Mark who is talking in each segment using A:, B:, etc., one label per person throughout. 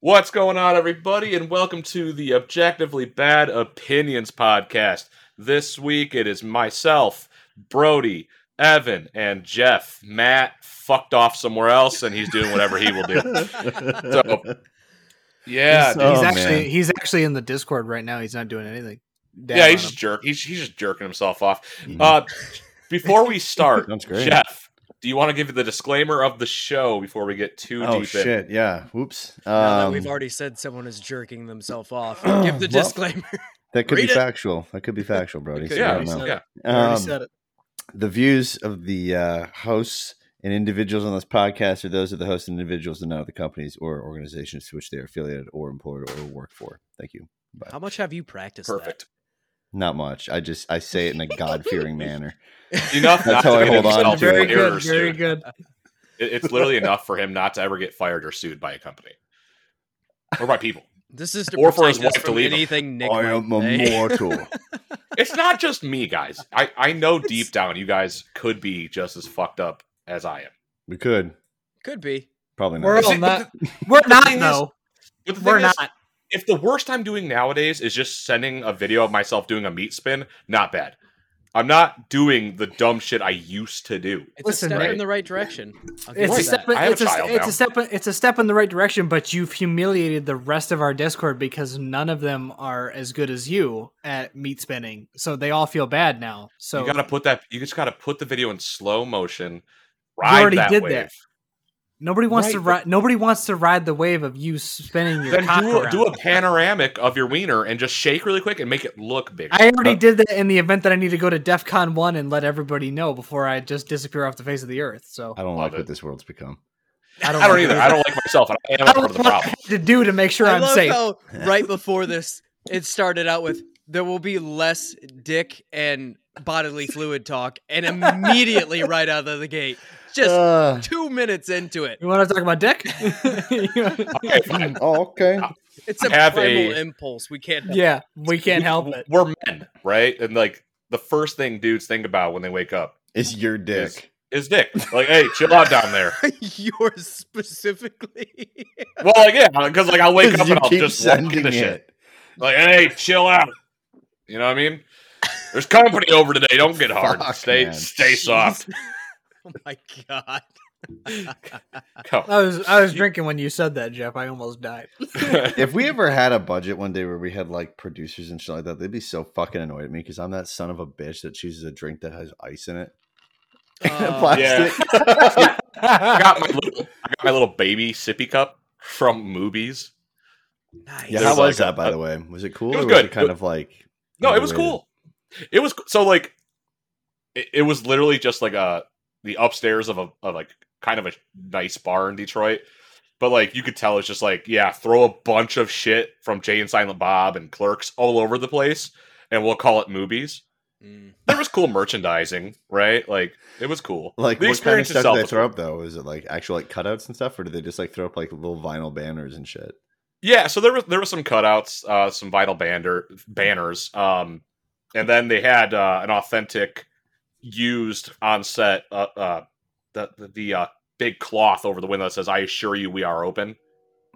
A: What's going on, everybody, and welcome to the Objectively Bad Opinions Podcast. This week it is myself, Brody, Evan, and Jeff. Matt fucked off somewhere else, and he's doing whatever he will do. So, yeah,
B: He's,
A: dude.
B: uh,
C: he's
B: Oh,
C: actually
B: man.
C: he's actually in the Discord right now. He's not doing anything. Damn
A: yeah,
C: on
A: he's just
C: him.
A: jerk. He's, he's just jerking himself off. Uh, before we start,
B: Sounds great.
A: Jeff, do you want to give the disclaimer of the show before we get too
B: Oh
A: deep in?
B: shit! Yeah. Whoops.
D: Now that
B: Um,
D: we've already said someone is jerking themselves off, give the
B: Well,
D: disclaimer.
B: that could be
D: Read it.
B: factual. That could be factual, Brody.
D: could
B: so I
A: Yeah,
B: don't know.
A: yeah.
C: I already
B: Um,
C: said it.
B: the views of the uh, hosts and individuals on this podcast are those of the hosts and individuals and not of the companies or organizations to which they are affiliated or employed or work for. Thank you. Bye.
D: How much have you practiced?
A: Perfect.
B: Not much. I just I say it in a god fearing manner.
D: That?
A: Enough not
B: That's how
A: to
B: I
A: get
B: hold on
A: himself
B: to it.
C: Very
A: in
C: good,
A: errors,
C: very
A: dude.
C: good.
D: Uh,
A: It- it's literally enough for him not to ever get fired or sued by a company or by people.
D: This is to
A: Or for his
D: protect us
A: wife to
D: from
A: leave him.
D: anything. Nick
B: I
D: might
B: am a
D: say.
B: mortal.
A: It's not just me, guys. I, I know deep down you guys could be just as fucked up as I am.
B: we could
D: Could be.
B: probably not.
C: We're all
A: See,
C: not. We're
A: thing
C: not
A: is-
C: though.
A: But the thing
C: We're
A: is,
C: not.
A: If the worst I'm doing nowadays is just sending a video of myself doing a meat spin, not bad. I'm not doing the dumb shit I used to do.
D: It's
C: Listen,
D: a step
A: right.
D: in the right direction. I'll give
C: It's
D: you
C: a step.
D: that.
A: I have a
C: It's a,
A: child
C: it's
A: now.
C: a step. It's a step in the right direction. But you've humiliated the rest of our Discord because none of them are as good as you at meat spinning. So they all feel bad now. So
A: you gotta put that. You just gotta put the video in slow motion.
C: You
A: Ride
C: already
A: that
C: did
A: wave.
C: that. nobody wants to
A: Right,
C: ride. Nobody wants to ride the wave of you spinning your
A: Then
C: cock
A: do a,
C: around.
A: do a panoramic of your wiener and just shake really quick and make it look bigger.
C: I already did that in the event that I need to go to DEF CON 1 and let everybody know before I just disappear off the face of the earth. So
B: I don't
A: Love
B: like what
A: it.
B: this world's become.
C: I don't,
A: I don't
C: know.
A: either. I don't like myself, and I am
C: I
A: a
C: don't
A: part of the
C: know what I
A: problem.
C: have to do to make sure
D: I
C: I'm
D: love
C: safe.
D: how right before this, it started out with there will be less dick and bodily fluid talk, and immediately right out of the gate, just
B: Uh,
D: two minutes into it,
C: you want to talk about dick?
A: Okay, fine.
B: oh, okay.
D: it's a
A: I have
D: primal
A: a-
D: impulse. We can't.
C: yeah, we can't help it.
A: We're men, right? And like the first thing dudes think about when they wake up
B: It's your dick.
A: is dick. Like, hey, chill out down there.
D: Yours specifically.
A: Well, like, yeah, because like I'll wake
B: 'Cause
A: up
B: you
A: and I'll
B: keep
A: just walk
B: sending
A: into
B: it.
A: shit. Like, hey, chill out. You know what I mean? There's company over today. Don't get hard.
B: Fuck,
A: stay,
B: man.
A: stay soft.
D: oh my god.
A: Come.
C: I was I was drinking when you said that, Jeff. I almost died.
B: if we ever had a budget one day where we had like producers and shit like that, they'd be so fucking annoyed at me because I'm that son of a bitch that chooses a drink that has ice in it.
D: Uh,
A: yeah.
B: Plastic.
A: I got my little, I got my little baby sippy cup from movies.
D: nice.
B: Yeah,
A: There's
B: how was
A: like
B: that,
A: a-
B: by the way? Was it cool?
A: It was
B: or was
A: good.
B: it kind
A: It-
B: of like
A: No, it was
B: underrated?
A: cool. It was so like it, it was literally just like a the upstairs of a of like kind of a nice bar in Detroit. But like you could tell it's just like, yeah, throw a bunch of shit from Jay and Silent Bob and clerks all over the place and we'll call it movies.
D: Mm.
A: There was cool merchandising, right? Like it was cool.
B: Like
A: the
B: what kind of
A: experience
B: stuff did they
A: itself
B: throw
A: was-
B: up though? Is it like actual like cutouts and stuff, or did they just like throw up like little vinyl banners and shit?
A: Yeah, so there was there was some cutouts, uh, some vinyl bander banners, um, and then they had uh, an authentic used on set uh, uh, the the, the uh, big cloth over the window that says "I assure you we are open."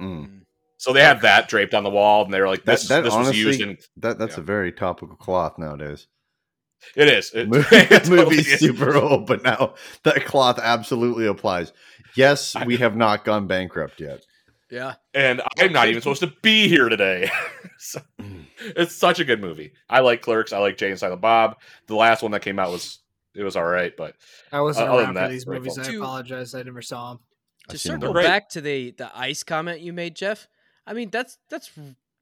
B: Mm.
A: So they had that draped on the wall, and they were like,
B: That-
A: "This
B: that
A: this
B: honestly-
A: was used in
B: That that's a very topical cloth nowadays.
A: it is it,
B: Movie,
A: it totally
B: movie's
A: is.
B: super old, but now that cloth absolutely applies. Yes,
A: I-
B: we have not gone bankrupt yet.
D: Yeah.
A: and I'm not even supposed to be here today. So,
B: Mm.
A: it's such a good movie. I like Clerks. I like Jay and Silent Bob. The last one that came out was it was all right, but
C: I wasn't
A: Uh, other than
C: around for
A: that,
C: these
A: very
C: movies.
A: cool.
C: I
D: Dude.
C: apologize. I never saw them.
D: To
B: I've seen
D: circle
A: them. Right.
D: back to the the ice comment you made, Jeff. I mean, that's that's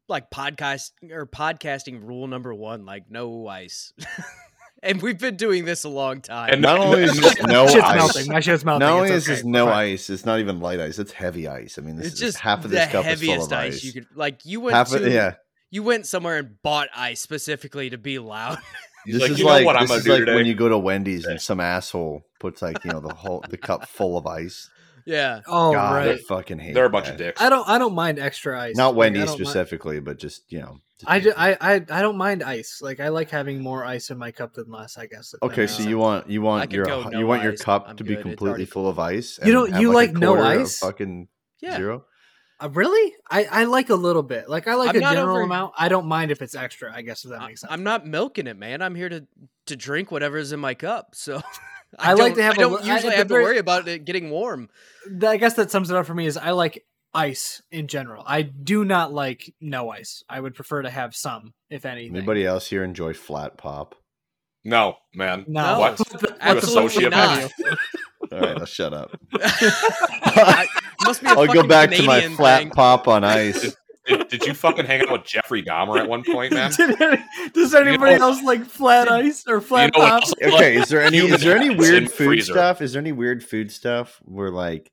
D: like podcast or podcasting rule number one. Like no ice. and we've been doing this a long time.
A: And
B: Not only is this no
C: Shit's
B: ice,
C: melting. My shit's melting.
B: not only
C: It's
B: is
C: okay.
B: this no
C: Fine.
B: ice, it's not even light ice. It's heavy ice. I mean, this
D: it's
B: is
D: just
B: half of
D: the
B: this cup is full
D: heaviest
B: of
D: ice
B: ice.
D: you could like. You went
B: half of,
D: to
B: yeah.
D: you went somewhere and bought ice specifically to be loud.
A: He's
B: this
A: like,
B: is
A: "You know
B: like
A: what I'm
B: this
A: gonna
B: is
A: do
B: like
A: today?"
B: when you go to Wendy's and some asshole puts like you know the whole the cup full of ice.
D: yeah.
C: Oh
B: God, I
C: right.
B: fucking hate.
A: they're a bunch
B: that.
A: of dicks.
C: I don't. I don't mind extra ice.
B: Not
C: Like, I
B: Wendy's
C: don't mi-
B: specifically, but just you know. just-
C: I, ju- I, I, I don't mind ice. Like I like having more ice in my cup than less. I guess. if that
B: okay,
C: makes
B: so
C: sense.
B: you want you want
D: could
B: your
D: go
B: you
D: no
B: want your
D: ice.
B: cup
D: I'm
B: to
D: good.
B: be
D: It's
B: completely
D: already-
B: full of ice.
C: You don't-
B: have, a
C: you like no
B: quarter of
C: ice?
B: Fucking
D: Yeah.
B: zero.
C: Uh, really? I, I like a little bit. Like I like
D: I'm
C: a
D: not
C: general
D: over-
C: amount. I don't mind if it's extra. I guess if that
D: I-
C: makes sense.
D: I'm not milking it, man. I'm here to to drink whatever's in my cup. So
C: I like
D: don't-
C: to have
D: I
C: a
D: don't
C: li- I-
D: usually
C: at the
D: have to
C: very-
D: worry about it getting warm.
C: Th- I guess that sums it up for me. Is I like ice in general. I do not like no ice. I would prefer to have some, if anything.
B: Anybody else here enjoy flat pop?
A: No, man.
C: No,
A: What?
C: What the- what the
D: Absolutely
A: sociopath?
C: fuck
D: not.
C: do you-
B: All right, I'll shut up.
D: I- must be. a
B: I'll go
D: fucking
B: back to
D: Canadian
B: my flat
D: thing.
B: pop on ice.
A: Did, did you fucking hang out with Jeffrey Dahmer at one point, man?
C: Did any- does anybody
A: know-
C: else like flat ice or
A: You
C: flat
A: know what
C: pop?
A: else I love?
B: Okay, is there any
A: Human
B: is there any
A: heads in
B: weird food
A: freezer.
B: stuff? Is there any weird food stuff where like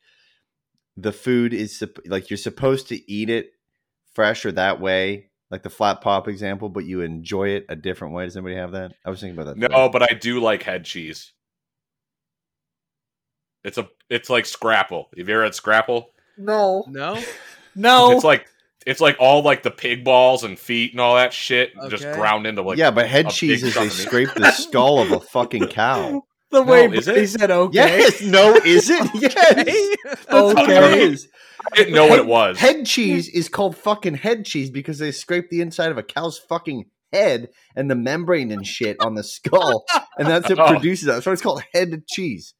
B: the food is sup- like you're supposed to eat it fresh or that way, like the flat pop example, but you enjoy it a different way? Does anybody have that? I was thinking about that.
A: No, but I do like head cheese. It's a it's like scrapple. Have you ever had scrapple?
C: No,
D: No,
C: no.
A: It's like it's like all like the pig balls and feet and all that shit just
D: Okay.
A: ground into like
B: yeah, but
A: a
B: head
A: big
B: cheese is they
A: chunk of meat.
B: scrape the skull of a fucking cow.
C: the way
A: No, is
C: they
A: it?
C: said okay.
B: Yes, no, is it? Yes, that's what
C: Okay.
B: it is.
A: I didn't know what it was.
B: Head cheese is called fucking head cheese because they scrape the inside of a cow's fucking head and the membrane and shit on the skull, and that's what
A: Oh.
B: produces that. That's why it's called head cheese.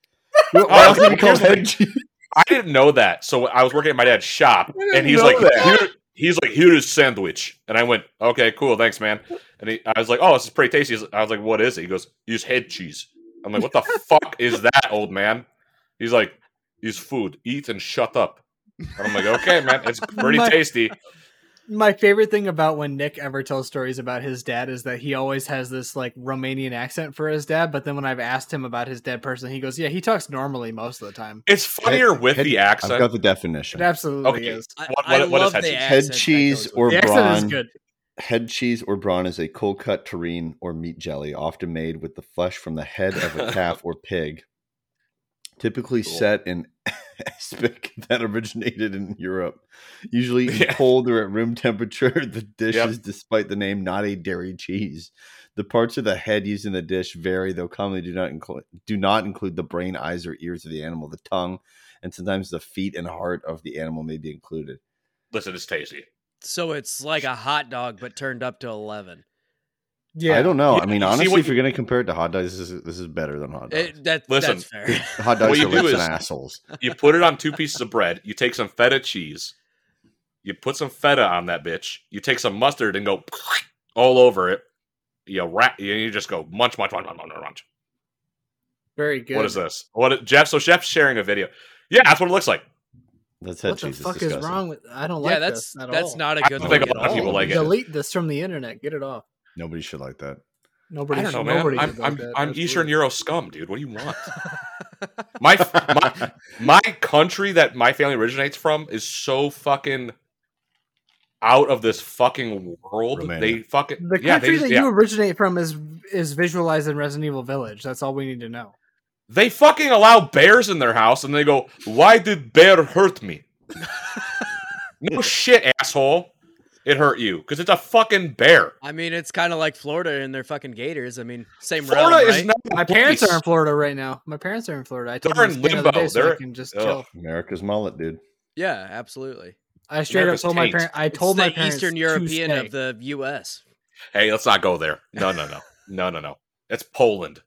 B: Why else would it be called head cheese?
A: I didn't know that. So I was working at my dad's shop
B: didn't
A: and he's
B: know
A: like
B: that.
A: "Here- he's like here's sandwich. And I went, Okay, cool, thanks, man. And he, I was like, Oh, this is pretty tasty. He's- I was like, What is it? He goes, Use head cheese. I'm like, What the fuck is that, old man? He's like, Use food. Eat and shut up. And I'm like, Okay, man, it's pretty
C: My-
A: tasty.
C: My favorite thing about when Nick ever tells stories about his dad is that he always has this like Romanian accent for his dad. But then when I've asked him about his dad personally, he goes, "Yeah, he talks normally most of the time."
A: It's funnier with
B: Head-
A: the
B: I've
A: accent.
B: got the definition.
C: It absolutely
A: Okay.
C: is.
D: I,
A: What-
D: I
A: what- what is
D: love
A: head
D: the
A: cheese?
B: Head
D: accent that
B: cheese
D: goes with
B: or
D: it.
C: The accent is
B: Braun.
C: good.
B: Head cheese or brawn is a cold cut terrine or meat jelly, often made with the flesh from the head of a calf or pig. Typically
A: Cool.
B: set in aspic that originated in Europe. Usually eaten
A: Yeah.
B: cold or at room temperature, the dish
A: Yep.
B: is, despite the name, not a dairy cheese. The parts of the head used in the dish vary, though commonly do not include do not include the brain, eyes, or ears of the animal, the tongue, and sometimes the feet and heart of the animal may be included.
A: Listen, it's tasty.
D: So it's like a hot dog, but turned up to eleven.
C: Yeah,
B: I don't know.
A: Yeah,
B: I
A: you
B: mean,
A: see
B: honestly,
A: what
B: if you're going to compare it to hot dogs, this is this is better than hot dogs.
D: It, that
A: Listen.
D: that's fair.
B: hot dogs
A: What
B: are
A: you do
B: lips and
A: is-
B: assholes.
A: You put it on two pieces of bread. You take some feta cheese. You put some feta on that bitch. You take some mustard and go all over it. You wrap. You you just go munch, munch, munch, munch, munch, munch.
C: very good.
A: What is this? What is- Jeff? So Jeff's sharing a video. Yeah, that's what it looks like.
B: That's head
C: What the
B: cheese. It's
C: fuck is
B: disgusting.
C: wrong with? I don't like
D: yeah, that's
C: this at
D: that's
C: all.
D: not a
A: I
D: good
A: don't
D: thing
A: think a
D: at
A: lot of
D: all.
A: people like it.
C: Delete this from the internet. Get it off.
B: Nobody should like that.
C: Nobody.
A: I don't know,
C: should-
A: man.
C: nobody
A: I'm
C: should like
A: I'm,
C: that.
A: I'm
C: That's
A: Eastern
C: weird.
A: Euro scum, dude. What do you want? my my my country that my family originates from is so fucking out of this fucking world.
B: Romania.
A: They fucking
C: The
A: yeah,
C: country
A: they just-
C: that
A: yeah.
C: you originate from is is visualized in Resident Evil Village. That's all we need to know.
A: They fucking allow bears in their house and they go, Why did bear hurt me? no shit, asshole. It hurt you because it's a fucking bear.
D: I mean, it's kind of like Florida and their fucking Gators. I mean, same
A: Florida
D: realm,
A: is
D: right?
A: not. a
C: My parents
A: place.
C: are in Florida right now. My parents are in Florida. I told
A: They're
C: them
A: in
C: this the other
A: limbo.
C: day so I
A: They're-
C: can just
A: Ugh.
C: chill.
B: America's mullet, dude.
D: yeah, absolutely.
C: I straight
A: America's
C: up told my
A: taint.
C: parents. I
D: It's
C: told my
D: the
C: parents
D: Eastern
C: to
D: European
C: stay.
D: of the U.S.
A: Hey, let's not go there. No, no, no. No, no, no. It's Poland.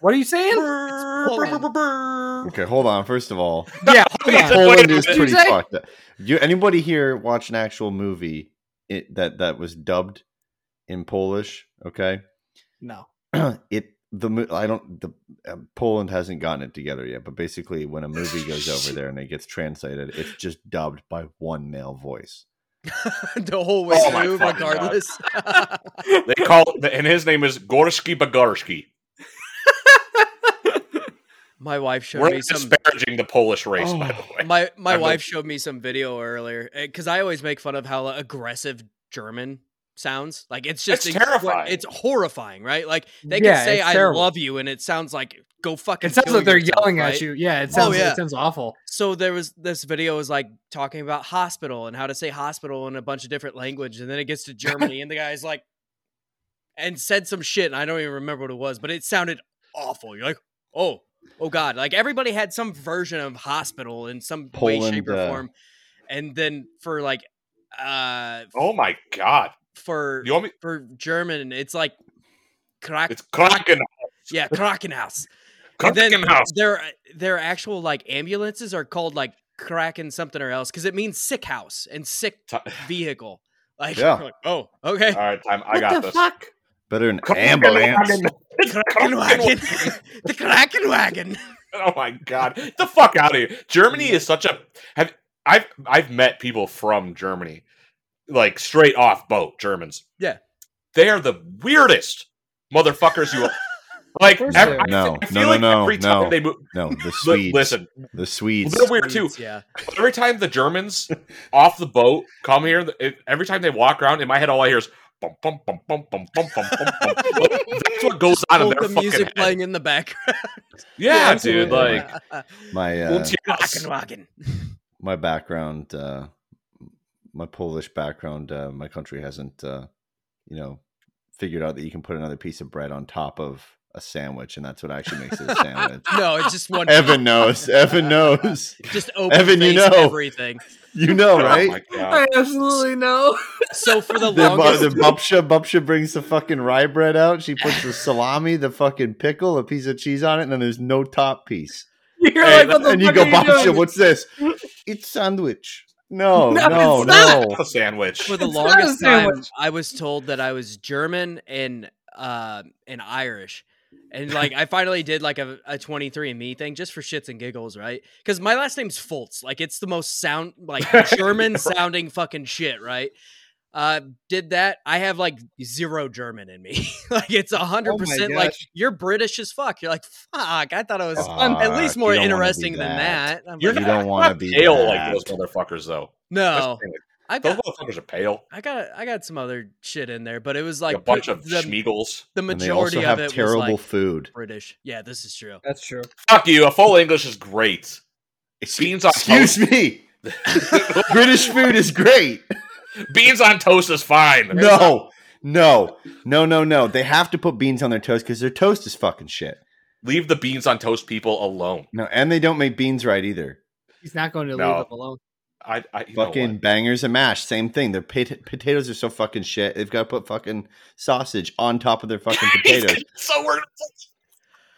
C: What are you saying?
B: Okay, hold on. First of all,
C: yeah,
A: Wait a
B: Poland
A: minute.
B: is pretty
C: Tuesday?
B: fucked up. You anybody here watch an actual movie it, that that was dubbed in Polish? Okay,
C: no.
B: it the mo- I don't the um, Poland hasn't gotten it together yet, but basically when a movie goes over there and it gets translated, it's just dubbed by one male voice.
D: the whole way
A: Oh my
D: through,
A: fucking God.
D: regardless.
A: They call and his name is Gorski Bagarski.
D: my wife showed
A: We're
D: me
A: not
D: some.
A: disparaging the Polish race, by
B: Oh.
A: the way.
D: My my
A: I know.
D: wife showed me some video earlier because I always make fun of how aggressive German sounds. Like it's just
A: It's
D: inc-
A: terrifying.
D: It's horrifying, right? Like they
C: Yeah,
D: can say
C: it's
D: "I
C: terrible.
D: love you" and it sounds like "Go fucking."
C: It sounds
D: kill
C: like they're
D: yourself,"
C: yelling
D: right?
C: at you. Yeah, it
D: Oh,
C: sounds.
D: yeah.
C: It sounds awful.
D: so there was this video was like talking about hospital and how to say hospital in a bunch of different language and then it gets to germany and the guy's like and said some shit and i don't even remember what it was but it sounded awful you're like oh oh god like everybody had some version of hospital in some way shape
B: Poland,
D: or
B: uh,
D: form and then for like uh
A: Oh my god!
D: for
A: You want me?
D: for German it's like Krak-
A: It's Kraken
D: yeah Krakenhaus. And then
A: Krakenhaus.
D: Their their actual like ambulances are called like Kraken something or else because it means sick house and sick
A: Ti-
D: vehicle. Like,
B: Yeah.
D: like, oh okay,
A: All right, time. I got this.
C: fuck?
B: Better than
A: Kraken
B: ambulance.
A: wagon. It's
D: Kraken
A: Kraken
D: wagon, the Kraken wagon.
A: Oh my god! Get the fuck out of here! Germany is such a have I've I've met people from Germany, like straight off boat Germans.
D: Yeah.
A: they are the weirdest motherfuckers you. like
C: course
A: every,
C: they are.
A: I fe-
B: No,
A: I feel
B: no, no,
A: like
B: no,
A: every time
B: no.
A: they move.
B: No, the
A: Li-
B: Swedes.
A: listen,
B: the Swedes.
A: they're weird too.
D: Yeah,
A: Every time the Germans off the boat come here, th- it- every time they walk around, in my head, all I hear is. Bum, bum, bum, bum, bum, bum, bum, bum, bum. Like, That's what goes on in
D: With
A: their
D: the
A: fucking
D: music
A: head.
D: playing in the background.
A: Yeah, dude.
C: absolutely.
A: Like,
B: My uh,
A: und yes.
D: Kraken wagon.
B: my background, uh, my Polish background, uh, my country hasn't, uh, you know, figured out that you can put another piece of bread on top of a sandwich, and that's what actually makes it a sandwich.
D: No, it's just one.
B: Evan knows. Evan knows.
D: Just open
B: Evan, you
D: face
B: know.
D: everything.
B: You know,
A: Oh my
B: right?
A: God.
C: I absolutely know.
D: So for the
B: The, bu-
D: longest,
B: uh, the bupsha, bupsha brings the fucking rye bread out. She puts the salami, the fucking pickle, a piece of cheese on it, and then there's no top piece.
C: You're
A: Hey,
C: like, what the
B: and you
C: fuck
B: go,
C: are you
B: bupsha,
C: doing?
B: what's this? It's sandwich. No,
C: No,
B: no,
C: it's
B: no.
A: That's a sandwich.
D: for the
C: It's not a
D: longest time,
C: sandwich.
D: I was told that I was German and uh, and Irish, and like I finally did like a, a 23andMe thing just for shits and giggles, right? Because my last name's Fultz, like it's the most sound like German sounding fucking shit, right? Uh, did that? I have like zero German in me. like it's a hundred
C: Oh my
D: percent. Like
C: gosh.
D: you're British as fuck. You're like fuck. I thought I was
B: Fuck,
D: at least more
B: you don't wanna be
D: interesting than that. I'm
A: You're
D: like,
B: You don't
A: I'm
B: wanna
A: not
B: be
A: pale
B: that.
A: like those motherfuckers, though. That's
D: no,
A: the thing, like,
D: I
A: Those
D: got
A: motherfuckers are pale.
D: I got I got some other shit in there, but it was
A: Like
D: like
A: a bunch
D: put
A: of
D: the,
A: schmeagles.
D: the
B: And
D: majority
B: they also have
D: of it
B: terrible
D: was like
B: food.
D: British. Yeah, this is true.
C: That's true.
A: Fuck you. A full English is great. Beans on
B: Excuse me. British food is great.
A: Beans on toast is fine.
B: No, no, no, no, no. They have to put beans on their toast because their toast is fucking shit.
A: Leave the beans on toast people alone.
B: No, and they don't make beans right either.
C: He's not going to
A: No.
C: leave them alone.
A: I, I you know
B: fucking
A: what?
B: bangers and mash, same thing. Their pot- potatoes are so fucking shit. They've got to put fucking sausage on top of their fucking potatoes
A: so we're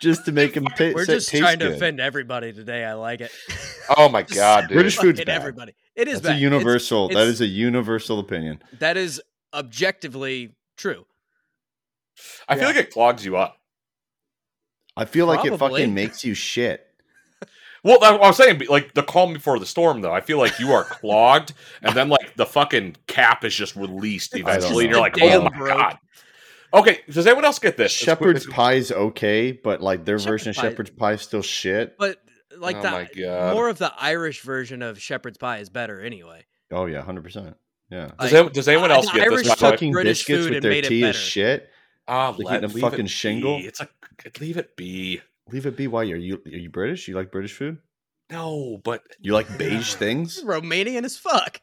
B: just to make them ta-
D: We're
B: sa-
D: just
B: taste
D: trying to
B: good.
D: offend everybody today. I like it.
A: Oh my
D: Just
A: god, dude.
B: British food's
D: fucking
B: bad.
D: everybody. It is
B: That's
D: bad.
B: a universal.
D: It's-
B: that
D: it's-
B: is a universal opinion.
D: that is objectively true.
A: I feel
C: Yeah.
A: like it clogs you up.
B: I feel like it
D: Probably.
B: fucking makes you shit.
A: Well, that's what I was saying, like the calm before the storm, though. I feel like you are clogged, and then like the fucking cap is just released
B: don't
A: eventually, and
B: know.
A: you're like,
B: The
A: oh
B: dam
A: my
D: broke.
A: god. Okay, does anyone else get this? It's quick-
B: Shepherd's
A: it's-
B: pie is okay, but like their
D: Shepherd's
B: version of
D: pie-
B: shepherd's pie is still shit.
D: But like
A: oh my
D: the
A: god.
D: more of the Irish version of shepherd's pie is better anyway.
B: Oh yeah, hundred percent. Yeah.
A: does,
D: like,
A: anyone- does anyone
D: uh,
A: else
D: the
A: get this?
D: Irish
B: They're
A: by the way?
B: fucking
D: British
B: biscuits
D: food
B: with
D: and
B: their
D: made it
B: tea is
D: better.
B: shit.
A: Ah,
B: Like
A: let
B: eating a
A: leave
B: fucking
A: it
B: shingle?
A: Be. It's a leave it be.
B: Leave it be. Why are you are you British? You like British food?
A: No, but
B: You like beige things?
D: Romanian as fuck.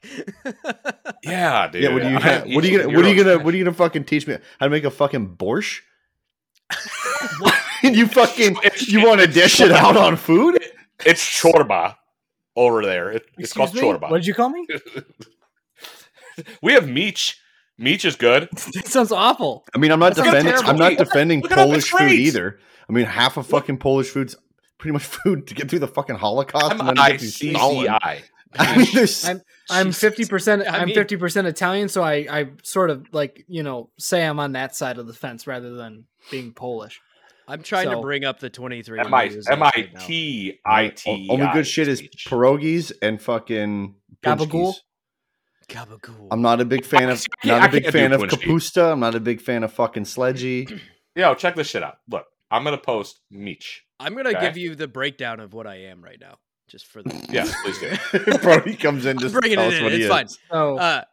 A: yeah, dude.
B: Yeah. What are you
A: I
B: gonna,
A: haven't
B: what are you
A: eaten
B: gonna what are you
A: Euro-
B: gonna what are you gonna fucking teach me how to make a fucking borscht? and you fucking you want to dish it out on food?
A: It's chorba over there. It, it's called
C: Excuse me? What
A: chorba.
C: did you call me?
A: We have meech. Meech is good.
C: that sounds awful.
B: I mean, I'm not
C: That sounds
B: defending I'm
A: terrible.
B: not
A: Look it up-
B: defending
A: look it up, it's
B: Polish food
A: great.
B: either. I mean, half of fucking Polish food's pretty much food to get through the fucking Holocaust
A: M
B: and then to
A: I
B: get through
A: C
B: Stalin.
A: C I.
B: I mean, there's
C: I'm
D: Jesus.
C: fifty percent.
D: I
C: I'm
D: mean-
C: fifty percent Italian, so I I sort of like you know say I'm on that side of the fence rather than being Polish.
D: I'm trying to
C: So-
D: bring up the 23.
A: M I
D: menus
A: M I
D: right now.
A: T I T.
B: Only good shit is pierogies and fucking
C: Gabagool?
B: punchkis.
D: Gabagool.
B: I'm not a big fan of
A: I can't-
B: not
A: I
B: a big
A: can't do
B: fan of
A: punchki.
B: capusta. I'm not a big fan of fucking sledgy.
A: Yo, check this shit out. Look, I'm gonna post meech.
D: I'm gonna
A: Okay.
D: give you the breakdown of what I am right now, just for the
A: Yeah, please do.
B: Brody comes in
D: I'm
B: just
D: bringing
B: tell
D: it
B: us
D: in.
B: what he
D: It's
B: is.
D: fine.
C: So
D: Uh,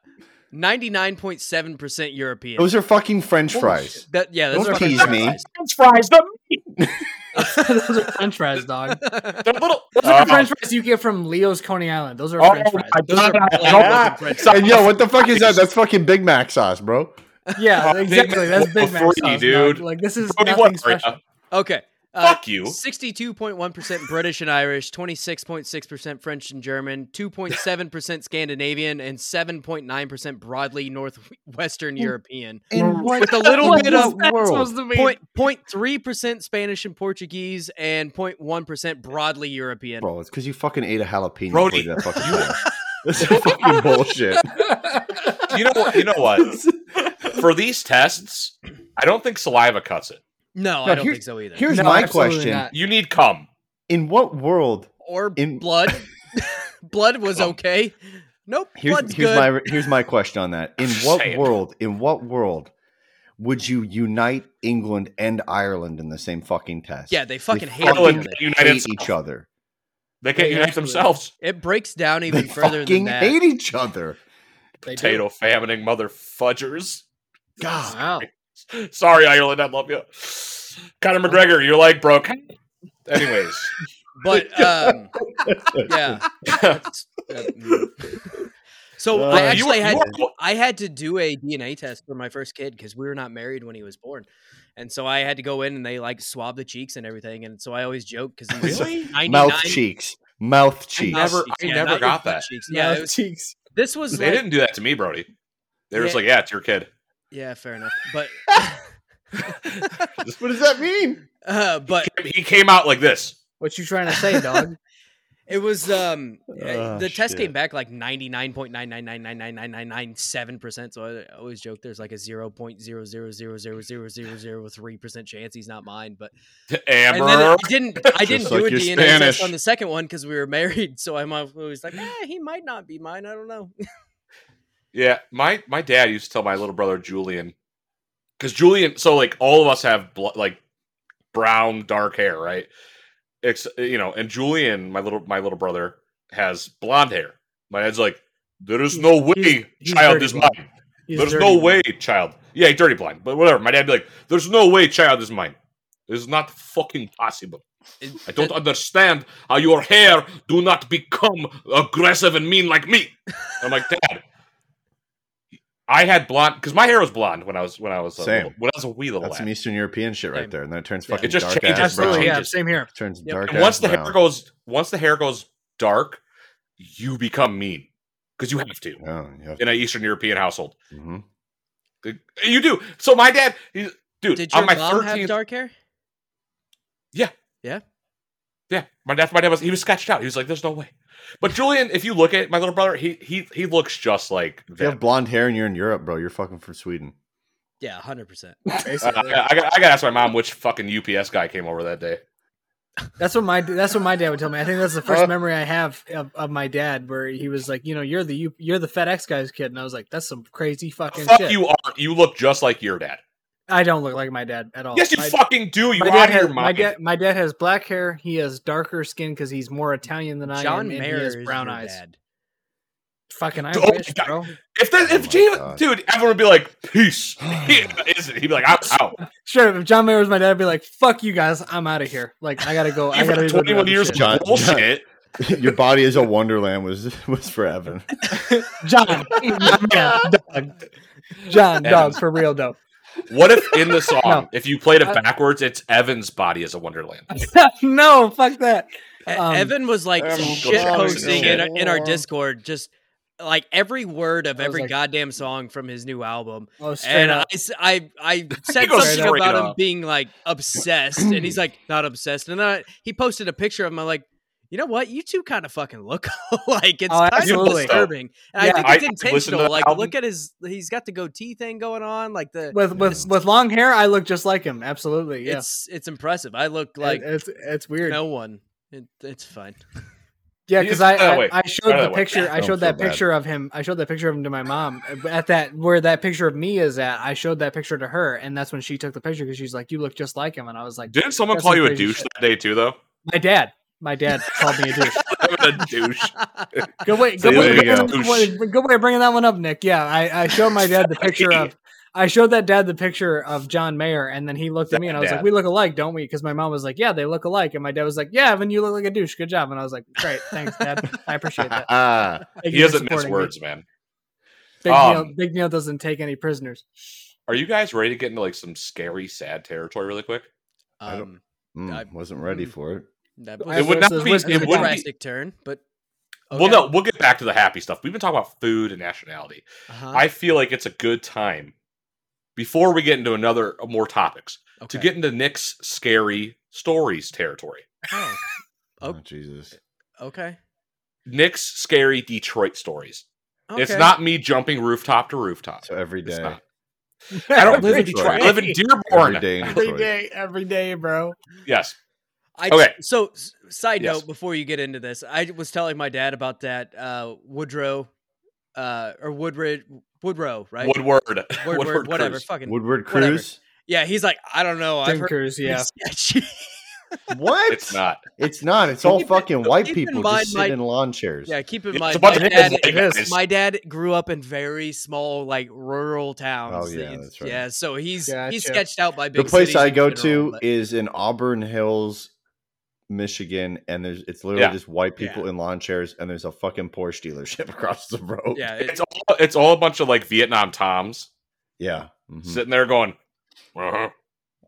D: Ninety-nine point seven percent European.
B: Those are fucking French fries.
D: that, yeah, those
B: Don't
D: are fucking
B: tease me.
D: fries.
A: fries, the meat.
C: those are French fries, dog.
A: They're little. Oh.
C: Those are French fries you get from Leo's Coney Island. Those are French fries.
D: Those are
A: God.
D: plain
A: Ah.
D: fucking French
B: And yo, what the fuck is that? That's fucking Big Mac sauce, bro.
C: Yeah,
A: Oh, Big Mac
C: exactly. That's Big Mac
A: for
C: sauce,
A: free,
C: dog.
A: dude.
C: Like this is
A: Brody,
C: nothing
A: what, Maria?
C: special.
D: Okay. Uh,
A: Fuck you.
D: 62.1% British and Irish, 26.6% French and German, 2.7% Scandinavian, and 7.9% broadly Northwestern European.
B: And what
D: With a little
B: What
D: bit
B: is
D: of
B: that world. supposed
C: to
D: point point three percent Spanish and Portuguese, and 0.1% broadly European.
B: bro? It's because you fucking ate a jalapeno.
A: Brody,
B: before that fucking thing. This is fucking bullshit.
A: You know what? You know what? For these tests, I don't think saliva cuts it.
D: No,
B: No,
D: I don't
B: here-
D: think so either.
B: Here's my question:
A: You need cum.
B: In what world?
D: or
B: in-
D: blood. blood was okay. Nope,
B: Here's
D: blood's
B: here's
D: good.
B: my here's my question on that. In
A: Just
B: what
A: saying.
B: world? In what world would you unite England and Ireland in the same fucking test?
D: yeah, they fucking hate
B: fucking
D: England.
A: Ireland
B: hate
A: united
B: each other.
A: They can't
C: Yeah,
A: unite
C: absolutely.
A: themselves.
D: It breaks down even
B: They
D: further
B: fucking
D: than that.
B: hate each other.
A: Potato famining mother fudgers.
B: God,
C: Wow.
A: Sorry, Ireland, I love you. Conor McGregor, you're like broke. Anyways,
D: But um, yeah. that's- that- mm. so
B: Uh,
D: I
B: You
D: actually
A: you,
D: had
A: were- you were-
D: I had to do a DNA test for my first kid because we were not married when he was born, and so I had to go in and they like swab the cheeks and everything, and so I always joke because
A: really?
B: mouth cheeks, mouth cheeks.
A: never- I never got that.
D: Cheeks. Yeah, it was-
C: cheeks.
D: this was
A: They
D: like-
A: didn't do that to me, Brody. They were just
D: Yeah.
A: like, yeah, it's your kid.
D: Yeah, fair enough. But
B: What does that mean?
D: uh, but
A: He came out like this.
C: What you trying to say, dog?
D: it was um uh,
B: Ah,
D: the test
B: shit.
D: came back like 99.999999997%. So uh, I always joke there's like a 0.0000003% chance he's not mine, but and then
A: Amber.
D: I didn't I
B: Just
D: didn't
B: like
D: do a
B: your
D: DNA
B: Spanish.
D: test on the second one cuz we were married, so I'm always like, "Eh, he might not be mine. I don't know."
A: Yeah, my my dad used to tell my little brother Julian, because Julian, so like all of us have bl- like brown dark hair, right? It's you know, and Julian, my little my little brother has blonde hair. My dad's like, there is no way,
C: He's- he's
A: child
C: dirty
A: is
C: blonde.
A: mine.
C: He's
A: There's
C: dirty.
A: no way, child. Yeah, dirty blind, but whatever. My dad be like, there's no way, child is mine. This is not fucking possible.
D: It-
A: I don't understand how your hair do not become aggressive and mean like me. I'm like, Dad, I had blonde because my hair was blonde when I was when I was a
B: Same.
A: little- when I was a wee little
B: That's some
A: lad.
B: Eastern European shit right
D: Same.
B: there, and then it turns
D: Yeah.
B: fucking
A: It just
B: dark
A: changes,
B: ass
A: bro.
B: brown.
C: Absolutely, yeah.
A: Changes.
C: Same here.
B: Turns
D: Yep.
B: dark.
A: And once
B: ass
A: the hair
B: brown.
A: goes once the hair goes dark, you become mean because you have to
B: Oh, yeah.
A: in an Eastern European household.
B: Mhm.
A: You do. So my dad, he's, dude,
D: Did your
A: on my
D: mom have
A: thirteenth,
D: dark hair?
A: yeah, my dad, my dad was he was sketched out. He was like, "There's no way." But Julian, if you look at my little brother, he he he looks just like
B: If you
A: them.
B: have blonde hair and you're in Europe, bro, you're fucking from Sweden.
D: Yeah, 100%.
A: Uh, I, got- I got I gotta ask my mom which fucking UPS guy came over that day.
C: That's what my that's what my dad would tell me. I think that's the first
B: Uh.
C: memory I have of, of my dad, where he was like, you know, you're the you, you're the FedEx guy's kid, and I was like, that's some crazy fucking
A: Fuck
C: shit.
A: you aren't. You look just like your dad.
C: I don't look like my dad at all.
A: yes, you
C: Oh, my,
A: fucking do.
C: my
A: You're
C: dad
A: out of
C: has
A: your
C: my
A: mind.
C: dad, my dad has black hair. He has darker skin because he's more Italian than I
D: John
C: am. and he
D: Mayer
C: has
D: is
C: brown
D: your
C: eyes.
D: dad.
C: Fucking I
A: Oh my
C: wish,
A: God.
C: bro.
A: if that,
B: Oh
A: if
B: my
A: Jalen-
B: God.
A: dude, everyone would be like, peace. He isn't. He'd be like, I'm out.
C: Sure, if John Mayer was my dad, I'd be like, fuck you guys, I'm out of here. Like I gotta go. Oh, I
A: Even
C: gotta
A: at
C: go do
A: 21
C: other
A: years
C: shit.
A: of
B: John-
A: bullshit.
B: Your body is a wonderland was was for Evan.
C: John, my man, dog. John, dog,
A: Evans.
C: for real though.
A: What if in the song,
C: No. Uh,
A: if you played it
C: I-
A: backwards, it's Evan's body is a wonderland?
C: no, fuck that.
D: E-
C: Um,
D: Evan was like
A: Evan was
D: shit posting
A: shit.
D: in, our- in our Discord, just like every word of
C: I was
D: every
C: like-
D: goddamn song from his new album.
C: Oh, straight
D: And I,
C: up.
D: s- I, I said
A: goes
D: something
A: straight
D: about him
A: up.
D: being like obsessed, and he's like not obsessed. And then I, he posted a picture of him. I'm like, you know what? You two kind of fucking look alike. It's
C: Oh,
D: kind of
C: absolutely.
D: disturbing. And
C: Yeah.
D: I think it's
A: I- I listened to
D: intentional.
A: that
D: Like,
A: album.
D: look at his. He's got the goatee thing going on. Like the.
C: with with with long hair, I look just like him. Absolutely, yeah.
D: It's it's impressive. I look like
C: it's it's weird.
D: no one. It, it's fine.
C: yeah,
A: He's-
C: because I,
A: that
C: I
A: way.
C: I showed
A: That
C: the
A: way.
C: picture. I
B: Don't
C: showed that
B: feel bad.
C: picture of him. I showed that picture of him to my mom uh, at that where that picture of me is at. I showed that picture to her, and that's when she took the picture because she's like, "You look just like him," and I was like,
A: Didn't someone
C: That's
A: call
C: some
A: you a
C: crazy
A: douche
C: shit.
A: that day too, though?
C: "My dad." My dad called me a douche.
A: Evan a douche.
C: Good way,
A: So
C: good way,
B: there you
C: of bringing-
A: go.
C: good way, good way of bringing that one up, Nick. Yeah, I, I showed my dad the picture of, I showed that dad the picture of John Mayer, and then he looked at me and I was
A: Dad.
C: like, "We look alike, don't we?" Because my mom was like, "Yeah, they look alike," and my dad was like, "Yeah, Evan, you look like a douche. Good job." And I was like, "Great, thanks, Dad. I appreciate that."
B: Ah,
C: Thank
A: He
C: you for
A: doesn't miss
C: supporting me.
A: words, man.
C: Big,
A: Um,
C: Neil, Big Neil doesn't take any prisoners.
A: Are you guys ready to get into like some scary, sad territory really quick?
B: I don't-
D: Um,
B: Mm,
D: I-
B: wasn't ready
D: mm.
B: for it.
D: That
C: It
D: was,
C: would not be-
D: was
C: it
D: a
C: would be-
D: drastic turn, but
A: Well, no, we'll get back to the happy stuff. We've been talking about food and nationality.
D: uh
A: I feel like it's a good time before we get into another uh, more topics to get into Nick's scary stories territory.
D: Oh,
B: Oh,
D: Oh.
B: Jesus.
D: okay.
A: Nick's scary Detroit stories. It's
D: Okay.
A: not me jumping rooftop to rooftop.
B: So every
A: It's
B: day.
A: not. I don't live in
B: Detroit.
A: Detroit. I live in Dearborn.
B: Every day in
C: every
B: Detroit.
C: day, every day, bro.
A: Yes.
D: I,
A: Okay.
D: So, s- side
A: Yes.
D: note before you get into this, I was telling my dad about that uh, Woodrow uh, or Woodridge Woodrow, right?
A: Woodward.
D: Woodward, whatever.
A: Cruz.
D: Fucking
B: Woodward
D: Whatever.
B: Cruz?
D: yeah. He's like, I don't know. I've heard
C: Drinkers, yeah.
D: sketchy.
B: what?
A: It's not.
B: It's not. It's all
D: Keep in-
B: fucking white
D: keep in
B: people
D: mind
B: just sitting
D: my-
B: in lawn chairs.
D: yeah. Keep in
A: It's
D: mind,
A: a bunch
D: my
A: of
D: dad,
A: people like
C: is.
A: this.
D: my dad grew up in very small, like rural towns.
B: Oh, yeah,
D: He's-
B: that's right.
D: Yeah. So he's
C: Gotcha.
D: he's sketched out by
B: the
D: big.
B: place
D: cities
B: I
D: in
B: go
D: general,
B: to
D: but-
B: is in Auburn Hills, Michigan, and there's it's literally
A: Yeah.
B: just white people in lawn chairs, and there's a fucking Porsche dealership across the road.
D: yeah. it-
A: It's all, it's all a bunch of like Vietnam Toms
B: yeah. Mhm.
A: sitting there going, "Uh-huh."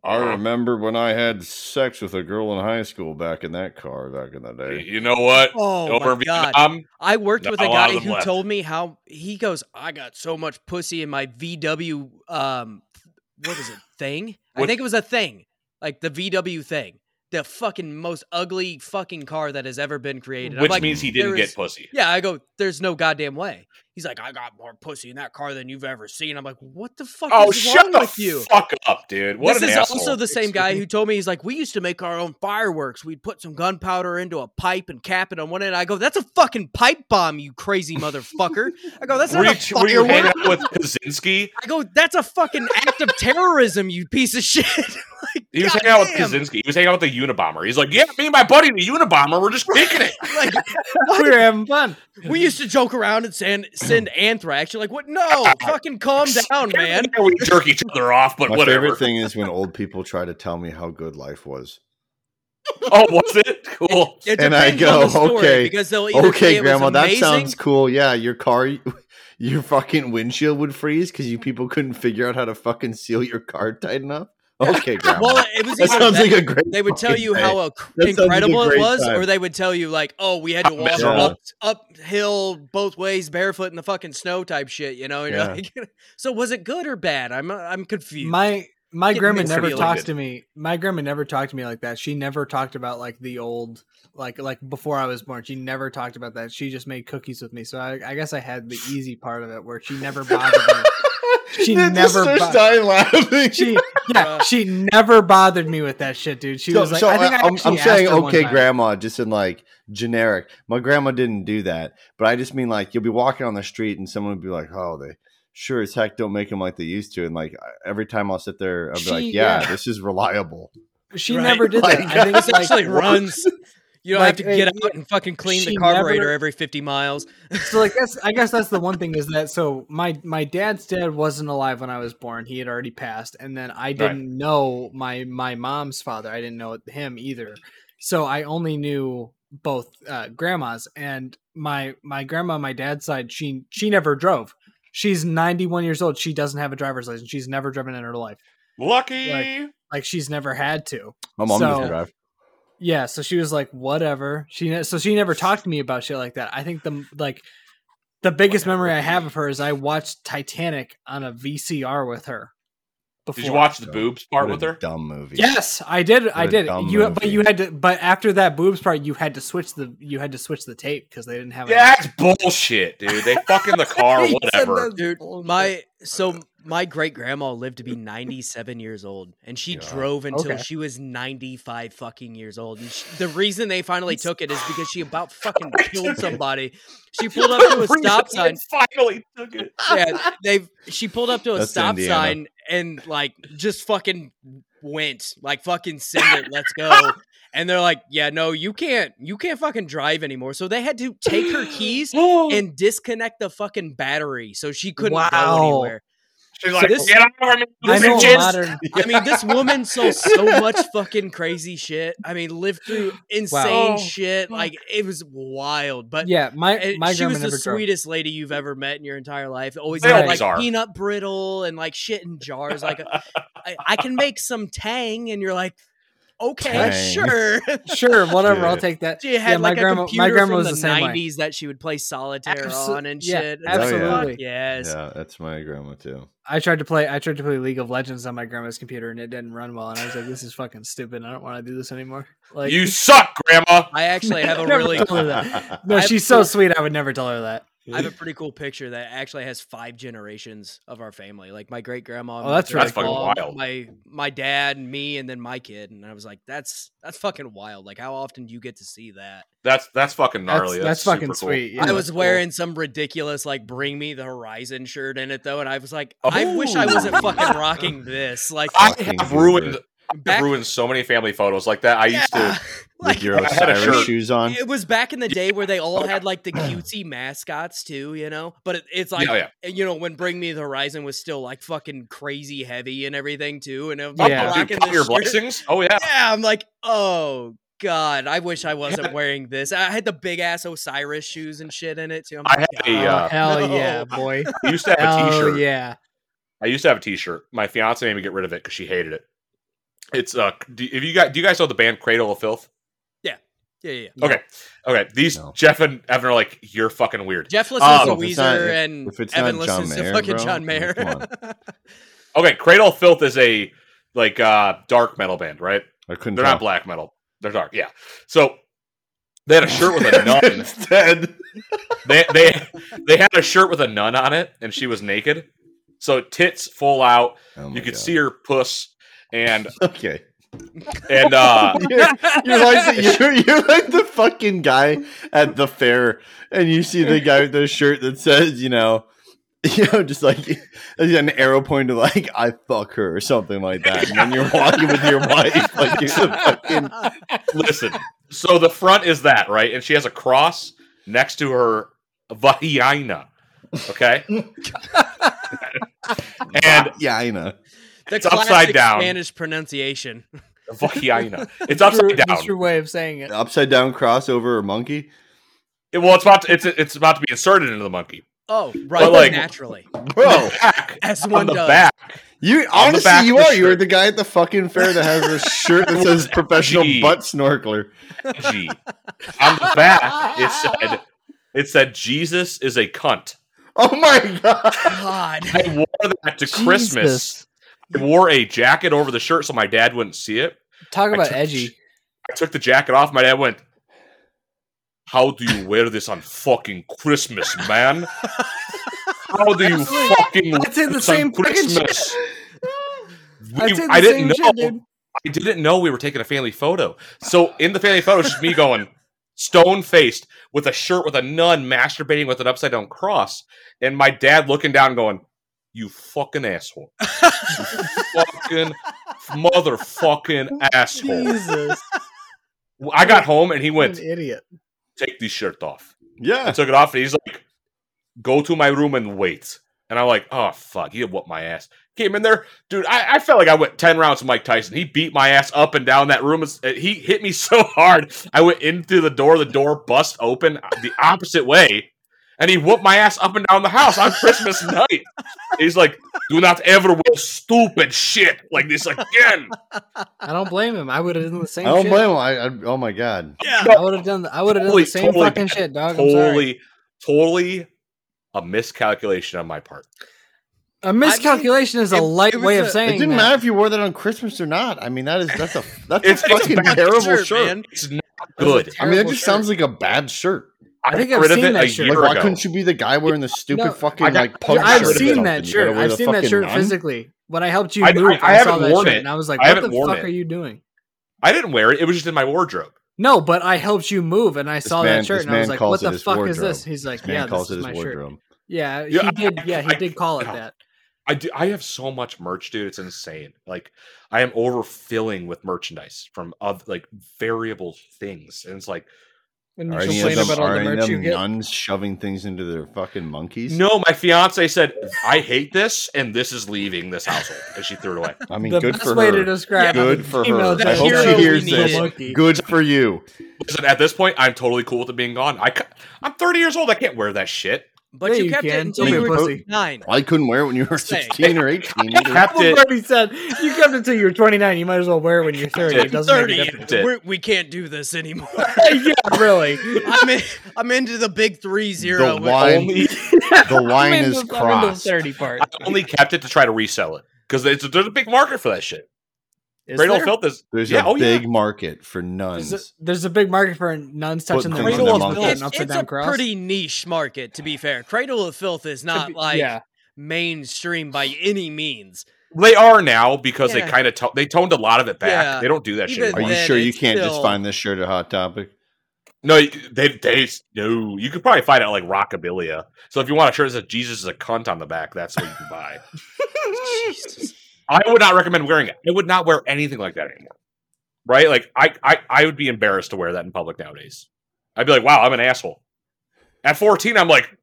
B: I remember when I had sex with a girl in high school back in that car back in the day.
A: you know what?
D: oh
A: Over
D: my
A: in
D: god.
A: Vietnam,
D: I worked
A: Not
D: with a
A: a lot
D: guy
A: of them
D: who
A: left.
D: told me how he goes, I got so much pussy in my VW um what is it? Thing? I
A: What-
D: think it was a thing. Like the VW thing. The fucking most ugly fucking car that has ever been created. I'm
A: which
D: like,
A: means he didn't
D: there
A: get
D: is-
A: pussy.
D: Yeah, I go, there's no goddamn way. He's like, I got more pussy in that car than you've ever seen. I'm like, what the fuck
A: Oh,
D: is
A: shut
D: wrong
A: the
D: with you?
A: fuck up, dude. What
D: this
A: an
D: is
A: asshole.
D: also the same guy who told me he's like, we used to make our own fireworks. We'd put some gunpowder into a pipe and cap it on one end. I go, that's a fucking pipe bomb, you crazy motherfucker. I go, that's
A: were
D: not
A: you,
D: a
A: were you hanging
D: firework.
A: out with Kaczynski?
D: I go, that's a fucking act of terrorism, you piece of shit. like,
A: He was
D: God
A: hanging out with
D: damn.
A: Kaczynski. He was hanging out with the Unabomber. He's like, yeah, me and my buddy, the Unabomber, we're just kicking it.
D: Like,
C: We
D: what?
C: were having fun.
D: we used to joke around and send send anthrax. You're like, what? No, fucking calm down, man.
A: We jerk each other off, but
B: My
A: whatever.
B: favorite thing is when old people try to tell me how good life was.
A: Oh, was it? Cool.
D: It
B: And I
D: depends on
B: go,
D: the story,
B: "Okay,
D: because they'll either say
B: Okay,
D: it was
B: grandma, that
D: amazing-
B: sounds cool. Yeah, your car, your fucking windshield would freeze because you people couldn't figure out how to fucking seal your car tight enough. Okay, grandma.
D: Well, it was
B: that
D: either
B: sounds
D: that-
B: like a great.
D: they would tell
B: fucking
D: you
B: day.
D: how ac-
B: That sounds like a
D: incredible it
B: great
D: was,
B: time.
D: or they would tell you like, "Oh, we had to
A: How
D: walk
B: miserable.
D: up, uphill both ways, barefoot in the fucking snow," type shit. You know, and you're
B: Yeah.
D: like, so was it good or bad? I'm I'm confused.
C: My my
D: Get
C: grandma
D: mixed
C: never
D: feelings.
C: talks to me. My grandma never talked to me like that. She never talked about like the old like like before I was born. She never talked about that. She just made cookies with me. So I, I guess I had the easy part of it where she never bothered me. She
B: They just
C: never
B: starts
C: bu-
B: dying laughing.
C: She yeah,
D: Bruh.
C: she never bothered me with that shit, dude. She
B: so,
C: was like,
B: so
C: I think I,
B: I am
C: actually
B: I'm saying
C: asked her one
B: okay,
C: time.
B: grandma, just in like generic. My grandma didn't do that, but I just mean like you'll be walking on the street and someone would be like, "Oh, they sure as heck don't make them like they used to." And like I- every time I'll sit there, I'll be
C: She-
B: like, "Yeah,
C: yeah.
B: this is reliable."
C: She
D: Right.
C: never did that.
B: Like,
C: I think
D: this
C: it's like
D: actually runs. You don't
C: Like,
D: have
C: uh,
D: to get
C: yeah,
D: out and fucking clean the
C: she
D: carburetor
C: never-
D: every 50 miles.
C: so like that's I guess that's the one thing is that so my my dad's dad wasn't alive when I was born. He had already passed, and then I didn't know my my mom's father. I didn't know him either. So I only knew both uh, grandmas and my my grandma on my dad's side. She she never drove. She's ninety one years old. She doesn't have a driver's license. She's never driven in her life.
A: Lucky.
C: Like- Like she's never had to.
B: My mom doesn't
C: So-
B: drive.
C: Yeah, so she was like, whatever. She ne- so she never talked to me about shit like that. I think the like the biggest memory I have of her is I watched Titanic on a VCR with her. Before.
A: Did you watch the boobs part
B: What a
A: with her?
B: Dumb movie.
C: Yes, I did. I
B: a
C: did.
B: dumb
C: You but
B: movie.
C: you had to but after that boobs part, you had to switch the you had to switch the tape because they didn't have. it.
A: That's bullshit, dude. They fuck in the
B: Oh,
A: car,
C: He said
A: whatever.
C: that-
D: Dude, my so my great grandma lived to be 97 years old and she
B: God.
D: drove until
C: Okay.
D: she was 95 fucking years old. And she, the reason they finally took it is because she about fucking killed somebody. She pulled up to a stop sign.
A: Finally took it.
D: Yeah, they she pulled up to a
B: That's
D: stop
B: Indiana.
D: sign and like just fucking went like fucking send it, let's go. And they're like, yeah, no, you can't, you can't fucking drive anymore. So they had to take her keys
C: Oh.
D: and disconnect the fucking battery so she couldn't
C: Wow.
D: go anywhere.
A: She's
D: So
A: like,
D: this-
A: get out of me, you
C: I know a
A: bitches."
C: modern.
D: I mean, this woman saw so much fucking crazy shit. I mean, lived through insane
A: Oh,
D: shit.
A: fuck.
D: Like it was wild. But
C: Yeah, my
D: and
C: my
D: she
C: grandma
D: was the
C: never drove.
D: sweetest lady you've ever met in your entire life. Always
A: They
D: had
A: always
D: like
A: are.
D: peanut brittle and like shit in jars. Like I, I can make some tang, and you're like, okay,
B: Dang.
D: sure.
C: Sure, whatever. I'll
A: Yeah.
C: take that.
D: She had
C: Yeah, my
D: like
C: grandma-
D: a
C: my
D: computer
C: grandma
D: from
C: was
D: the,
C: the same way.
D: 90s that she would play solitaire
C: Abso-
D: on and
C: yeah,
D: shit.
B: Oh, yeah.
D: Fuck
C: absolutely.
D: yes.
B: Yeah, that's my grandma too.
C: I tried to play. I tried to play League of Legends on my grandma's computer, and it didn't run well. And I was like, "This is fucking stupid. I don't want to do this anymore." Like,
A: you suck, Grandma.
D: I actually have a
C: Never
D: really
C: told her that. No,
D: I-
C: she's so sweet. I would never tell her that.
D: I have a pretty cool picture that actually has five generations of our family. Like my great grandma,
C: Oh, that's
A: That's fucking wild.
D: My my dad, and me, and then my kid. And I was like, that's that's fucking wild. Like how often do you get to see that?
A: That's that's fucking
C: That's,
A: gnarly.
C: that's,
A: super
C: fucking
A: cool.
C: sweet. yeah.
D: I was
C: That's cool.
D: wearing some ridiculous like bring me the horizon shirt in it though, and I was like, I wish I wasn't
A: Oh.
D: fucking rocking this. Like
A: I
B: Fucking
A: have ruined
B: Hoover.
A: I've
D: back-
A: ruined so many family photos like that. I used
D: Yeah,
A: to
B: With
D: like
B: your
A: I had a
B: Osiris
A: shirt.
B: shoes on.
D: it was back in the day where they all
A: Oh, yeah.
D: had like the cutesy mascots too, you know. But it, it's like
A: Yeah, yeah.
D: and, you know when Bring Me the Horizon was still like fucking crazy heavy and everything too, and I'm
C: Yeah.
A: oh,
D: rocking
A: dude, count
D: this
A: your
D: shirt.
A: blessings. Oh yeah.
D: Yeah, I'm like, oh god, I wish I wasn't
A: Yeah.
D: wearing this. I had the big ass Osiris shoes and shit in it too. I'm
A: I
D: like,
A: had
C: Oh,
A: a,
D: "God."
A: uh,
C: hell
D: No.
C: yeah, boy.
A: I used to have a
C: Hell
A: T-shirt.
C: Oh, yeah.
A: I used to have a T-shirt. My fiance made me get rid of it because she hated it. It's uh, do, if you guys do you guys know the band Cradle of Filth?
D: yeah, yeah. yeah.
A: Okay, okay. These
B: No.
A: Jeff and Evan are like you're fucking weird.
D: Jeff listens
A: Oh,
D: to
B: if
D: Weezer
B: it's not- if-
D: and
B: if it's
D: Evan
B: not John
D: listens
B: Mayer,
D: to fucking
B: bro,
D: John
B: I mean,
D: Mayer.
B: come
A: Okay, Cradle of Filth is a like uh dark metal band, right?
B: I couldn't.
A: They're
B: tell.
A: not black metal. They're dark. Yeah. So they had a shirt with a nun.
B: Instead,
A: they they they had a shirt with a nun on it, and she was naked. So tits full out.
B: Oh my
A: you could
B: God.
A: see her puss, and
B: Okay,
A: and uh,
B: you're, you're like the, you're, you're like the fucking guy at the fair, and you see the guy with the shirt that says, you know, you know, just like an arrow pointing to like I fuck her or something like that, and then you're walking with your wife like you're the fucking
A: listen. So the front is that right, and she has a cross next to her vagina. Okay, and
B: yeah, I know.
D: The
A: It's upside
D: classic
A: down.
D: Spanish pronunciation.
A: vagina. It's upside
C: True-
A: down.
C: True way of saying it.
B: Upside down crossover or monkey?
A: It- well, it's about to, it's it's about to be inserted into the monkey.
D: Oh, right,
A: like-
D: naturally,
B: Bro,
A: Back
D: as
A: on
D: one
A: the
D: does.
A: back.
B: you
A: On the
B: honestly
A: back
B: you
A: of the
B: are. You're
A: shirt.
B: the guy at the fucking fair that has a shirt that says professional
A: Gee.
B: butt snorkeler.
A: G. on the back, it said it said Jesus is a cunt.
B: Oh my god.
D: God,
A: I wore that to Christmas. I wore a jacket over the shirt so my dad wouldn't see it.
C: Talk
A: I
C: about
A: took-
C: edgy.
A: I took the jacket off. My dad went, "How do you wear this on fucking Christmas, man? How do you
C: Absolutely.
A: fucking wear
C: I'd say the
A: this on
C: same fucking
A: Christmas?" We-
C: I'd say the
A: I didn't know.
C: same shit, dude.
A: I didn't know we were taking a family photo. So in the family photo, it's just me going stone faced with a shirt with a nun masturbating with an upside down cross, and my dad looking down, going, "You fucking asshole! You fucking motherfucking asshole!"
C: Jesus,
A: I got home and he
C: what
A: went,
C: an idiot.
A: "Take this shirt off." I
B: Yeah.
A: took it off, and he's like, "Go to my room and wait." And I'm like, "Oh fuck, he whooped my ass." Came in there, dude. I, I felt like I went ten rounds with Mike Tyson. He beat my ass up and down that room. It's- He hit me so hard, I went in through the door. The door bust open the opposite way, and he whooped my ass up and down the house on Christmas night. He's like, "Do not ever wear stupid shit like this again."
C: I don't blame him. I would have done the same.
B: I don't
C: shit.
B: blame him. I, I, oh my god.
D: yeah.
C: I would have done. The, I would have done
A: Totally-
C: the same
A: totally
C: fucking
A: bad.
C: shit, dog. I'm sorry.
A: Totally, totally a miscalculation on my part.
C: A miscalculation is a
D: it-
C: light
D: it was
C: way
D: a-
C: of
D: it
B: It
C: saying.
B: didn't
C: that.
B: matter if you wore that on Christmas or not. I mean, that is that's a
A: It's-
B: that's a
A: it's a
B: fucking
A: bad
B: terrible
D: shirt,
B: shirt.
D: man.
A: It's not
C: That's a
A: good.
B: I mean, that
C: terrible
B: just
C: shirt.
B: sounds like a bad shirt.
A: I,
C: think
A: got
C: I've
A: rid of
C: seen
A: it
C: that
A: a
C: shirt.
A: year
B: Like, why
A: ago.
B: couldn't you be the guy wearing the stupid
C: No,
B: fucking
A: I got-
B: like punk
C: I've
B: shirt or
C: seen
B: something?
C: that
B: You gotta
C: shirt.
B: wear
C: I've
B: the
C: seen that
B: fucking
C: shirt
B: nine.
C: physically when I helped you
A: I- I-
C: move.
A: I
C: I, saw
A: haven't
C: that
A: worn
C: shirt
A: it.
C: and I was like,
A: I
C: "What
A: haven't
C: the
A: worn
C: fuck
A: it.
C: are you doing?"
A: I didn't wear it. It was just in my wardrobe.
C: No, but I helped you move, and I saw
B: man-
C: that shirt,
B: this
C: and I was
B: man
C: like,
B: calls
C: "What
B: it
C: the
B: his
C: fuck is
B: wardrobe.
C: this?" He's like,
B: This man
C: "Yeah,
B: calls
C: this
B: it
C: is
B: his
C: my shirt."
B: wardrobe.
C: Yeah,
A: Yeah, I-
C: he did. Yeah, he
A: I-
C: did call it
A: God.
C: that.
A: I do. I have so much merch, dude. It's insane. Like I am overfilling with merchandise from of like variable things, and it's like
C: And
B: Are
C: you
B: any
C: complain
B: of them,
C: about all
B: are
C: the
B: any of
C: merch you
B: them
C: get.
B: nuns shoving things into their fucking monkeys?
A: no. My fiance said I hate this, and this is leaving this household, and she threw it away.
B: I mean,
C: the
B: good
C: best
B: for
C: way to
B: her.
C: describe
D: Yeah,
B: Good for her.
C: female
D: the
B: I hope
D: hero
B: she
D: we
B: hears
D: needed.
B: this. Good for you.
A: Listen, at this point, I'm totally cool with it being gone. I ca- I'm 30 years old. I can't wear that shit.
D: But
C: Yeah,
D: you
C: you
D: kept it
C: can.
D: until
B: Don't
D: you
B: be a
D: were
C: pussy.
D: nine.
B: I couldn't wear it when you were
D: Say.
B: 16 or 18. either.
A: Kept
C: Apple
A: it.
C: already said you kept it till you're 29. You might as well wear it when you're 30. It doesn't make a
D: Thirty.
C: difference.
A: difference.
D: We're- We can't do this anymore.
C: yeah, really.
D: I'm in, I'm into the big three zero.
B: The
D: with-
B: wine-
A: Only,
B: the line
E: I'm
B: is
E: into- I'm into the
B: crossed.
E: Thirty part.
A: I only kept it to try to resell it because there's a big market for that shit.
C: Is
A: Cradle
C: there?
A: of Filth is
B: There's
A: yeah,
B: a
A: oh yeah.
B: big market for nuns.
C: There's a, there's a big market for nuns touching
B: things
C: the
B: on
C: cradle
A: their
C: of
A: mouth.
C: filth
D: It's,
C: and upside
D: it's
C: down
D: a
C: cross.
D: pretty niche market, to be fair. Cradle of Filth is not like
C: yeah.
D: mainstream by any means.
A: They are now because
D: Yeah.
A: they kind of to- they toned a lot of it back.
D: Yeah.
A: They don't do that shit.
D: Even-
A: anymore.
B: Are you
D: then
B: sure you
D: it's
B: can't just
D: still-
B: find this shirt at Hot Topic?
A: No, you- they they no. You could probably find it at like Rockabilia. So if you want a shirt that says Jesus is a cunt on the back, that's what you can buy. I would not recommend wearing it. I would not wear anything like that anymore. Right? Like I I, I would be embarrassed to wear that in public nowadays. I'd be like, wow, I'm an asshole. At 14, I'm like,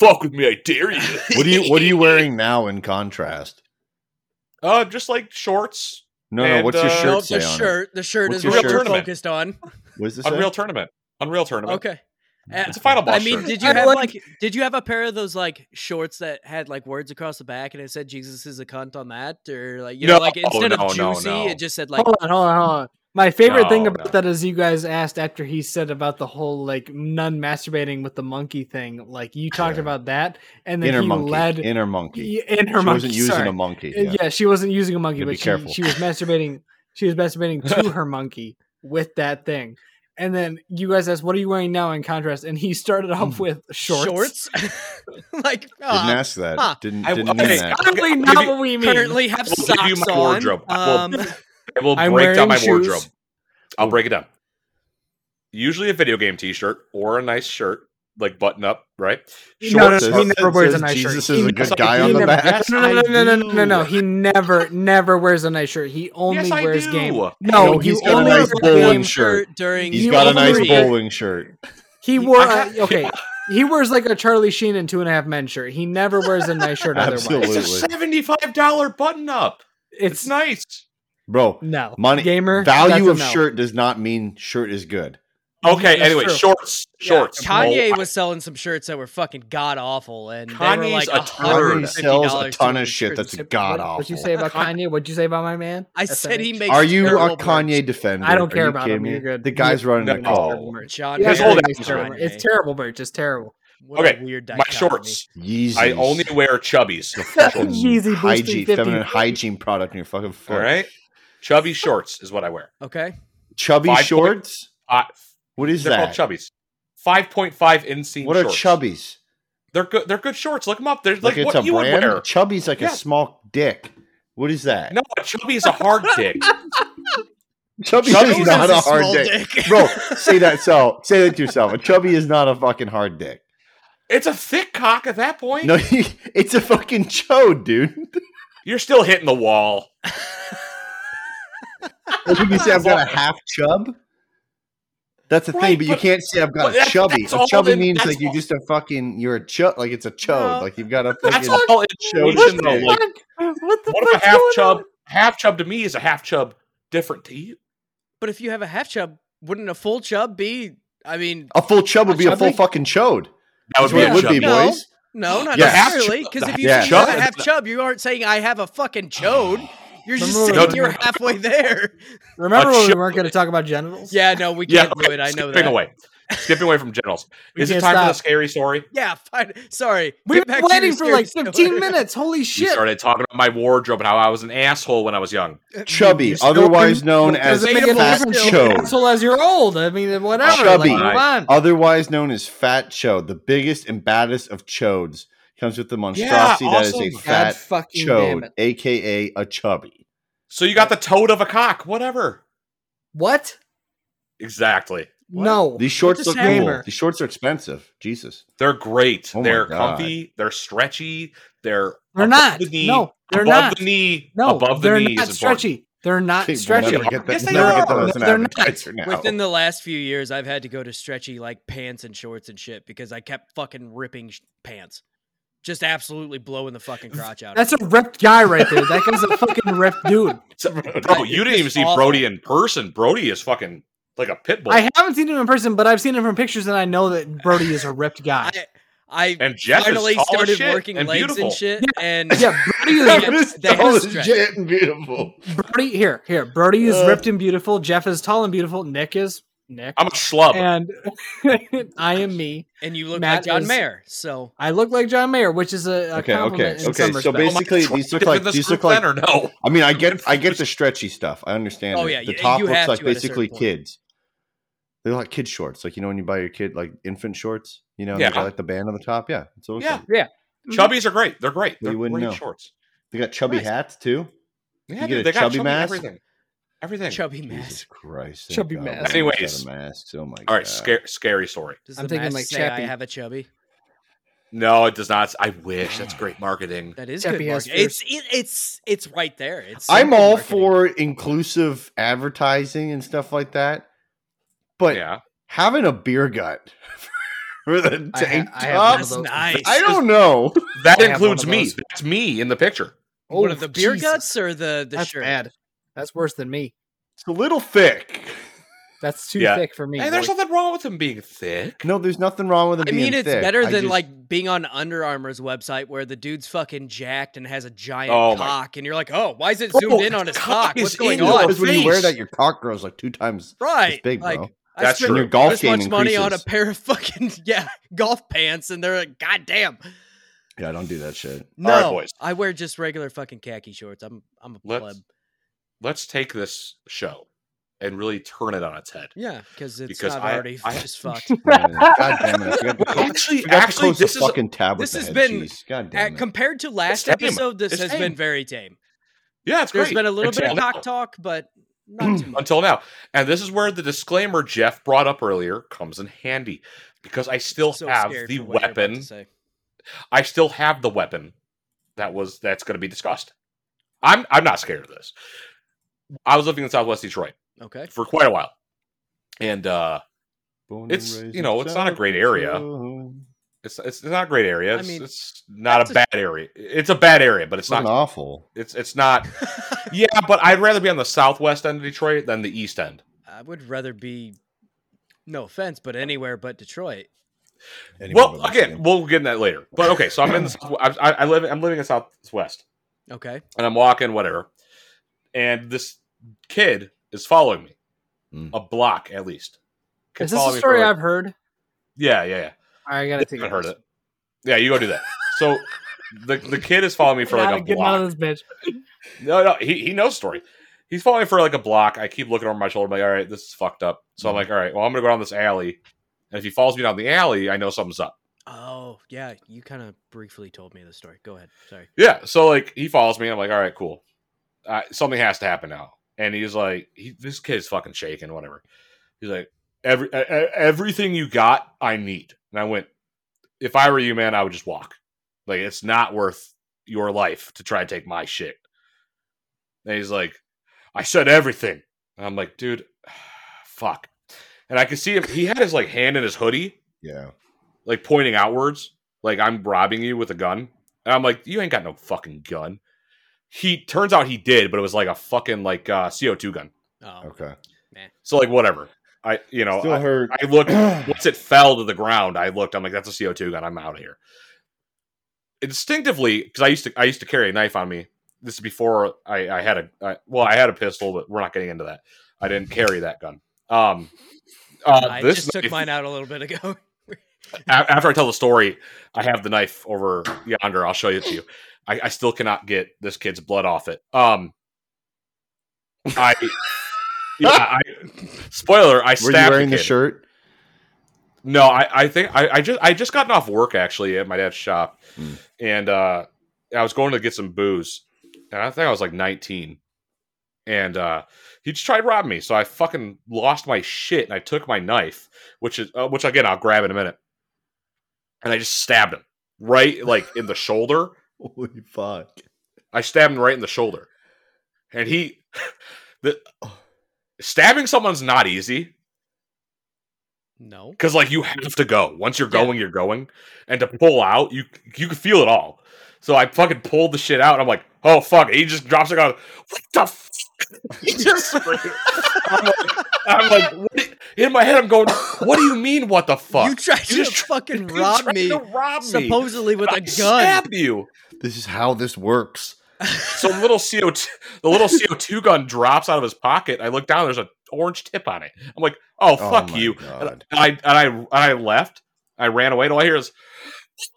A: fuck with me, I dare you.
B: What do you What are you wearing now? In contrast,
A: uh, just like shorts,
B: no, no.
A: And,
B: What's your
A: uh,
B: shirt
D: Nope,
B: say
D: the
B: on
D: shirt. The shirt
B: What's
D: is
B: your
D: what
B: shirt
D: we're
A: say?
D: focused on.
B: it? What is this?
A: Unreal Tournament, Unreal Tournament.
D: Okay. Uh,
A: It's a final boss.
D: I mean,
A: shirt.
D: did you
C: I
D: have
C: like-
D: like, did you have a pair of those like shorts that had like words across the back and it said Jesus is a cunt on that or like you know
A: No,
D: like instead
A: no,
D: of
A: no,
D: juicy
A: no.
D: it just said like
C: hold on, hold on, hold on. My favorite thing
A: No,
C: about
A: no.
C: that is you guys asked after he said about the whole like nun masturbating with the monkey thing. Like you talked
B: Yeah.
C: about that, and then
B: Inner
C: he
B: monkey.
C: led
B: Inner monkey.
C: y- in her
B: she
C: monkey.
B: wasn't using
C: sorry.
B: a monkey.
C: Uh,
B: Yeah.
C: yeah. she wasn't using a monkey,
B: Yeah, be
C: but she,
B: careful.
C: she was masturbating. She was masturbating to her monkey with that thing. And then you guys asked, "What are you wearing now?" In contrast, and he started off with shorts.
D: shorts, like
B: Didn't
D: uh,
B: ask that.
C: Ah,
D: huh.
B: Didn't
A: I-
B: didn't
A: okay.
B: mean that.
C: Probably
A: I'll
C: not
A: give you-
C: what we mean.
D: currently have
A: We'll give you
D: socks
A: my
D: on.
A: wardrobe. Well,
D: Um,
A: I will
C: I'm
A: break down
C: wearing
A: my
C: shoes.
A: wardrobe. I'll break it down. Usually a video game T-shirt or a nice shirt, like button up, right?
C: No, no,
A: Shorts.
C: no, he never
B: It
C: wears a
B: says
C: nice
B: Jesus
C: shirt.
B: is
C: He
B: a good
C: never-
B: guy
C: he
B: on the
C: never-
B: back.
A: Yes,
C: No, no,
A: I
C: no, no, no, no, no, no.
A: do.
C: He never, never wears a nice shirt. He only
A: Yes, I
C: wears
A: do.
C: game. No,
B: No,
C: he
B: he's got a
C: only
B: nice
C: wears
B: bowling
C: game-
B: shirt.
D: during.
B: He's
C: You
B: got a nice
D: puberty.
B: bowling shirt.
C: He wore
A: I
C: a, okay. He wears like a Charlie Sheen and Two and a Half Men shirt. He never wears a nice shirt otherwise.
B: Absolutely.
A: It's a seventy-five dollar button up. It's,
C: It's
A: nice.
B: Bro,
C: no
B: money
C: gamer that's
B: value
C: a
B: of
C: no.
B: shirt does not mean shirt is good.
A: Okay.
C: That's
A: anyway,
C: true.
A: shorts, shorts.
D: Kanye
A: Oh,
D: was selling some shirts that were fucking god awful, and they were
A: Kanye's
D: like
A: a
D: hundred
A: turd.
B: Kanye
D: and fifty
B: sells a
D: dollars.
B: ton of shit that's
C: What-
B: god
C: What'd you
B: awful.
C: say about Kanye? What'd you say about my man?
D: I
C: That's
D: said he
C: SNH.
D: makes.
B: Are you a
D: terrible merch.
B: Kanye defender?
C: I don't
B: Are
C: care
B: you
C: about
B: kidding
C: him.
B: me?
C: You're good.
B: The guy's running the
A: No.
B: call.
D: John
C: Yeah,
A: His
D: Mayer
A: whole
D: makes
A: ass
C: it's terrible.
D: Kanye.
C: It's terrible merch. It's terrible.
D: What a
A: Okay,
D: weird
A: my
D: dichotomy.
A: shorts.
B: Yeezys.
A: I only wear chubbies.
B: Fucking
C: Yeezy boosting
B: hygiene,
C: 50.
B: feminine hygiene product in your fucking foot.
A: All right. Chubby shorts is what I wear.
D: Okay,
B: Chubby
A: Five point-
B: shorts.
A: Uh,
B: What is
A: they're
B: that?
A: called chubbies. Five point five inseam.
B: What are
A: shorts.
B: chubbies?
A: They're good. They're good shorts. Look them up. They're like,
B: Like, it's
A: what
B: a
A: you would
B: brand.
A: wear.
B: Chubby's like
A: Yeah.
B: a small dick. What is that?
A: No, a chubby is a hard dick.
B: chubby,
A: chubby's
B: is not
D: This
B: a
D: is
B: hard
D: small
B: dick. Bro, say that so. Say that to yourself. A chubby is not a fucking hard dick.
A: It's a thick cock at that point.
B: No, it's a fucking chode, dude.
A: You're still hitting the wall.
B: Like, If you say I've got a half chub, that's the thing.
A: Right,
B: But you
A: but-
B: can't say I've
A: but
B: got a
A: that's-
B: chubby.
A: that's
B: A
A: all
B: chubby
A: in-
B: means
A: that's
B: like you're
A: all-
B: just a fucking. You're a chub. Like it's a chode.
D: No.
B: Like you've got a
A: That's
B: fucking.
A: all it shows
B: Showed you
A: in though.
B: that.
A: Like,
C: What the
A: what if a half chub? Half chub to me is a half chub different to you.
D: but if you have a half chub, wouldn't a full chub be? I mean,
B: A full chub would be a full
C: chubby?
B: fucking chode.
A: That
B: That's what it would be,
D: No.
B: boys.
D: no, not
A: Yeah. Half
D: necessarily.
A: chub-
D: Because if
A: the
D: you
B: half
D: say you have a
A: chub-
D: half chub, you aren't saying I have a fucking chode. You're just
C: Remember-
D: saying
A: No,
D: you're
C: dude.
D: halfway there.
C: Remember
A: A
C: when we
A: chub-
C: weren't going to talk about genitals?
D: Yeah, no, we
A: Yeah,
D: can't do
A: okay,
D: it. I know
A: skipping
D: that.
A: away, skipping away from generals.
C: We
A: is it
C: can't
A: time for the
C: stop.
A: scary story?
D: Yeah, fine. Sorry.
C: We've
D: Get
C: been
D: back to your
C: waiting for like
D: serious
C: 15
D: story.
C: minutes. Holy
A: You
C: shit!
A: started talking about my wardrobe and how I was an asshole when I was young.
B: Chubby,
C: You're still
B: otherwise
C: con-
B: known as
C: Doesn't make any
B: fat
C: difference.
B: chode.
C: As well as you're old. I mean, whatever.
B: Chubby.
C: Like, move on.
B: otherwise known as Fat Chode, the biggest and baddest of chodes, comes with the monstrosity that is
A: awesome.
B: a
A: God
B: fat
C: fucking damn
B: chode,
C: it.
B: aka a chubby.
A: So you got the toad of a cock, whatever.
C: What?
A: Exactly.
D: What?
C: No.
B: These shorts
D: does
B: look
D: that
C: mean?
B: cool. These shorts are expensive. Jesus,
A: They're great.
B: Oh my
A: they're
B: God.
A: comfy. They're stretchy. They're
C: They're
A: above
C: not.
A: The knee.
C: No, they're
A: above
C: not.
A: the knee.
C: No,
A: above the
C: they're
A: knee.
C: not
A: is important.
C: stretchy. They're not
B: Okay, we'll
C: stretchy.
B: Never get that,
A: Yes, they
B: never
A: are.
B: get that as an
C: They're not.
B: advertiser now.
D: Within the last few years, I've had to go to stretchy like pants and shorts and shit because I kept fucking ripping sh- pants, just absolutely blowing the fucking crotch out.
C: That's
D: of
C: a ripped guy right there. That guy's a fucking ripped dude.
A: Bro, you didn't even see
D: awful.
A: Brody in person. Brody is fucking like a pit bull.
C: I haven't seen him in person, but I've seen him from pictures, and I know that Brody is a ripped guy.
D: it. I I
A: And Jeff is
D: finally
A: tall as
D: started
A: shit
D: working
A: and
D: legs
A: beautiful.
D: and shit. And
C: Yeah, Brody
D: Yeah,
C: is,
D: but it's
B: that
D: tall
B: was
D: as
B: jet and beautiful.
C: Brody here, here. Brody is
B: Uh.
C: ripped and beautiful. Jeff is tall and beautiful. Nick is Nick.
A: I'm a schlub. Oh
C: and I am me.
D: and you look
C: Matt
D: like John
C: is-
D: Mayer. So
C: I look like John Mayer, which is a, a
B: Okay,
C: compliment
B: okay,
C: in
B: okay.
C: some
B: So
C: respects.
B: basically,
A: Am I
B: these look
A: included
B: like
A: in this
B: these look
A: group
B: like.
A: then, or no?
B: I mean, I get I get the stretchy stuff. I understand.
D: Oh,
B: it.
D: yeah,
B: the
D: you-
B: top
D: you
B: looks
D: have
B: like
D: to at a
B: basically
D: certain point.
B: kids. They're like kid shorts, like you know when you buy your kid like infant shorts. You know,
A: Yeah.
B: they got like the band on the top. Yeah, it's always
A: Yeah.
B: like-
A: Chubbies are great. They're great.
B: Well,
A: They're
B: you Mhm. wouldn't
A: great
B: know.
A: shorts.
B: They got chubby
D: Nice.
B: hats too.
A: Yeah,
B: get
A: dude,
B: a
A: they got
B: chubby
A: chubby
B: mask?
A: Everything. Everything.
D: chubby
B: Jesus
D: mask.
B: Christ! thank
C: Chubby
B: God,
C: mask.
B: we're almost out
A: Anyways.
B: of masks. Oh my.
A: All right,
B: God.
A: scary, scary story.
D: Does
C: I'm
D: the
C: thinking
D: mask
C: like
D: say I
C: Chappie.
D: have a chubby?
A: No, it does not. I wish. That's great marketing.
D: That is
C: Chappie
D: good.
C: has
D: marketing. It's it, it's it's right there. It's
B: I'm
D: simple
B: all
D: marketing.
B: for inclusive advertising and stuff like that, but
A: yeah.
B: having a beer gut for the
C: I ha-
B: tank
C: I have one
B: top,
C: of those.
D: That's nice.
B: I don't know.
A: That
C: I have
A: includes
C: one of
A: me.
C: those.
A: That's me in the picture.
D: One of
C: Oh,
D: the beer
C: Jesus.
D: guts or the the
C: That's
D: shirt.
C: bad. That's worse than me.
B: It's a little thick.
C: That's too
A: Yeah.
C: thick for me.
A: Hey, there's
C: boy.
A: nothing wrong with him being thick.
B: No, there's nothing wrong with it.
D: I mean,
B: being
D: it's
B: thick.
D: better
B: I
D: than
B: just-
D: like being on Under Armour's website where the dude's fucking jacked and has a giant
A: Oh my-
D: cock, and you're like, oh, why is it
A: Bro,
D: zoomed in on his
A: cock
D: cock?
A: is
D: What's going
A: in your
D: on?
B: Because when you wear
A: face.
B: that, your cock grows like two times.
D: Right,
B: big,
D: like
B: bro.
D: I
A: That's
D: spent
A: true.
B: Your golf
D: this
B: game
D: much money on a
B: increases.
D: pair of fucking yeah golf pants, and they're like, god damn.
B: Yeah, don't do that shit.
D: No,
A: right, boys.
D: I wear just regular fucking khaki shorts. I'm I'm a
A: Let's-
D: pleb.
A: Let's take this show and really turn it on its head.
D: Yeah, because it's
A: Because
D: not
A: I-
D: already
A: I-
D: just fucked.
B: God damn it! I forgot to close-
A: Actually,
B: forgot to
A: actually,
B: close the
A: this is
B: fucking tab.
D: this
B: with
D: has
B: the
D: been-
B: head cheese. God
D: Uh,
B: damn it.
D: compared to last
A: tame.
D: episode, this
A: It's
D: has
A: tame.
D: been very tame.
A: yeah, it's
D: There's
A: great.
D: been a little bit
A: Until
D: of cock
A: now.
D: talk, but not too much.
A: until now. And this is where the disclaimer Jeff brought up earlier comes in handy because I still
D: So
A: have
D: scared
A: the
D: for what you're about to
A: weapon.
D: say.
A: I still have the weapon that was that's going to be discussed. I'm I'm not scared of this. I was living in Southwest Detroit
D: Okay.
A: for quite a while, and uh,
B: Born
A: it's,
B: and raised
A: you know,
B: in
A: it's not a great area.
B: Southern-
A: it's it's not a great area.
D: I
A: It's,
D: mean,
A: it's not
D: that's
A: a
D: a-
A: bad area. It's a bad area, but it's
B: It's not
A: not.
B: awful.
A: It's it's not. Yeah, but I'd rather be on the southwest end of Detroit than the east end.
D: I would rather be, no offense, but anywhere but Detroit.
A: well, again, we'll get in that later. But okay, so I'm in the South- I, I I live I'm living in Southwest,
D: Okay.
A: and I'm walking whatever, and this kid is following me,
B: Mm.
A: a block at least. Kid's
C: Is this
A: following
C: a
A: me
C: story
A: for, like-
C: I've heard?
A: Yeah, yeah, yeah.
C: I gotta take
A: I heard it. Yeah, you go do that. So the the kid is following me for
C: Get out
A: like
C: of-
A: a
C: get out
A: block.
C: of this bitch.
A: No, no, he he knows the story. He's following me for like a block. I keep looking over my shoulder, I'm like, all right, this is fucked up. So I'm like, all right, well, I'm gonna go down this alley, and if he follows me down the alley, I know something's up.
D: Oh, yeah. You kind of briefly told me the story. Go ahead. Sorry.
A: Yeah. So like he follows me. I'm like, all right, cool. Uh, something has to happen now. And he's like, he, this kid's fucking shaking. Whatever. He's like, every e- e- everything you got, I need. And I went, if I were you, man, I would just walk. Like it's not worth your life to try to take my shit. And he's like, I said everything. And I'm like, dude, fuck. And I could see him. He had his like hand in his hoodie
B: yeah,
A: like pointing outwards, like I'm robbing you with a gun. And I'm like, you ain't got no fucking gun. He turns out he did, but it was like a fucking like uh, CO2 gun.
D: Oh,
B: okay.
A: So like whatever. I you know
B: Still
A: I,
B: hurt.
A: I looked once it fell to the ground. I looked. I'm like, that's a CO2 gun. I'm out of here. Instinctively, because I used to I used to carry a knife on me. This is before I, I had a I, well, I had a pistol, but we're not getting into that. I didn't carry that gun. Um, uh,
D: I
A: this
D: just took
A: knife-
D: mine out a little bit ago.
A: a- after I tell the story, I have the knife over yonder. I'll show it to you. I, I still cannot get this kid's blood off it. Um, I, yeah, I, spoiler, I
B: Were you
A: stabbed
B: wearing the
A: kid.
B: shirt?
A: No, I, I think I, I just I just gotten off work actually at my dad's shop,
B: Mm.
A: and uh, I was going to get some booze, and I think I was like 19, and uh, he just tried to rob me, so I fucking lost my shit, and I took my knife, which is uh, which again I'll grab in a minute, and I just stabbed him right like in the shoulder.
B: Holy fuck!
A: I stabbed him right in the shoulder, and he, the stabbing someone's not easy.
D: No.
A: because like you have to go once you're
D: Yeah.
A: going you're going and to pull out you you can feel it all so i fucking pulled the shit out and i'm like oh fuck and he just drops it on what the fuck? He just- I'm, like, I'm like, what? in my head, I'm going, what do you mean? What the fuck?
D: You tried to
A: just tr-
D: fucking
A: you
D: rob
A: tried
D: me,
A: to rob me.
D: supposedly with
A: I
D: a gun.
A: stabbed you.
B: This is how this works.
A: So the little CO, t- the little CO two gun drops out of his pocket. I look down. There's an orange tip on it. I'm like, oh fuck
B: my
A: you. And
B: God.
A: I and I and I left. I ran away. And all I hear is,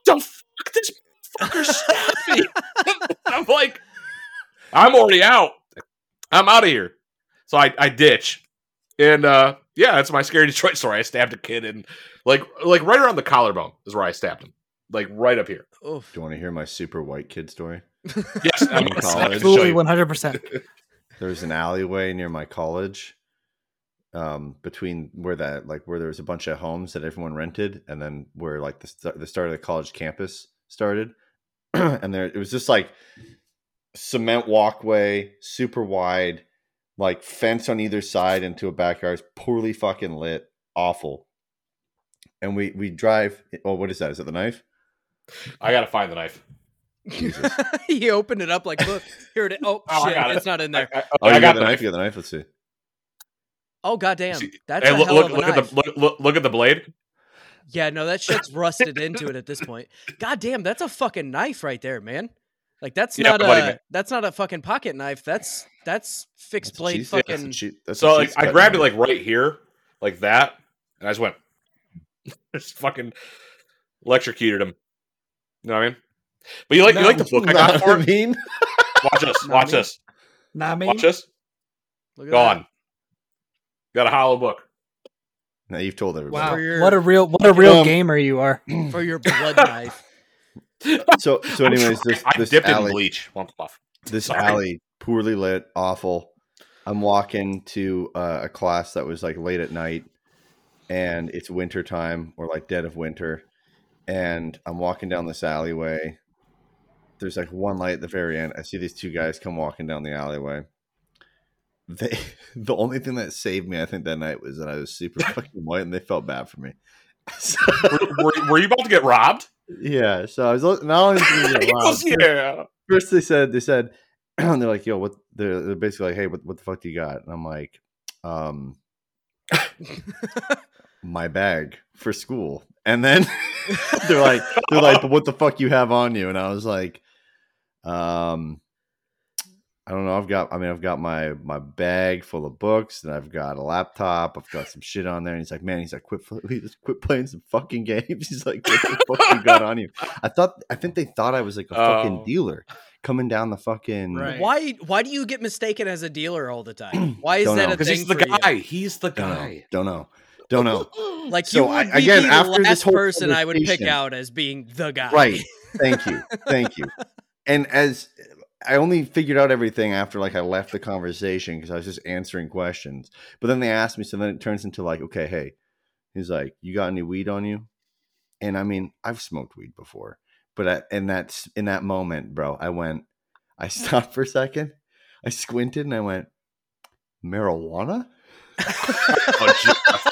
A: "What the fuck this fucker stabbed me. I'm like, I'm already out. I'm out of here. So I I ditch, and uh yeah, that's my scary Detroit story. I stabbed a kid and like like right around the collarbone is where I stabbed him, like right up here.
D: Oof.
B: Do you want to hear my super white kid story?
A: Yes, I mean,
B: In
A: I can
B: college.
A: show
C: Absolutely,
A: you.
C: one hundred percent.
B: there's an alleyway near my college um between where that like where there was a bunch of homes that everyone rented and then where like the, st- the start of the college campus started and there it was just like cement walkway super wide like fence on either side into a backyard it's poorly fucking lit awful and we we drive oh what is that is it the knife
A: I gotta find the knife.
D: he opened it up like, look, here it is. Oh,
A: Oh, I
D: shit,
A: got it.
D: it's not in there.
A: I, I-
B: oh
A: I
B: you
A: got
B: got the knife you got the knife let's see
D: Oh goddamn,
A: See,
D: that's
A: Hey,
D: a
A: look
D: hell
A: look
D: of a
A: look at
D: knife.
A: the look, look look at the blade.
D: yeah, no, that shit's rusted into it at this point. Goddamn, that's a fucking knife right there, man. Like that's
A: Yeah,
D: not
A: buddy,
D: a
A: man.
D: that's not a fucking pocket knife. That's that's fixed
B: That's a
D: blade
B: cheese- that's a
D: fucking.
B: cheese- that's a
A: So like
B: cheese
A: I
B: cut
A: grabbed it
B: knife.
A: like right here, like that, and I just went just fucking electrocuted him. You know what I mean? But you like you like the book I got
B: Not
A: for it?
B: mean
A: Watch this.
D: Not
A: Watch
D: me.
A: this.
C: Not me.
A: Watch this.
D: look at
A: Gone. Got a hollow book.
B: now you've told everybody
C: Wow,
D: For your-
C: what a real what a real
B: Um,
C: gamer you are.
D: that. for your blood knife.
B: So so
A: I'm
B: anyways,
A: sorry,
B: this
A: I
B: this
A: dipped it in
B: alley,
A: bleach. One puff.
B: this
A: Sorry.
B: alley, poorly lit, awful. I'm walking to uh, a class that was like late at night, and it's winter time or like dead of winter, and I'm walking down this alleyway. There's like one light at the very end. I see these two guys come walking down the alleyway. They, the only thing that saved me, I think, that night was that I was super fucking white, and they felt bad for me. So-
A: were, were- were you about to get robbed?
B: yeah, so I was not only was I gonna get
A: He
B: robbed,
A: goes, yeah.
B: first they said they said they're like yo what they're, they're basically like hey what, what the fuck do you got and i'm like um my bag for school and then they're like they're like but what the fuck you have on you and i was like um i don't know i've got i mean i've got my my bag full of books and i've got a laptop i've got some shit on there and he's like man he's like quit fl- just quit playing some fucking games he's like what the fuck you got on you i thought i think they thought i was like a fucking
A: Oh.
B: dealer coming down the fucking
C: Right.
D: Why why do you get mistaken as a dealer all the time? Why is
B: Don't
D: that
B: know.
D: a
A: Because
D: thing
A: he's the
D: for you?
A: guy. He's the
B: don't
A: guy.
B: know don't know don't know
D: Like
B: So
D: you
B: I-
D: would be
B: again,
D: the
B: after this
D: last
B: whole
D: person I would pick
B: conversation-
D: out as being the guy.
B: Right. Thank you. Thank you. And as I only figured out everything after like I left the conversation because I was just answering questions. But then they asked me, so then it turns into like, okay, hey, he's like, you got any weed on you? And I mean, I've smoked weed before, but I, in that s- in that moment, bro, I went, I stopped for a second, I squinted, and I went, marijuana.
A: Oh, Jesus.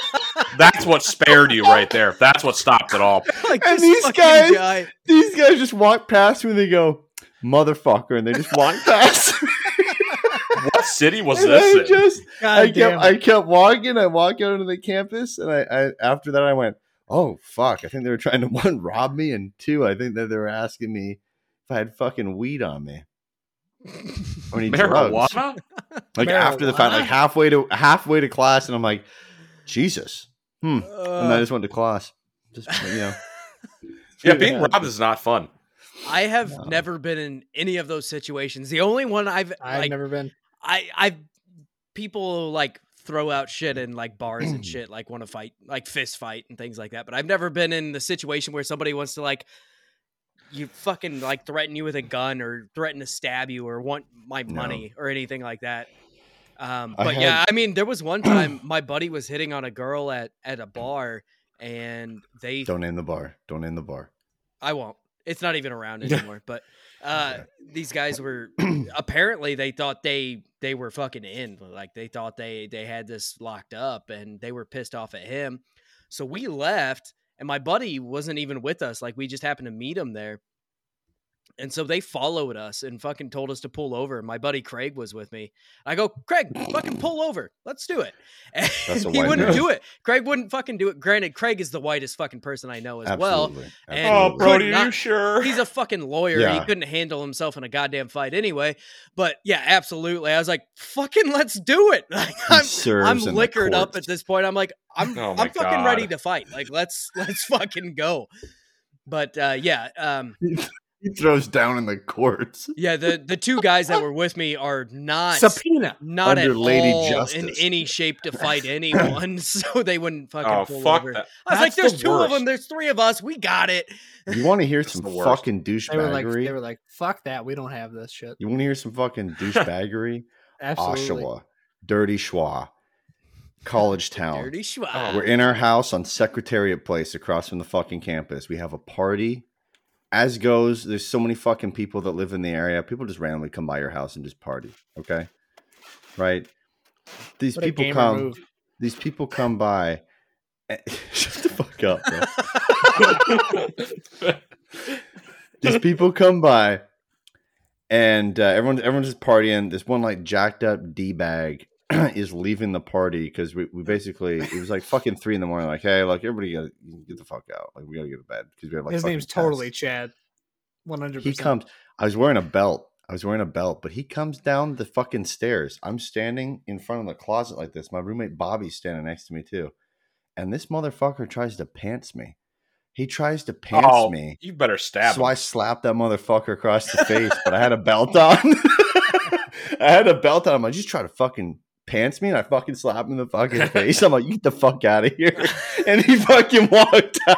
A: That's what spared you right there. That's what stopped it all.
D: like
B: And
D: this
B: these
D: fucking
B: guys-
D: guy.
B: These guys just walk past me and they go, motherfucker, and they just walk past. me.
A: What city was
B: And
A: this?
B: I
A: in?
B: just
D: Ah,
C: God
B: I
C: damn
B: kept
C: it.
B: I kept walking. I walked out onto the campus, and I, I after that I went, oh fuck! I think they were trying to one rob me, and two, I think that they were asking me if I had fucking weed on me or any drugs.
A: Marijuana?
B: Like after the fact, like
C: Marijuana?
B: halfway to halfway to class, and I'm like, Jesus. Hmm. and I
D: Uh,
B: just went to class. Just you know,
A: Yeah, being robbed is not fun.
D: I have
B: No.
D: never been in any of those situations. The only one I've
C: I've
D: like
C: never been.
D: I I've people like throw out shit in like bars and shit, like want to fight, like fist fight and things like that. But I've never been in the situation where somebody wants to like you fucking like threaten you with a gun or threaten to stab you or want my
B: No.
D: money or anything like that. Um,
B: I
D: but yeah, I mean, there was one time my buddy was hitting on a girl at at a bar, and they
B: Don't name the bar. Don't name the bar.
D: I won't. It's not even around anymore. but uh,
B: Okay.
D: these guys were apparently they thought they they were fucking in. Like they thought they they had this locked up, and they were pissed off at him. So we left, and my buddy wasn't even with us. Like we just happened to meet him there, And so they followed us and fucking told us to pull over. My buddy Craig was with me. I go, Craig, fucking pull over. Let's do it. And
B: That's a
D: he
B: white
D: wouldn't
B: man.
D: do it. Craig wouldn't fucking do it. Granted, Craig is the whitest fucking person I know as well.
B: Absolutely.
D: and-
A: Oh,
B: Absolutely.
D: bro,
A: Brody, are you
D: not-
A: sure?
D: He's a fucking lawyer. He
B: Yeah.
D: couldn't handle himself in a goddamn fight anyway. But yeah, absolutely. I was like, fucking let's do it. Like,
B: He
D: I'm,
B: serves
D: I'm
B: in the
D: liquored up
B: courts.
D: at this point. I'm like, I'm
A: Oh my
D: I'm fucking
A: God.
D: ready to fight. Like let's let's fucking go. But uh, yeah, um,
B: He throws down in the courts.
D: yeah, the the two guys that were with me are not
C: Subpoena.
D: not at
B: Under Lady
D: all in
B: Justice.
D: any shape to fight anyone, so they wouldn't fucking
A: oh,
D: pull
A: fuck
D: over.
A: that.
D: I was like,
A: That's
D: "There's
A: the
D: two of them.
A: worst.
D: There's three of us. We got it."
B: You want to hear
A: It's
B: some
A: the worst.
B: fucking
C: They were like,
B: douchebaggery?
C: they were like, fuck that. We don't have this shit.
B: you want to hear some fucking douchebaggery?
C: Absolutely.
B: Oshawa, Dirty Schwa, College Town.
D: Dirty schwa.
A: Oh,
B: We're in our house on Secretariat Place across from the fucking campus. We have a party. As goes, there's so many fucking people that live in the area. People just randomly come by your house and just party. Okay. Right. These
C: What a
B: people
C: gamer
B: come.
C: move.
B: These people come by. and- Shut the fuck up, bro. These people come by, and uh, everyone everyone's just partying. This one like jacked up d bag is leaving the party because we, we basically it was like fucking three in the morning. Like, hey, like everybody gotta get the fuck out. Like we gotta go to bed because we have like
C: His
B: fucking
C: name's totally
B: tests.
C: Chad. 100%.
B: He comes. I was wearing a belt. I was wearing a belt, but he comes down the fucking stairs. I'm standing in front of the closet like this. My roommate Bobby's standing next to me too, and this motherfucker tries to pants me. He tries to pants
A: Oh,
B: me.
A: you better stab
B: So
A: him.
B: I slapped that motherfucker across the face, but I had a belt on. I had a belt on. I'm like, just try to fucking pants me, and I fucking slapped him in the fucking face. I'm like, you get the fuck out of here. And he fucking walked out.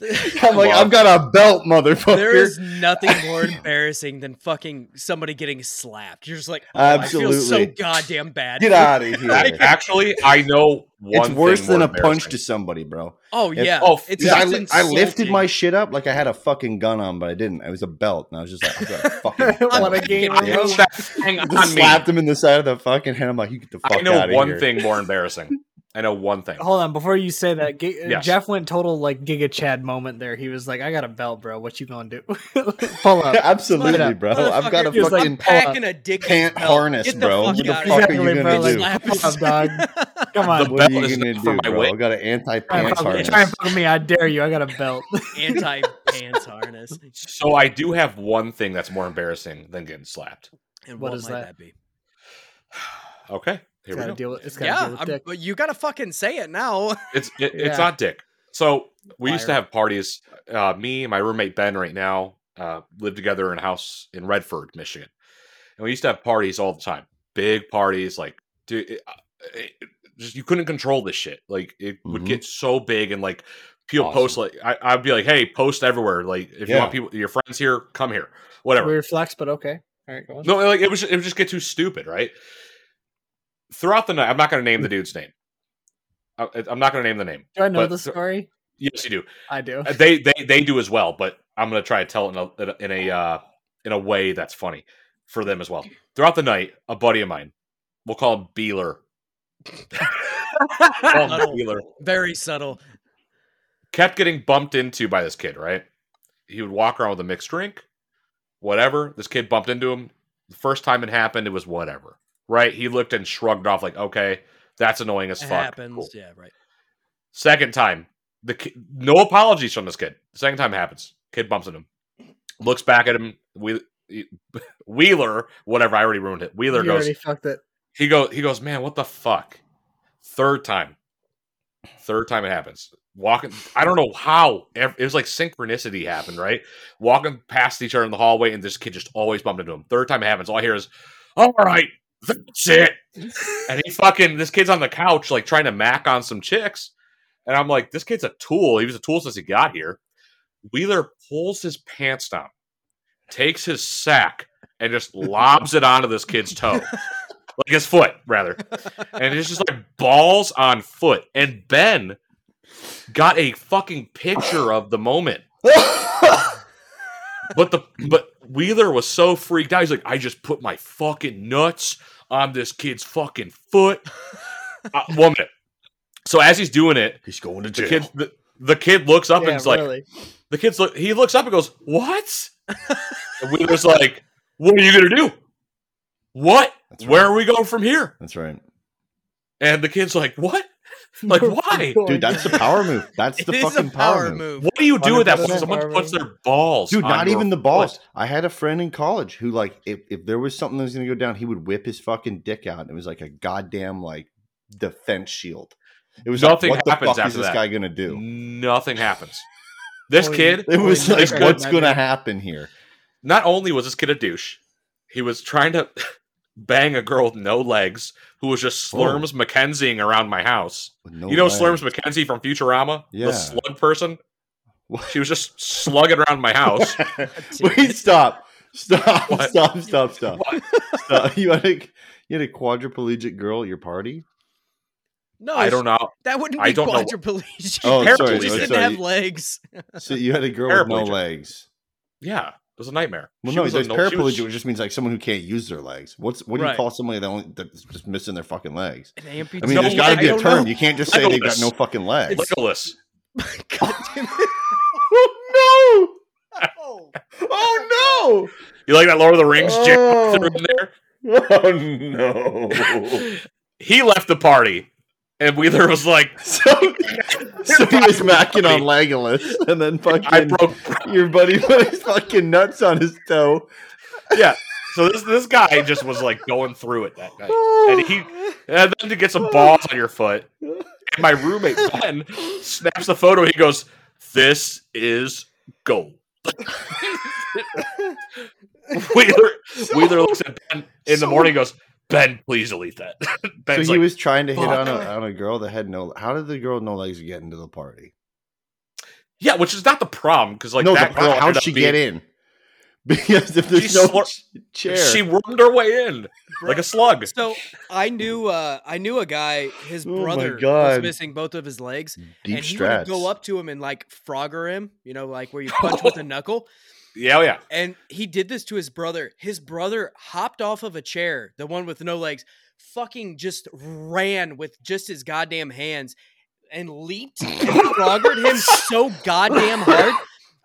B: I'm like, I've got a belt, motherfucker.
D: There is nothing more embarrassing than fucking somebody getting slapped. You're just like, oh, I feel so
B: Absolutely.
D: goddamn bad.
B: get out of here.
A: Actually, I know one.
B: It's worse
A: thing
B: than
A: more
B: a punch to
A: embarrassing.
B: somebody, bro.
D: Oh
B: If-
D: yeah.
A: oh,
D: it's,
B: Dude, I, li-
D: it's
B: I lifted
D: insulting.
B: my shit up like I had a fucking gun on, but I didn't. It was a belt, and I was just like, I've got a fucking
C: what a
B: belt.
C: gamer
B: Yeah.
C: move.
A: That thing
B: Just
A: on me.
B: slapped him in the side of the fucking head. I'm like, you get the fuck out
A: I
B: of here.
A: know one thing more embarrassing. I know one thing.
C: Hold on, before you say that, G- uh,
A: Yes.
C: Jeff went total like Giga Chad moment there. He was like, "I got a belt, bro. What you gonna do? Pull up."
B: Absolutely,
C: Motherfucker-
B: bro. I've got a
D: Motherfucker,
C: fucking
D: I'm packing a dick
B: pant
D: belt.
B: harness,
D: Get the
B: bro.
D: fuck
B: What the
D: out of
B: fuck are
C: Exactly,
B: you
C: bro.
B: gonna
C: Like,
B: do?
C: Pull up, dog. Come on,
A: The
B: What are
A: belt
B: you
A: is
B: gonna
A: not for
B: do,
A: my
B: bro?
A: weight.
B: I got an anti
C: try and
B: pants
C: fuck me.
B: harness.
C: Try and fuck me. I dare you. I got a belt.
D: Anti pants harness.
A: So I do have one thing that's more embarrassing than getting slapped.
D: And what,
C: What
D: does
C: is
D: might
C: that?
D: that be?
A: Okay, here
C: It's
A: we
C: gotta
A: go.
C: deal with. It's gotta deal
D: Yeah,
C: with
D: I'm-
C: dick.
D: but you gotta fucking say it now.
A: It's it,
C: Yeah.
A: it's not dick. So we used to
D: Liar.
A: have parties. Uh, me and my roommate Ben right now uh, live together in a house in Redford, Michigan, and we used to have parties all the time. Big parties, like dude, it, uh, it, it- just you couldn't control this shit. Like it would
B: Mhm.
A: get so big, and like people
B: Awesome.
A: post like I, I'd be like, hey, post everywhere. Like if you
B: Yeah.
A: want people, your friends here, come here, whatever.
C: Weird flex, but okay. All right, go on.
A: No, like it was it would just get too stupid, right? Throughout the night, I'm not going to name the dude's name. I, I'm not going to name the name.
C: do I know
A: but
C: the
A: th-
C: story?
A: Yes, you do.
C: I do.
A: Uh, They they they do as well, but I'm going to try to tell it in a in a, uh, in a way that's funny for them as well. Throughout the night, a buddy of mine, we'll call him Beeler. Call him
D: Subtle.
A: Beeler
D: Very subtle.
A: kept getting bumped into by this kid, right? He would walk around with a mixed drink, whatever. This kid bumped into him. The first time it happened, it was whatever, right? He looked and shrugged off, like, okay, that's annoying as
D: It
A: fuck.
D: happens.
A: Cool.
D: Yeah, right.
A: Second time, the ki- no apologies from this kid. Second time it happens, kid bumps into him, looks back at him. We- Wheeler, whatever, I already ruined it. Wheeler
C: you
A: goes,
C: already fucked it.
A: he go he goes, man, what the fuck? Third time, third time it happens. Walking, I don't know how ev- it was like synchronicity happened, right? Walking past each other in the hallway, and this kid just always bumped into him. Third time it happens, all I hear is, "All right, that's it." And he fucking this kid's on the couch like trying to mac on some chicks, and I'm like, this kid's a tool. He was a tool since he got here. Wheeler pulls his pants down, takes his sack, and just lobs it onto this kid's toe like his foot rather and it's just like balls on foot and ben got a fucking picture of the moment but the but wheeler was so freaked out he's like i just put my fucking nuts on this kid's fucking foot uh, one minute so as he's doing it
B: He's going to
A: the kid the, the kid looks up and
C: Yeah,
A: is like
C: really.
A: the kid's look he looks up and goes what And we was like, what are you going to do? What?
B: That's
A: Where
B: right.
A: are we going from here?
B: That's right,
A: And the kid's like, what? Like, why?
B: dude. That's the power move. That's the
D: It is
B: fucking power, move.
A: What do you do with that when
C: 100%
A: someone
C: Marvin.
A: puts their balls?
B: Dude,
A: on
B: not
A: your
B: even the
A: foot?
B: balls. I had a friend in college who, like, if, if there was something that was going to go down, he would whip his fucking dick out. And it was like a goddamn, like, defense shield. It was
A: Nothing
B: like, what the
A: happens
B: fuck is
A: after
B: this
A: that.
B: guy going to do?
A: Nothing happens. This
C: Holy-
A: kid,
B: It was
A: Holy
B: like,
A: shit.
B: what's going to happen here?
A: not only was this kid a douche, he was trying to bang a girl with no legs who was just
B: Oh.
A: Slurms McKenzieing around my house.
B: With no
A: you know
B: legs.
A: Slurms McKenzie from Futurama?
B: Yeah.
A: The slug person?
B: What?
A: She was just slugging around my house.
B: Wait, stop. Stop,
A: What?
B: stop, stop, stop.
A: What?
B: stop. You, had a, you had a quadriplegic girl at your party?
D: No,
A: I don't know.
D: That wouldn't be
A: I don't know what-
D: quadriplegic.
B: Oh,
A: sorry,
D: She
A: sorry,
D: didn't
B: sorry.
D: have legs.
B: So you had a girl with no
A: Paraplegic.
B: legs.
A: Yeah, it was a nightmare.
B: Well,
A: She
B: no,
A: was
B: there's
A: a no- she was-
B: paraplegic, which just means like someone who can't use their legs. What's what do
D: Right.
B: you call somebody that only that's just missing their fucking legs?
D: An amputee.
B: I mean,
A: No,
B: there's got to
A: I
B: be a
A: don't
B: term.
A: know.
B: You can't just say they've got
A: Legolas.
B: no fucking legs.
A: Legolas.
D: God damn it.
B: oh no! Oh
A: You like that Lord of the Rings jig
B: Oh.
A: threw in there?
B: no! Oh no!
A: He left the party, and Wheeler was like,
B: so, so he was macking on Legolas, and then fucking
A: "I broke."
B: your buddy put his fucking nuts on his toe.
A: Yeah. So this this guy just was like going through it that night. And he and then to get some balls on your foot. And my roommate Ben snaps the photo. He goes, "This is gold." Wheeler Wheeler looks at Ben in the
B: so-
A: morning. and Goes, "Ben, please delete that."
B: So
A: Ben's
B: he
A: like,
B: was trying to hit on a,
D: fuck.
B: on a girl that had no. How did the girl with no legs get into the party?
A: "Yeah," which is not the problem because like
B: no,
A: that
B: the,
A: girl.
B: how'd
A: ended
B: she
A: up
B: get
A: being-
B: in? Because if there's
A: She
B: no
A: slur-
B: ch- chair,
A: She wormed her way in like a slug.
D: So I knew uh, I knew a guy. His
B: Oh my
D: brother was
B: God.
D: missing both of his legs,
B: deep
D: and he
B: strats.
D: would go up to him and like frogger him, you know, like where you punch with a knuckle.
A: Yeah, oh, yeah.
D: And he did this to his brother. His brother hopped off of a chair, the one with no legs, fucking just ran with just his goddamn hands and leaped and froggered him so goddamn hard.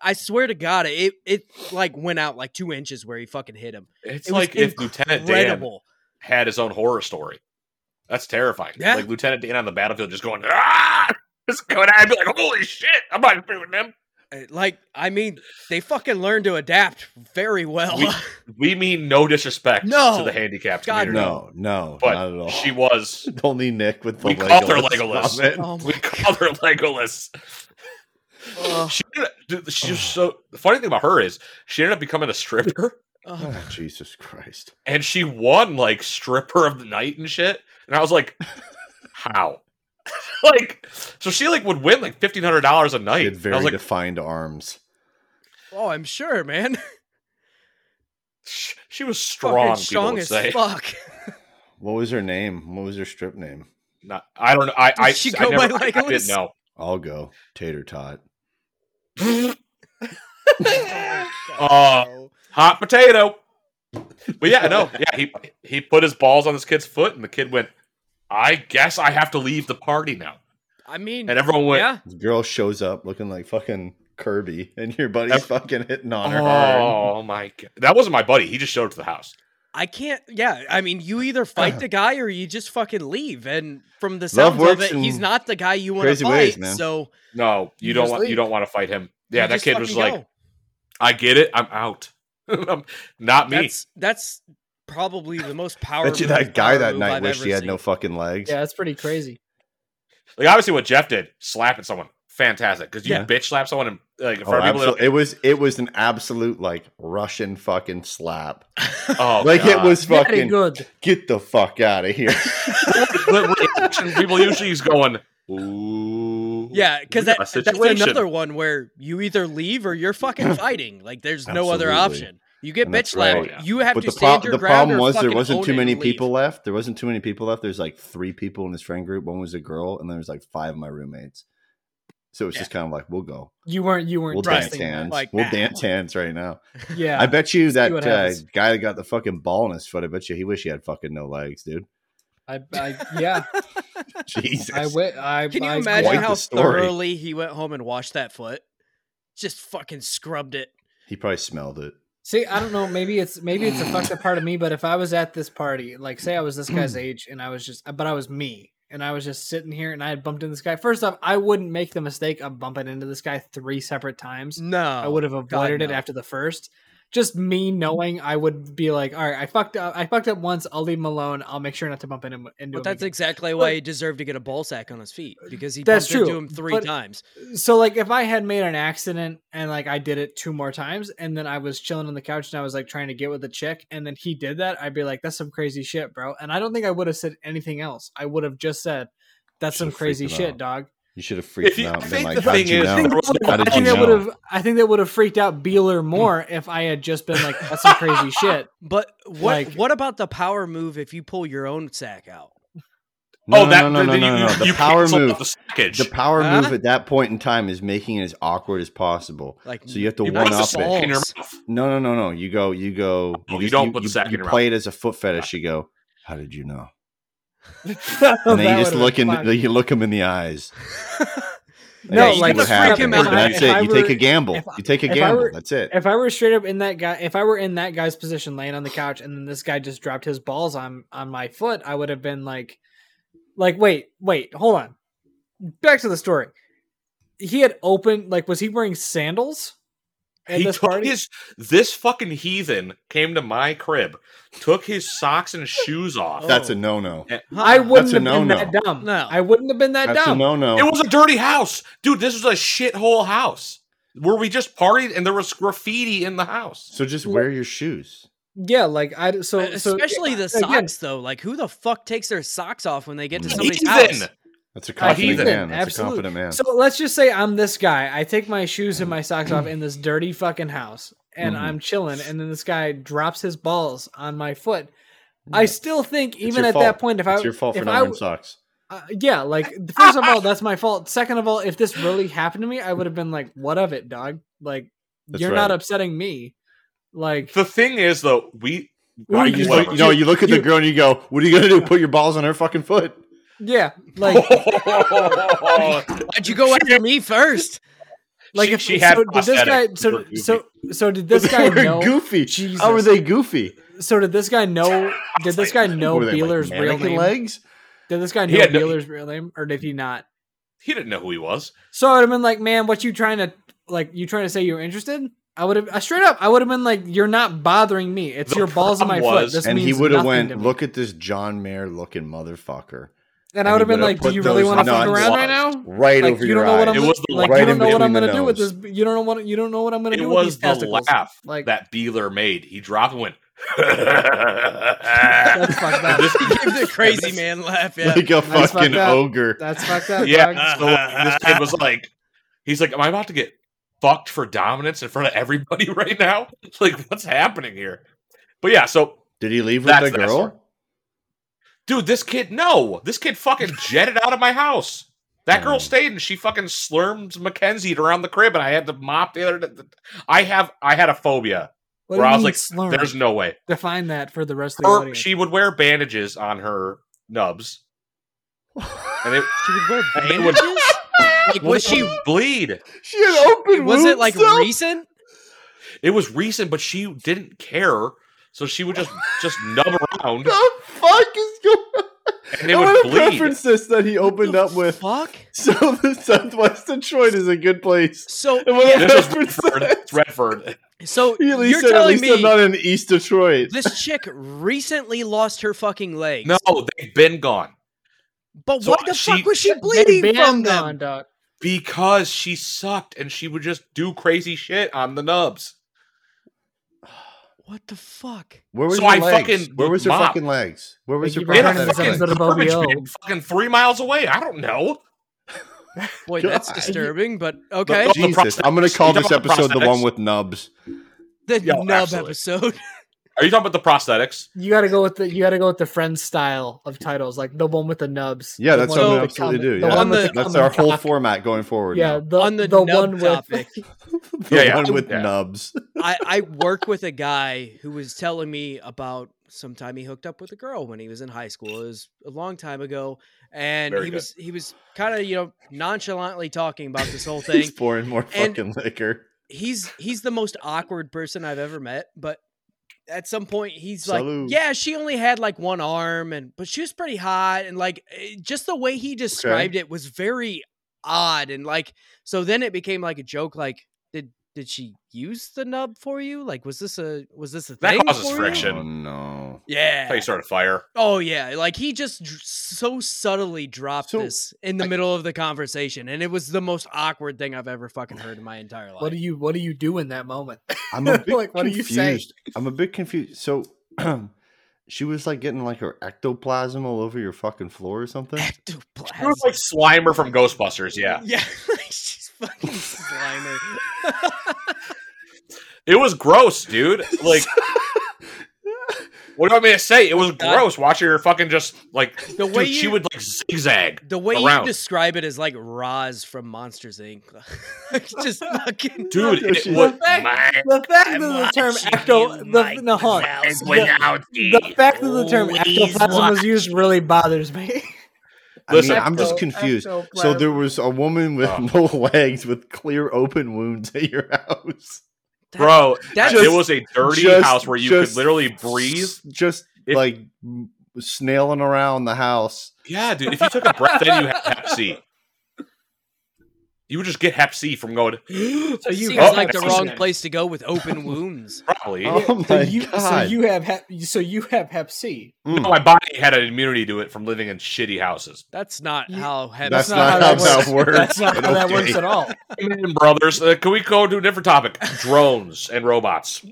D: I swear to God, it it like went out like two inches where he fucking hit him.
A: It's
D: It was
A: like if Lieutenant Dan
D: Incredible.
A: had his own horror story. That's terrifying.
D: Yeah.
A: Like Lieutenant Dan on the battlefield just going, ah, just going out and be like, holy shit, I'm not doing them.
D: Uh, Like, I mean, they fucking learned to adapt very well.
A: We- We mean no disrespect
D: No.
A: to the handicapped
D: God,
A: community.
B: No, no,
A: But
B: not at all.
A: she was.
B: only Nick with the
A: We
B: Legolas.
A: called her Legolas.
B: comment.
D: Oh
A: We
D: my
A: call her Legolas.
D: Ugh.
A: She, ended up- dude, she
B: Oh.
A: was so. The funny thing about her is she ended up becoming a stripper
D: Ugh.
B: Oh, Jesus Christ!
A: and she won like stripper of the night and shit. And I was like, how? like, so she like would win like fifteen hundred dollars a
B: She
A: night.
B: had
A: And I
B: very
A: was like,
B: defined arms.
D: oh, I'm sure, man.
A: Sh- she was
D: Fucking
A: strong. people
D: strong
A: would
D: as
A: say.
D: fuck.
B: What was her name? What was her strip name?
A: Not, I don't know. I I,
D: she
A: I,
D: go
A: never,
D: by
A: I, I
D: Legolas?
A: didn't know.
B: I'll go tater tot.
D: Oh,
A: Uh, Hot potato. But yeah, no, yeah. He he put his balls on this kid's foot, and the kid went. I guess I have to leave the party now.
D: I mean,
A: And everyone went.
D: yeah.
B: This girl shows up looking like fucking Kirby, and your buddy's
A: Ev-
B: fucking hitting on her. arm.
A: Oh my god, that wasn't my buddy. He just showed up to the house.
D: I can't. Yeah, I mean, you either fight the guy or you just fucking leave. And from the
B: Uh-huh. Love
D: sounds of
B: works
D: it, he's
B: in
D: not the guy you want to
B: crazy
D: fight.
B: ways, man.
D: So
A: No, you,
C: You
A: don't
C: just
A: want you
C: leave.
A: don't want to fight him. Yeah,
D: you
A: that
D: just
A: kid was
D: fucking
A: like,
D: go.
A: I get it. I'm out. I'm- Not me.
D: that's that's probably the most powerful.
B: Bet you that guy that night wished he had no fucking legs.
C: Yeah, that's pretty crazy.
A: like obviously what Jeff did, slapping someone, fantastic. Because you
D: Yeah.
A: bitch slap someone and like in
B: Oh,
A: front of people.
B: absolute- it was it was an absolute like Russian fucking slap.
A: they're Like, oh,
B: like
A: God.
B: it was
C: Very
B: fucking
C: good.
B: get the fuck out of here.
A: the reaction people usually is going, ooh.
D: Yeah, because
A: we got
D: that,
A: a
D: that's
A: situation."
D: another one where you either leave or you're fucking fighting. Like, there's no other
B: Absolutely.
D: option. You get
B: And
D: bitch
B: that's right.
D: slapped.
A: Oh, yeah.
D: You have
B: But
D: to
B: the,
D: stand
B: pro-
D: your
B: the
D: ground.
B: problem
D: or
B: was there
D: fucking
B: wasn't
D: own
B: too
D: it
B: many
D: and leave.
B: people left. There wasn't too many people left. There's like three people in his friend group. One was a girl, and then there's like five of my roommates. So it's
D: Yeah.
B: just kind of like we'll go,
C: You weren't. You weren't
B: we'll
D: Right.
B: dance
C: testing.
B: hands,
D: Like,
B: we'll
D: nah.
B: dance hands right now.
C: Yeah,
B: I bet you that
C: what
B: uh,
C: happens.
B: guy that got the fucking ball in his foot. I bet you he wish he had fucking no legs, dude.
C: I, I, yeah.
B: Jesus,
C: I went. I
D: Can you
C: I-
D: imagine
B: quite
D: how
B: the story.
D: thoroughly he went home and washed that foot? Just fucking scrubbed it.
B: He probably smelled it.
C: See, I don't know. Maybe it's maybe it's a fucked up part of me. But if I was at this party, like say I was this
D: Mm.
C: guy's age, and I was just, but I was me, and I was just sitting here, and I had bumped into this guy. First off, I wouldn't make the mistake of bumping into this guy three separate times.
D: No,
C: I would have avoided it
D: no.
C: after the first. Just me knowing, I would be like, all right, I fucked up. I fucked up once. I'll leave him alone. I'll make sure not to bump into him. Into
D: But
C: him
D: that's
C: again."
D: exactly why he deserved to get a ball sack on his feet because he
C: That's
D: bumped into
C: true,
D: him three
C: but-
D: times.
C: so like if I had made an accident and like I did it two more times and then I was chilling on the couch and I was like trying to get with the chick and then he did that, I'd be like, That's some crazy shit, bro. And I don't think I would have said anything else. I would have just said, That's some
B: Should've
C: crazy
B: freaked him
C: shit,
B: out.
C: dog.
B: You should have freaked
A: If you-
B: him
A: I
B: out. and been
A: think
B: like,
A: the
B: "How'd
A: thing
B: you
A: is-
B: know?"
A: I think the-
B: How
C: I
B: did
C: think
B: you
C: that would
B: know? Hmm.
C: have I think that would have freaked out Beeler more if I had just been like, That's some crazy shit.
D: But what
C: Like-
D: what about the power move if you pull your own sack out?
B: No,
A: oh, that
B: no, no, no,
A: then
B: no,
A: you,
B: no, no.
A: you-
B: The
A: you
B: power
A: canceled
B: move.
A: The sackage.
B: The power
D: Huh?
B: move at that point in time is making it as awkward as possible.
D: Like
B: So you have to
A: you
D: one
A: put
B: one
A: the
B: up
D: up
A: sack
B: it.
A: in your
D: balls.
A: mouth.
B: No, no, no, no. You go, you go.
A: Oh, you don't put the
B: you,
A: sack in
B: you
A: your
B: play it as a foot fetish. You go. How did you know? And
C: Oh, That
B: then you just
C: would've
B: look in.
C: been fun.
B: You look him in the eyes.
C: No,
B: you see
C: like,
B: what
C: freak
B: happens,
C: him
B: and
C: out.
B: That's
C: If I
B: it. You take
C: were-
B: a gamble.
C: if I-
B: You take a
C: if I
B: gamble.
C: were-
B: That's it.
C: if I were straight up in that guy, if I were in that guy's position, laying on the couch, and then this guy just dropped his balls on on my foot, I would have been like, like, wait, wait, hold on. Back to the story. He had opened, like, was he wearing sandals? At
A: He
C: this
A: took
C: party,
A: his this fucking heathen came to my crib, took his socks and shoes off.
D: Oh.
B: That's a no no.
C: I wouldn't
B: That's a
C: have been
B: no-no.
C: that dumb.
D: No.
C: I wouldn't have been that
B: That's a
C: dumb.
B: no no.
A: It was a dirty house, dude. This was a shithole house where we just partied and there was graffiti in the house.
B: So just wear your shoes.
C: Yeah, like I so so-
D: Uh, E, Especially the socks,
C: again,
D: though. Like, who the fuck takes their socks off when they get to
B: Mm.
D: somebody's
A: Heathen.
D: house?
B: That's a
A: Uh,
B: confident
A: he's an-
B: man. That's a
C: absolute-
B: confident man.
C: So let's just say I'm this guy. I take my shoes and my socks off in this dirty fucking house and
B: Mhm.
C: I'm chilling and then this guy drops his balls on my foot. I still think even
B: your
C: at
B: fault.
C: that point if I
B: it's your fault for
C: if
B: not
C: I
B: wearing
C: w-
B: socks.
C: uh, yeah, like first of all that's my fault. Second of all, if this really happened to me, I would have been like what of it, dog? Like
B: That's
C: you're not
B: right.
C: upsetting me. Like
A: The thing is, though, we
C: Well, you
B: You,
C: just-
B: look-
A: whatever.
B: you know, you look at the
C: you-
B: girl and you go, "What are you gonna do? Put your balls on her fucking foot?"
C: yeah, like
D: Why'd you go after me first?
C: like
A: She-
C: if
A: she had
C: so did this guy
A: prosthetics. We
C: so
A: were goofy.
C: so so did this guy
B: We're
C: know
B: goofy.
C: Jesus.
B: How are Oh, they goofy?
C: so did this guy know did this guy know
B: Were they, like,
C: Beeler's real
B: mannequin
C: name?
B: legs?
C: Did this guy
A: He
C: know
A: had no-
C: Beeler's real name, or did he not?
A: he didn't know who he was.
C: So I would have been like, "Man, what you trying to like? You trying to say you're interested?" I would have uh, straight up. I would have been like, "You're not bothering me. It's
A: The
C: your balls on my
A: problem
C: foot."
A: was-
C: This
B: And he
C: means
B: would have
C: nothing
B: went,
C: to me."
B: "Look at this John Mayer looking motherfucker."
C: and I
B: and
C: would have
B: he
C: been
B: would've
C: like, "Do
B: put
C: you really
B: those
C: want to fuck
B: nuts
C: around right now?
B: Right
C: Like
B: over
C: you
B: your
C: don't know what I'm
A: It
B: eyes.
A: was
C: gonna-
A: the
C: like
A: right
C: you
A: in
C: don't know what I'm
B: between the
C: gonna do with
B: nose.
C: this. You don't know what you don't know what I'm gonna
A: It
C: do with these
A: was the
C: testicles."
A: laugh
C: Like
A: that Beeler made. He dropped and went.
C: that's fucked up.
A: This-
D: Give the crazy man laugh. Yeah.
B: Like a
C: That's
B: fucking
C: fucked up.
B: ogre.
C: That's fucked up.
A: yeah.
C: dog.
A: So like, this kid was like, he's like, am I about to get fucked for dominance in front of everybody right now? Like, what's happening here? But yeah, so
B: Did he leave with
A: That's
B: the
A: the best part.
B: girl?
A: dude, this kid, no, this kid fucking jetted out of my house. That girl
B: Mm.
A: stayed and she fucking slurms Mackenzie around the crib, and I had to mop the other. d- I have, I had a phobia.
C: What
A: where
C: do
A: I
C: you
A: was
C: mean
A: like,
C: slurm?
A: There's no way.
C: define that for the rest of the
A: Her,
C: audience.
A: she would wear bandages on her nubs, and it,
D: She would wear
A: and it would
D: bandages? like, was she.
A: bleed.
B: she had open
D: Was it
B: wounds,
D: like
B: though?
D: recent?
A: It was recent, but she didn't care, so she would just just nub around,
B: the fuck is going on?
A: and it
B: I
A: would
B: want to
A: bleed.
B: preference this that he opened
D: The
B: up with.
D: Fuck.
B: So the Southwest Detroit is a good place.
D: So,
B: And what
D: yeah,
A: This was
B: Redford
A: Redford.
B: said-
A: It's Redford.
D: so
B: He at least
D: you're
B: said, at
D: telling
B: least I'm
D: me
B: not in East Detroit.
D: this chick recently lost her fucking legs.
A: No, they've been gone
D: But
A: So
D: what the
A: she-
D: fuck was she
C: They
D: bleeding
C: banned
D: from them?
C: on, dog.
A: because she sucked, and she would just do crazy shit on the nubs.
D: What the fuck?
B: Where
A: So I fucking
B: Where was
A: mop.
B: her fucking legs? Where was
C: Like,
B: your
C: you
A: In a
C: Right,
B: prosthetic
C: that's
A: fucking
B: legs?
C: right. That's what
A: garbage
C: about
A: bin,
C: BO.
A: fucking three miles away. I don't know.
D: Boy, that's
B: God.
D: disturbing, but okay.
A: oh, the
B: Jesus,
A: prosthetics.
B: I'm gonna call
A: You talking
B: this
A: about the
B: episode the one
A: prosthetics?
B: with nubs.
D: The
A: yo,
D: nub
A: absolutely.
D: episode.
A: Are you talking about the prosthetics?
C: You gotta go with the you gotta go with the friend style of titles, like the one with the nubs.
B: Yeah,
C: the
B: that's
C: one
B: what
C: with
B: we
C: the
B: absolutely
C: cum-
B: do.
C: The
B: Yeah.
C: one with the
B: That's
C: cum
B: our
C: and
B: whole
C: cock.
B: format going forward.
C: Yeah,
B: now.
C: the,
D: On the
C: the
D: nub
C: one with
D: topic.
B: the
A: Yeah, yeah.
B: one with
A: Yeah.
B: nubs.
D: I, I work with a guy who was telling me about sometime he hooked up with a girl when he was in high school. It was a long time ago. And
A: Very
D: he
A: good.
D: was he was kind of, you know, nonchalantly talking about this whole thing.
B: He's pouring more
D: And-
B: fucking liquor.
D: he's he's the most awkward person I've ever met, but at some point he's
B: Salute.
D: like, yeah, she only had like one arm and but she was pretty hot and like eh, just the way he described it was very odd and like so then it became like a joke like did did she use the nub for you? Like was this a was this a
A: That
D: thing
A: causes
D: for you?
A: friction.
B: Oh, no.
A: How
D: Yeah.
A: you start a fire?
D: Oh yeah, like he just dr- so subtly dropped
B: So,
D: this in the
B: I-
D: middle of the conversation, and it was the most awkward thing I've ever fucking heard in my entire life.
C: What do you What do you do in that moment?
B: I'm a bit
C: Like, what do you
B: confused.
C: say?
B: I'm a bit confused. So she was like getting like her ectoplasm all over your fucking floor or something.
A: She was like Slimer from Ghostbusters. Yeah,
D: yeah, she's fucking slimy.
A: it was gross, dude. Like, what do I mean to say? It was gross watching her fucking just like
D: The way
A: dude,
D: you,
A: she would like zigzag.
D: the way
A: around.
D: you describe it is like Roz from Monsters Inc. It's just fucking
A: Dude,
B: That's
A: it
B: what
A: was
C: she-
A: my
C: The fact that the term ecto the, no, hold on. The, the fact that the term ectoplasm was used really bothers me.
A: Listen,
B: I mean, I'm just
C: Ecto-
B: confused. So
C: ectoplasm.
B: there was a woman with
A: Oh.
B: no legs with clear open wounds at your house.
A: bro.
D: that
A: it
B: just-
A: was a dirty
B: just-
A: house where you
B: just-
A: could literally breathe.
B: S- Just
A: If-
B: like m- snailing around the house.
A: Yeah, dude. If you took a breath, then you had Hep C. You would just get Hep C from going
C: so you
D: seems
A: Oh,
D: like the
A: that's-
D: wrong place to go with open wounds.
A: probably.
B: Oh
C: So
B: my
C: you, so
B: God.
C: you have hep, so you have Hep C.
A: No, Oh, my body had an immunity to it from living in shitty houses.
D: That's not
C: You-
D: how heavy.
B: That's,
C: not
B: not,
C: how
B: how,
C: that
B: that works.
C: That's not how that works at all.
A: Amen, brothers. Uh, can we go to a different topic? Drones and robots.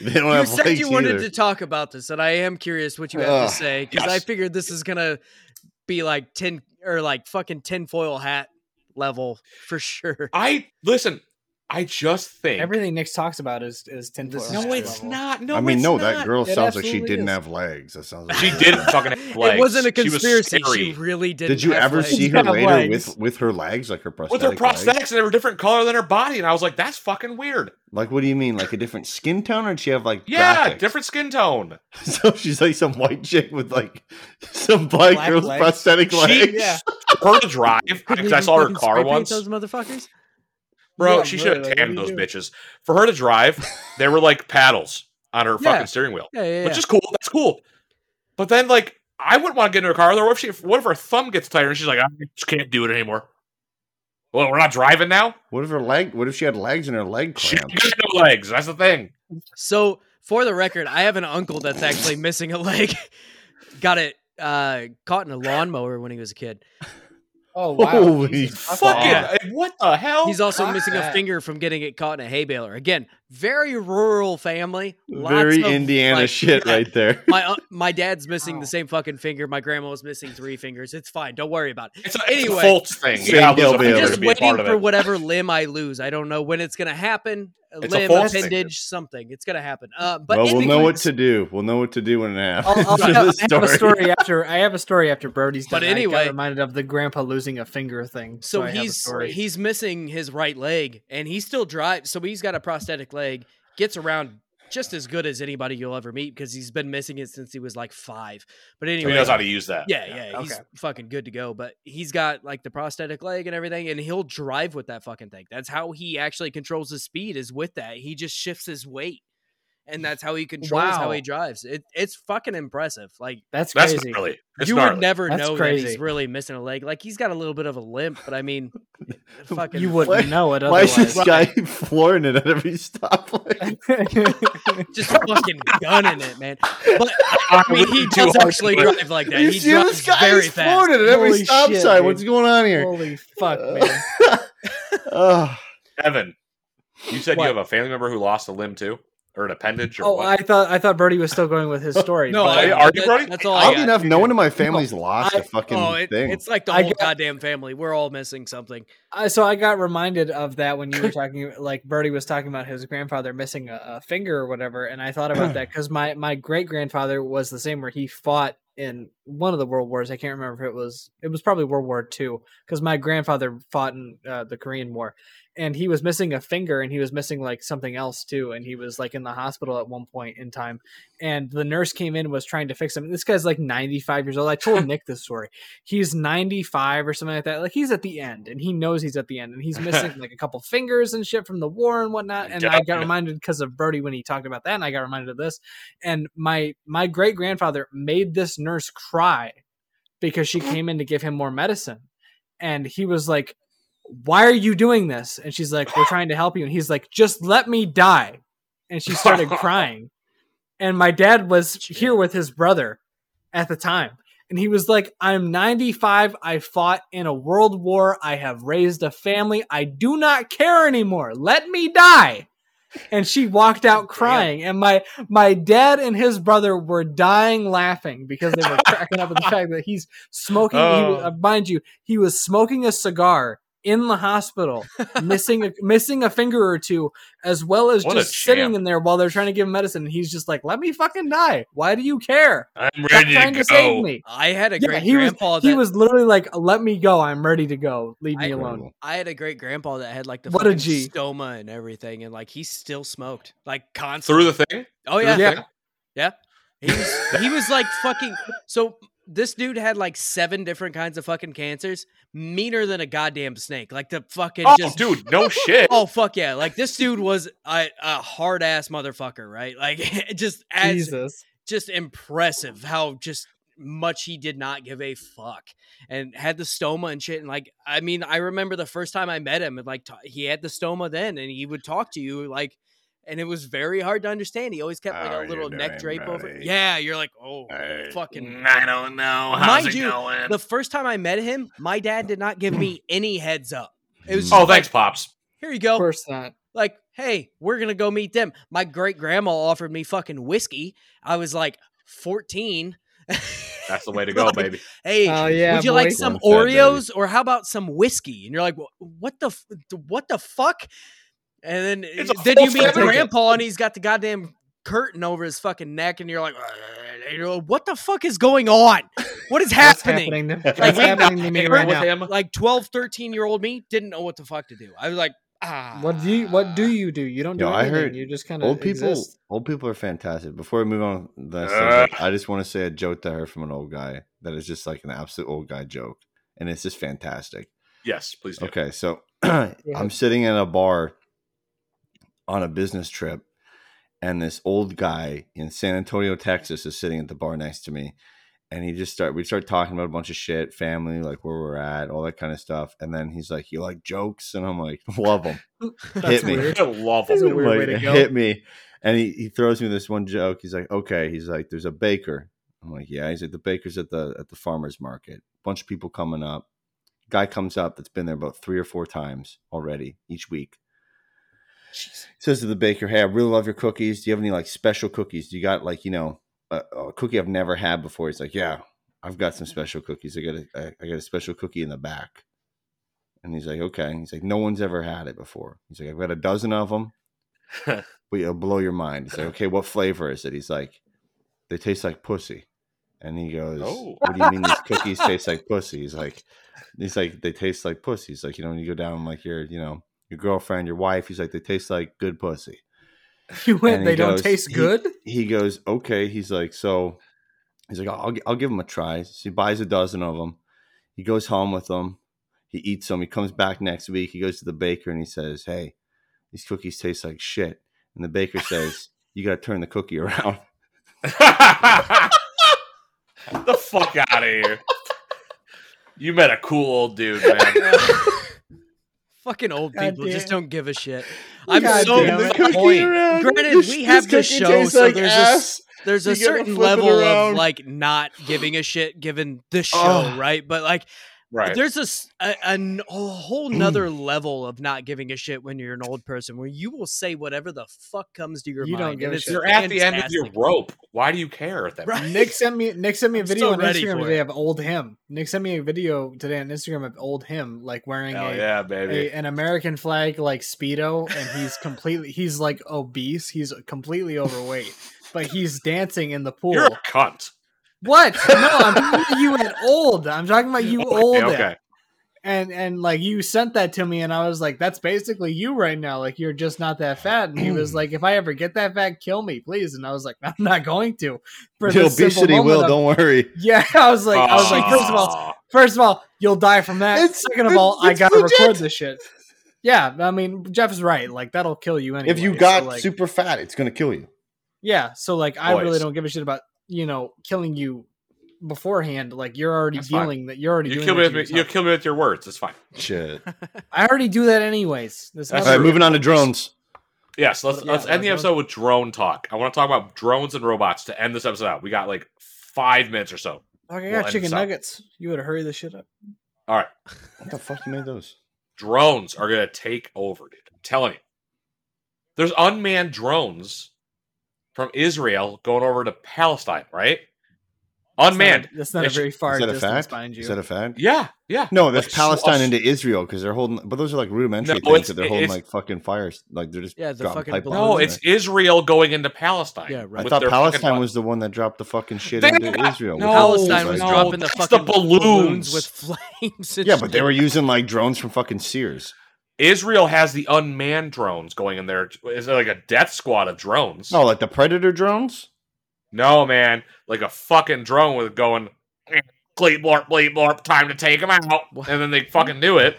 B: They don't
D: you
B: have
D: said
B: legs
D: you wanted
B: either.
D: to talk about this, and I am curious what you have
B: Ugh,
D: to say because I
A: yes.
D: figured this is gonna be like tin or like fucking tinfoil hat level for sure.
A: I listen. I just think
C: Everything Nick talks about is is ten. Oh,
D: This is
A: No, it's not. No,
B: I mean,
A: it's
B: no,
A: not.
B: that girl
C: It
B: sounds like she
C: absolutely
B: didn't
C: is.
B: have legs. That sounds like
A: She didn't fucking have legs.
D: It wasn't a
A: She was
D: conspiracy. She,
A: scary.
D: really did.
B: Did you ever see her
C: Didn't have
B: later
C: legs.
B: with with her legs, like her prosthetic?
A: With her
B: legs?
A: prosthetics, and they were different color than her body, and I was like, "That's fucking weird."
B: Like, what do you mean? Like a different skin tone, or did she have like
A: Yeah,
B: graphics?
A: different skin tone.
B: So she's like some white chick with like some black,
C: Black
B: girl's
C: legs.
B: prosthetic legs.
A: She,
C: Yeah.
A: her to drive. Because I saw her car once,
D: Those motherfuckers.
A: bro.
C: Yeah,
A: she
C: really,
A: should have
C: like, what
A: tanned
C: do
A: those
C: you do?
A: bitches. For her to drive, they were like paddles on her
D: Yeah.
A: fucking steering wheel,
D: Yeah, yeah, yeah.
A: which is cool. That's cool. But then, like, I wouldn't want to get in her car. Or what if she, what if her thumb gets tired and she's like, "I just can't do it anymore." Well, we're not driving now.
B: What if her leg? What if she had legs and her leg
A: She got
B: cramp?
A: no legs. That's the thing.
D: So, for the record, I have an uncle that's actually missing a leg. Got it uh, caught in a lawnmower when he was a kid.
C: Oh wow!
B: Holy
C: Jesus
B: fuck.
C: fucking-
A: Fucking what the hell?
D: He's also
C: fuck
D: missing a
C: that.
D: finger from getting it caught in a hay baler. Again, very rural family. Lots
B: Very
D: of,
B: Indiana
D: like,
B: shit
D: yeah.
B: right there.
D: My un- my dad's missing
C: Wow.
D: the same fucking finger. My grandma was missing three fingers. It's fine. Don't worry about it.
A: It's a,
D: Anyway.
A: it's a Fultz thing.
B: Sam
A: You gotta lose a
B: Gilbert.
A: finger
B: Yeah,
D: Just
A: to be a
D: waiting
A: part of
D: for
A: it.
D: whatever limb I lose. I don't know when it's gonna happen. A
A: It's a
D: limb,
A: false finger.
D: appendage, something. It's gonna happen. Uh, but
B: well, we'll
D: anyway,
B: know what to do. We'll know what to do when it
C: I'll,
B: happens.
C: I'll,
B: after
C: Oh, I have,
B: this
C: I have a
B: story.
C: story after. I have a story after Brody's done.
D: But
C: I
D: anyway-
C: got reminded of the grandpa losing a finger thing. So,
D: So
C: I have a
D: he's
C: story.
D: he's missing his right leg, and he still drives. So he's got a prosthetic leg. Gets around just as good as anybody you'll ever meet because he's been missing it since he was like five. But
A: He
D: anyway,
A: knows how to use that.
D: Yeah, yeah, he's
C: okay.
D: fucking good to go. But he's got like the prosthetic leg and everything, and he'll drive with that fucking thing. That's how he actually controls his speed. Is with that he just shifts his weight, and that's how he controls how
C: Wow.
D: he drives. It, it's fucking impressive. Like
C: That's
A: That's
C: crazy.
A: gnarly. It's
D: you
A: gnarly.
D: would never
C: That's
D: know that
C: crazy.
D: he's really missing a leg. Like he's got a little bit of a limp, but I mean, fucking
C: you wouldn't know it
B: Why is
C: otherwise.
B: this guy flooring it at every stoplight?
D: just fucking gunning it, man. But I mean, he
A: wouldn't do
D: does
A: hard
D: actually
A: work.
D: drive like that.
B: you
D: he
B: see
D: drives
B: this guy?
D: very
B: He's
D: fast.
B: flooring it at every
C: Holy
B: stop
C: shit,
B: sign.
C: dude.
B: What's going on here? Uh,
C: Holy fuck, man!
B: Ugh.
A: Evan, you said
C: What?
A: you have a family member who lost a limb too, or an appendage, or
C: Oh, I
A: what?
C: thought I thought Brody was still going with his story.
D: No,
C: but-
A: I-
D: I,
A: are you
D: that-
A: running?
D: that's all I
B: Oddly
D: got.
B: enough, no one in my family's lost
C: I-
B: a fucking
D: oh, it,
B: thing.
D: it's like the
C: I
D: whole
C: got-
D: goddamn family. We're all missing something.
C: I, so I got reminded of that when you were talking, like Bertie was talking about his grandfather missing a, a finger or whatever, and I thought about that because my my great grandfather was the same where he fought in one of the world wars. I can't remember if it was it was probably World War II because my grandfather fought in uh, the Korean War, and he was missing a finger and he was missing like something else too and he was like in the hospital at one point in time and the nurse came in and was trying to fix him this guy's like 95 years old i told nick this story he's 95 or something like that like he's at the end and he knows he's at the end and he's missing like a couple fingers and shit from the war and whatnot and i got reminded because of brody when he talked about that and i got reminded of this and my my great grandfather made this nurse cry because she came in to give him more medicine and he was like why are you doing this? And she's like, we're trying to help you. And he's like, just let me die. And she started crying. And my dad was here with his brother at the time. And he was like, I'm 95. I fought in a world war. I have raised a family. I do not care anymore. Let me die. And she walked out crying. And my my dad and his brother were dying laughing because they were cracking up at the fact that he's smoking. he
A: Oh.
C: was- uh, mind you, he was smoking a cigar in the hospital, missing a, missing a finger or two, as well as
A: What a
C: just sitting
A: champ.
C: in there while they're trying to give him medicine. And he's just like, "Let me fucking die. Why do you care?
A: I'm
C: Stop
A: ready
C: trying
A: to
C: to save
A: go.
C: me."
D: I had a
C: Yeah,
D: great
C: he was
D: grandpa.
C: he
D: that-
C: was literally like, "Let me go. I'm ready to go. Leave me
D: I-
C: alone."
D: I had a great grandpa that had like the
C: What a
D: fucking
C: G.
D: stoma and everything, and like he still smoked like constantly.
A: Through the thing?
D: oh
A: through
D: yeah,
A: the
C: Yeah.
A: thing?
D: He was, he was like fucking. So this dude had like seven different kinds of fucking cancers, meaner than a goddamn snake. Like the fucking
A: Oh,
D: just.
A: dude, no shit.
D: Oh fuck yeah! Like this dude was a, a hard ass motherfucker, right? Like it just as
C: Jesus,
D: just impressive how just much he did not give a fuck and had the stoma and shit and like i mean i remember the first time i met him and like t- he had the stoma then and he would talk to you like and it was very hard to understand he always kept like
B: How
A: Oh,
B: are
D: a
B: you
D: little neck
B: doing,
D: drape over
B: buddy?
D: yeah you're like oh
B: Hey.
D: fucking
A: I don't know.
D: How's Mind it you,
A: going?
D: the first time i met him my dad did not give me any heads up it
B: Hmm.
D: was
A: oh,
D: just
A: thanks,
D: like,
A: Pops.
D: here you
C: of
D: go
C: course not.
D: like, hey, we're gonna go meet them. My great grandma offered me fucking whiskey. I was like 14.
A: That's the way to go,
D: Like,
A: baby.
D: Hey,
C: Oh yeah,
D: would you like
C: boy.
D: some
B: Love that, baby.
D: Oreos or how about some whiskey? And you're like, "Wh- what the, f- what the fuck? And then, uh,
A: It's a
D: then
A: full
D: you meet
A: seven.
D: grandpa and he's got the goddamn curtain over his fucking neck, and you're like, "Ugh," you're like, what the fuck is going on? What
C: What's
D: is happening?
C: happening to,
A: Like,
C: what's
D: we
C: happening to me
A: Hanging
C: right
A: with
C: now?
A: him.
D: Like 12, 13 year old me didn't know what the fuck to do. I was like, ah,
C: What do you what do you do? You don't do
B: Yo, I
C: anything.
B: heard
C: you just kind of
B: Old people, old people are fantastic. Before we move on, to the next
A: Ugh.
B: subject, I just want to say a joke to her from an old guy that is just like an absolute old guy joke, and it's just fantastic.
A: Yes, please do.
B: Okay, so I'm sitting in a bar on a business trip, and this old guy in San Antonio, Texas, is sitting at the bar next to me, and he just start we start talking about a bunch of shit, family, like where we're at, all that kind of stuff, and then he's like, "You like jokes?" and I'm like, "Love them." hit me.
C: Weird.
A: I love
C: That's
A: him.
C: a weird way
B: Like,
C: to
B: it
C: go.
B: Hit me. And he, he throws me this one joke. He's like, okay. He's like, there's a baker. I'm like, yeah. He's like, the baker's at the at the farmer's market. Bunch of people coming up. Guy comes up that's been there about three or four times already each week. Says to the baker, hey, I really love your cookies. Do you have any like special cookies? Do you got like, you know, a, a cookie I've never had before? He's like, yeah, I've got some special cookies. I got a, I, I got a special cookie in the back. And he's like, okay. He's like, no one's ever had it before. He's like, I've got a dozen of them but it'll blow your mind. He's like, okay, what flavor is it? He's like, they taste like pussy. And he goes,
A: Oh.
B: what do you mean these cookies taste like pussy? He's like, he's like, they taste like pussy. He's like, you know, when you go down like your, you know, your girlfriend, your wife, he's like, they taste like good pussy.
C: You went.
B: And
C: They
B: he
C: don't
B: goes,
C: taste
B: he-
C: good.
B: He goes, okay. He's like, so he's like, I'll, I'll give him a try. So he buys a dozen of them. He goes home with them. He eats them. He comes back next week. He goes to the baker and he says, hey, these cookies taste like shit. And the baker says, you got to turn the cookie around.
A: the fuck out of here. You met a cool old dude, man.
D: Fucking old
C: God
D: people just
C: damn.
D: don't give a shit. I'm
C: God
D: so
C: damn it.
D: annoyed. Granted, we have
B: to
D: this show, so there's There's a
B: You gotta
D: certain
B: flip it
D: level
B: around.
D: of like not giving a shit given this show,
B: Ugh.
D: right? But like,
A: Right.
D: there's a, s- a- an- a whole
B: Mm.
D: nother level of not giving a shit when you're an old person, where you will say whatever the fuck comes to your
C: You
D: mind.
C: don't
D: and
C: give a
D: it's
C: shit.
A: You're at the end of
D: fantastic.
A: your rope. Why do you care at that
D: Right.
C: Nick sent me Nick sent me a
D: I'm
C: video
D: so
C: on
D: ready
C: Instagram
D: for
C: today
D: it.
C: of old him. Nick sent me a video today on Instagram of old him, like wearing
A: Hell
C: a,
A: yeah,
C: a
A: baby.
C: an American flag like speedo, and he's completely he's like obese. He's completely overweight, but he's dancing in the pool.
A: You're a cunt.
C: What? No, I'm talking about you at old. I'm talking about you
A: Okay,
C: old. at.
A: okay.
C: and and like you sent that to me and i was like that's basically you right now like you're just not that fat and he was like if i ever get that fat kill me please and i was like i'm not going to for
B: The
C: this simple
B: obesity
C: moment
B: will.
C: of-
B: Don't Ah. worry.
C: yeah i was like i was like first of all first of all youll die from that
B: It's-
C: second of
B: it's-
C: all i
B: it's
C: gotta
B: legit.
C: record this shit yeah i mean jeff's right like that'll kill you anyway
B: if you
C: so,
B: got
C: like,
B: super fat, it's gonna kill you.
C: yeah so like i really
A: Boys.
C: don't give a shit about you know killing you beforehand like you're already
A: That's fine.
C: dealing that you're already
A: you
C: doing
A: kill me
C: that to
A: with me,
C: yourself.
A: you kill me with your words. It's fine.
B: Shit.
C: i already do that anyways There's
A: That's
B: All
C: nothing-
B: right, moving on to drones.
A: Yeah, so let's
C: Yeah,
A: let's end the
C: drone-
A: episode with drone talk. I want to talk about drones and robots to end this episode out. We got like five minutes or so.
C: Fuck, I
A: We'll
C: got
A: end
C: chicken
A: this up.
C: nuggets. You would have hurried this shit up.
A: All right,
B: What the fuck you made those?
A: drones are gonna take over, dude. I'm telling you, there's unmanned drones from Israel going over to Palestine, right? Unmanned.
C: That's not a
A: It's-
C: very far
B: Is that a
C: distance
B: fact?
C: behind you.
B: Is that a fact?
A: Yeah, yeah.
B: No, that's
A: Like,
B: Palestine
A: Aus-
B: into Israel because they're holding. But those are like rudimentary
A: No,
B: things
A: it's-
B: that they're holding
A: it's-
B: like fucking fires. Like they're just
D: Yeah, the
B: dropping
D: fucking
B: pipe
D: balloons.
A: No,
B: bombs in
A: it's Israel going into Palestine.
D: Yeah, right.
B: there. I
A: with
B: thought
A: their fucking
B: Palestine
A: bu-
B: was the one that dropped the fucking shit
A: They
B: into
A: got-
B: Israel.
A: no,
B: which is
D: Palestine was
A: no,
B: like-
D: dropping the
A: that's
D: fucking
A: the balloons.
D: with flames. and
B: Yeah, but they
D: shit.
B: were using like drones from fucking Sears.
A: Israel has the unmanned drones going in there. Is it like a death squad of drones?
B: No, Oh, like the Predator drones.
A: No, man, like a fucking drone with going "Eh, bleep blorp bleep blorp. Time to take them out,
D: What?
A: and then they fucking do it.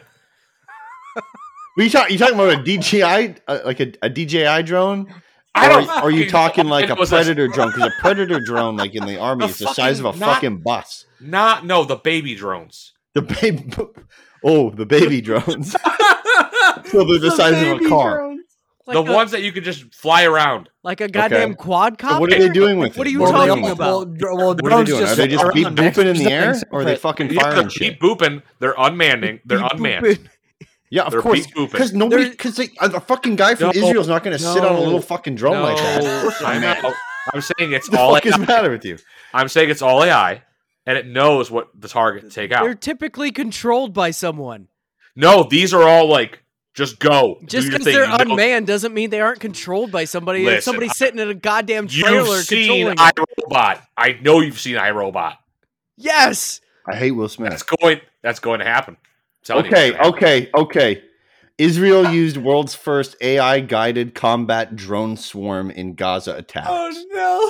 B: Were you, talk, you talking about a DJI, uh, like a, a DJI drone?
A: I
B: Or
A: don't.
B: Are
A: fucking
B: you talking
A: know.
B: like
A: It
B: a
A: was
B: predator drone? Because a predator drone, like in the army,
A: The
B: is the size of a
A: fucking- not-
B: fucking bus.
A: Not no, the baby drones.
B: The baby, oh, the baby drones. so they're the, size of a
C: baby
B: car.
C: drones.
D: like
A: the
D: a,
A: ones that you could just fly around.
D: like a goddamn quadcopter.
B: So what are they doing with
D: What
B: it?
D: are you
B: What are they
D: talking
B: doing?
D: about?
C: Well, dr- well,
B: What are they
C: drones
B: doing? Are
C: just
B: they just
C: around
B: beep
C: next to
B: booping in the air,
C: something
B: or are they
C: separate.
B: fucking
A: Yeah, they're
B: firing shit?
A: beep booping. They're unmanning. They're
D: Beep
A: unmanned.
D: booping.
B: Yeah, of
A: They're
B: course.
A: beep booping.
B: Because nobody,
D: They're-
B: because a fucking guy from
A: No,
B: Israel's not going to sit on a
A: no,
B: little fucking drone like that.
A: No,
B: I
A: I'm,
B: mean,
A: out. I'm saying it's
B: What Oh, the
A: all.
B: fuck is the
A: AI.
B: matter with you?
A: I'm saying it's all AI, and it knows what the target to take out.
D: They're typically controlled by someone.
A: No, these are all like just go. Do
D: Just
A: your
D: because
A: thing.
D: they're
A: You know-
D: unmanned doesn't mean they aren't controlled by somebody. It's
A: Listen,
D: somebody
A: I-
D: sitting in a goddamn trailer
A: You've seen
D: controlling. it.
A: iRobot. I know you've seen iRobot.
D: Yes.
B: I hate Will Smith.
A: That's going. That's going to happen. I'm telling you,
B: Okay,
A: it's gonna happen.
B: okay, okay. Israel used world's first AI guided combat drone swarm in Gaza attack.
C: Oh,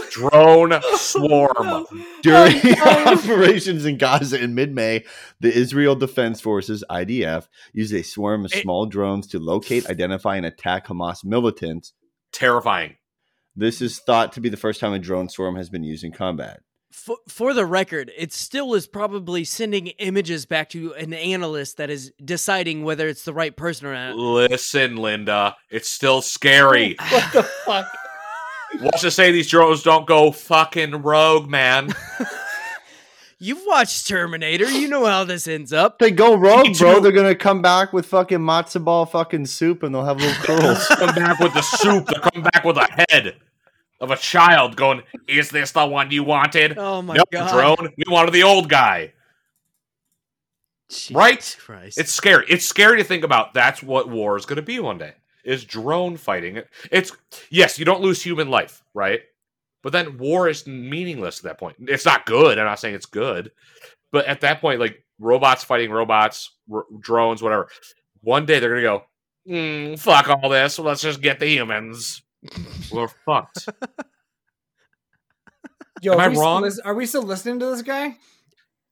C: no!
A: Drone swarm.
B: During
C: Oh, no.
B: operations in Gaza in mid May, the Israel Defense Forces, IDF, used a swarm of
A: It-
B: small drones to locate, identify, and attack Hamas militants.
A: Terrifying.
B: This is thought to be the first time a drone swarm has been used in combat.
D: For, for the record, it still is probably sending images back to an analyst that is deciding whether it's the right person or not.
A: Listen, Linda. It's still scary.
C: What the fuck?
A: What's to say these drones don't go fucking rogue, man?
D: You've watched Terminator. You know how this ends up.
B: They go rogue,
A: Me
B: bro.
A: too.
B: They're gonna come back with fucking matzo ball fucking soup, and they'll have little curls.
A: Come back with the soup. They come back with a head of a child going, "Is this the one you wanted?"
D: Oh my
A: nope,
D: god.
A: drone. We wanted the old guy.
D: Jesus
A: Right?
D: Christ.
A: It's scary. It's scary to think about. That's what war is going to be one day. Is drone fighting? It's yes, you don't lose human life, right? But then war is meaningless at that point. It's not good. I'm not saying it's good, but at that point, like robots fighting robots, r- drones, whatever. One day they're gonna go, "Mm, fuck all this. Let's just get the humans. We're fucked.
C: Yo,
A: Am
C: are
A: I
C: we still
A: wrong?
C: lis- are we still listening to this guy?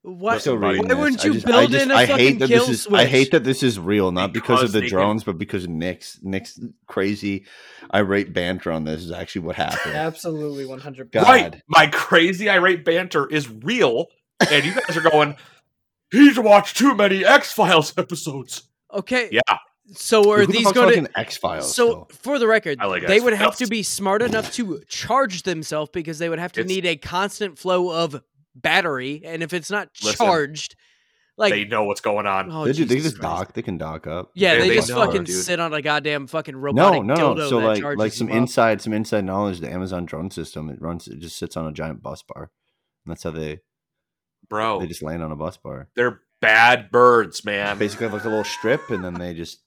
D: Why,
B: still
A: Why
B: reading
D: why
B: this.
D: wouldn't
B: I
D: you
B: just- I
D: build
B: just-
D: in a
B: I
D: fucking
B: hate that
D: kill
B: this is,
D: switch?
B: I hate that this is real, not because,
A: Because
B: of
A: they
B: the
A: can-
B: drones, but because Nick's Nick's crazy irate banter on this is actually what happened.
C: Absolutely, one hundred
B: God.
C: percent.
A: Right? My crazy irate banter is real, and you guys are going. He's watched too many X Files episodes.
D: Okay.
A: Yeah,
D: So are
B: Who the
D: these
B: fuck's
D: going to
B: watching X Files?
D: So, for the record,
A: I like
D: they would have
A: X-Files.
D: to be smart enough to charge themselves because they would have to
A: It's-
D: need a constant flow of battery, and if it's not
A: Listen.
D: charged, like
A: they know what's going on.
D: oh,
B: they, do, they
D: Jesus
B: just
D: Christ.
B: dock. They can dock up.
D: Yeah,
A: They-
D: they,
A: they
D: just
A: know,
D: fucking
A: dude.
D: sit on a goddamn fucking
B: No,
D: robotic
B: no,
D: dildo
B: no. So
D: that
B: like,
D: charges
B: like some
D: them up.
B: inside, some inside knowledge. The Amazon drone system, it runs, it just sits on a giant bus bar, and that's how they
A: bro.
D: Oh.
B: they just land on a bus bar.
A: They're bad birds, man.
D: Um,
B: Basically, have like a little strip, and then they just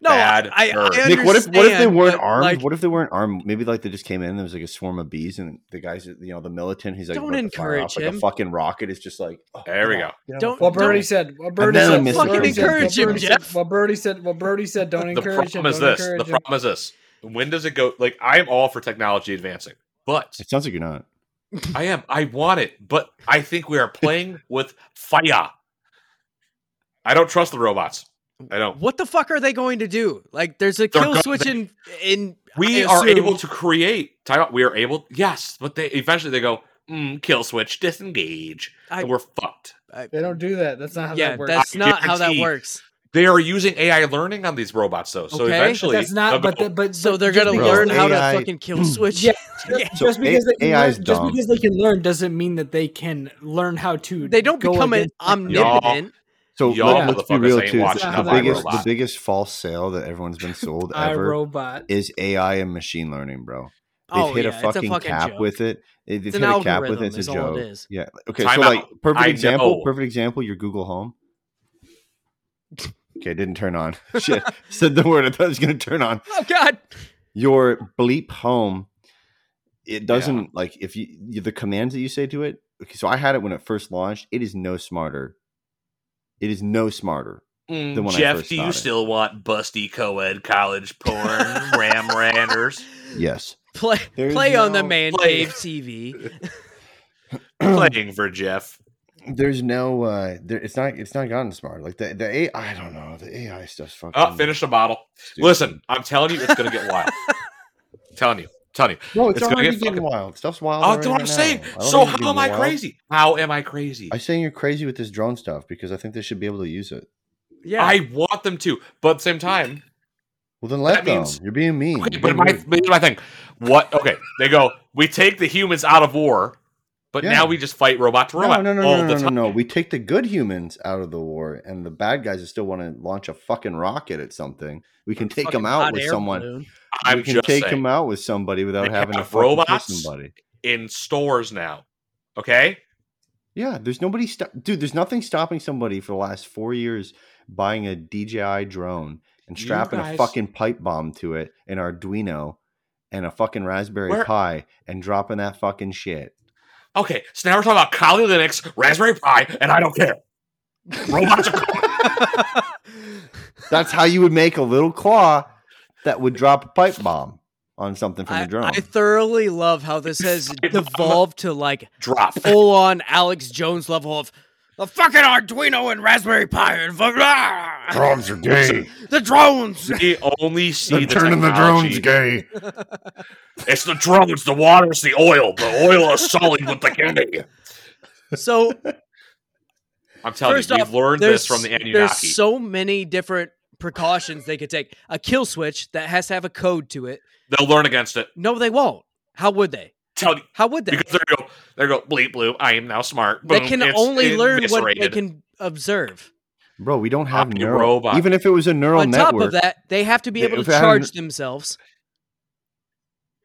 D: No,
A: Bad
D: I, I
A: bird.
D: understand,
B: Nick, what if what if they weren't
D: but,
B: armed?
D: like,
B: what if they weren't armed? Maybe like they just came in and there was like a swarm of bees and the guys, you know, the militant. He's like,
D: Don't
B: about to fire off,
D: encourage
B: like a
D: him.
B: fucking rocket is just like. oh,
A: There we
B: come
A: go.
B: on, get on the
D: Don't-
B: fucking
C: What Birdie
B: rocket.
C: said. What Birdie
B: then I
C: said.
B: miss
C: what
B: him.
C: Birdie said,
D: Encourage
C: what
D: him,
C: Birdie said-
D: Jeff.
C: What Birdie said. What Birdie said. Don't
A: the
C: encourage him.
A: problem is
C: don't
A: this. The
C: encourage him.
A: problem is this. When does it go? Like I am all for technology advancing, but
B: It sounds like you're not.
A: I am. I want it, but I think we are playing with fire. I don't trust the robots. I don't.
D: What the fuck are they going to do? Like, there's a
A: They're
D: kill
A: gonna-
D: switch in in.
A: We
D: I
A: are
D: assume-
A: able to create. Time out. We are able. Yes, but they eventually they go mm, kill switch disengage,
D: I-
A: and we're fucked.
C: They don't do that. That's not how
D: yeah,
C: that works.
D: that's
A: I
D: not how that
A: guarantee.
D: works.
A: They are using AI learning on these robots, though. So
D: Okay, but
C: But
A: eventually,
C: that's not.
A: they'll
C: But,
A: go,
C: the- but
D: So
C: but
D: they're
C: just
D: gonna
C: because
D: learn
C: they-
D: how to
B: AI
D: fucking kill switch.
C: Yeah.
D: Yeah.
B: So
C: just because
B: A-
C: they can
B: AI
C: learn,
B: is
C: just
B: dumb.
C: because they can learn doesn't mean that they can learn how to.
D: They don't
C: go
D: become an
C: against technology.
A: Y'all-
D: omnipotent.
B: So
A: Y'all
B: let- let's be
A: motherfuckers
B: real
A: ain't
B: too. is
A: watching
B: The,
C: a
B: biggest, the
A: robot.
B: biggest false sale that everyone's been sold ever
C: iRobot.
B: is AI and machine learning, bro. They've
D: oh
B: hit
D: yeah,
B: a fucking,
D: it's a fucking
B: cap
D: joke.
B: with it. They- They've
D: It's
B: hit
D: an
B: a cap with
D: algorithm
B: it. It's
D: is
B: a
D: all
B: joke.
D: it is.
B: Yeah. Okay.
A: Time
B: so, like,
A: out.
B: perfect
A: I
B: example.
A: know.
B: Perfect example. Your Google Home. Okay, it didn't turn on. Shit, said the word. I thought it was gonna turn on.
D: Oh god.
B: Your bleep home. It doesn't like if you, you the commands that you say to it. Okay, so I had it when it first launched. It is no smarter. It is no smarter.
A: Mm,
B: the one I
A: Jeff,
B: first
A: do you
B: thought of.
A: still want busty co-ed college porn ram ranners?
B: Yes.
D: Play
B: There is
D: play on the
B: no-
D: man
A: Play.
D: cave TV.
A: Playing for Jeff.
B: There's no. uh there, It's not. It's not gotten smarter. Like the the AI. I don't know. The AI stuff's fucking.
A: Oh, finish the bottle.
B: stupid.
A: Listen, I'm telling you, it's gonna get wild. telling you, telling you.
B: No, it's,
A: It's gonna
B: already
A: get
B: getting
A: fucking-
B: wild. Stuff's wild.
A: Oh, that's
B: already
A: what I'm
B: now.
A: saying.
B: I don't
A: So
B: think it's
A: how am
B: gonna
A: I
B: be wild.
A: crazy? How am I crazy?
B: I'm saying you're crazy with this drone stuff because I think they should be able to use it.
D: Yeah.
A: I want them to, but at the same time,
B: Well, then let
A: That
B: them.
A: means-
B: you're being mean.
A: okay,
B: You're
A: but
B: being
A: my
B: rude.
A: but here's my thing. What? Okay, they go. We take the humans out of war, but
B: Yeah.
A: now we just fight robot to
B: no,
A: robot
B: no, no,
A: all
B: no, no,
A: the
B: no,
A: time.
B: no. We take the good humans out of the war, and the bad guys that still want to launch a fucking rocket at something. We can take them
D: Fucking
B: out
D: hot
B: with
D: air
B: someone.
D: balloon.
A: I'm
B: we can
A: just
B: take
A: saying,
B: them out with somebody without
A: They
B: having to
A: have
B: fucking
A: robots.
B: kill somebody.
A: in stores now. Okay,
B: Yeah, there's nobody. St- Dude, there's nothing stopping somebody for the last four years buying a DJI drone and
A: You
B: strapping a
A: guys-
B: fucking pipe bomb to it, an Arduino, and a fucking Raspberry
A: Where-
B: Pi, and dropping that fucking shit.
A: okay. So now we're talking about Kali Linux, Raspberry Pi, and I don't care. Robots are
B: That's how you would make a little claw that would drop a pipe bomb on something from
D: I,
B: a drone.
D: I thorouly love how this has devolved to like
A: drop.
D: full on Alex Jones level of the fucking Arduino and Raspberry Pi and fu- ah,
E: Drones are gay.
D: the drones.
A: We only see
E: They're
A: the
E: turning the drones
A: technology.
E: gay.
A: It's the drones, the water, it's the oil. The oil is solid with the candy.
D: So
A: I'm telling
D: First
A: you,
D: off,
A: we've learned this from the
D: There's
A: Anunnaki.
D: so many different precautions they could take. A kill switch that has to have a code to it.
A: They'll learn against it.
D: No, they won't. How would they?
A: Tell you
D: How would they?
A: because they're go, they go bleep blue. I am now smart.
D: They
A: Boom,
D: can
A: it's
D: only learn what they
A: eviscerated.
D: can observe.
B: Bro, we don't have
A: Copy
B: neural.
A: robot.
B: Even if it was a neural
D: On top
B: network,
D: of that, they have to be
B: Yeah,
D: able to
B: if I had an-
D: charge themselves.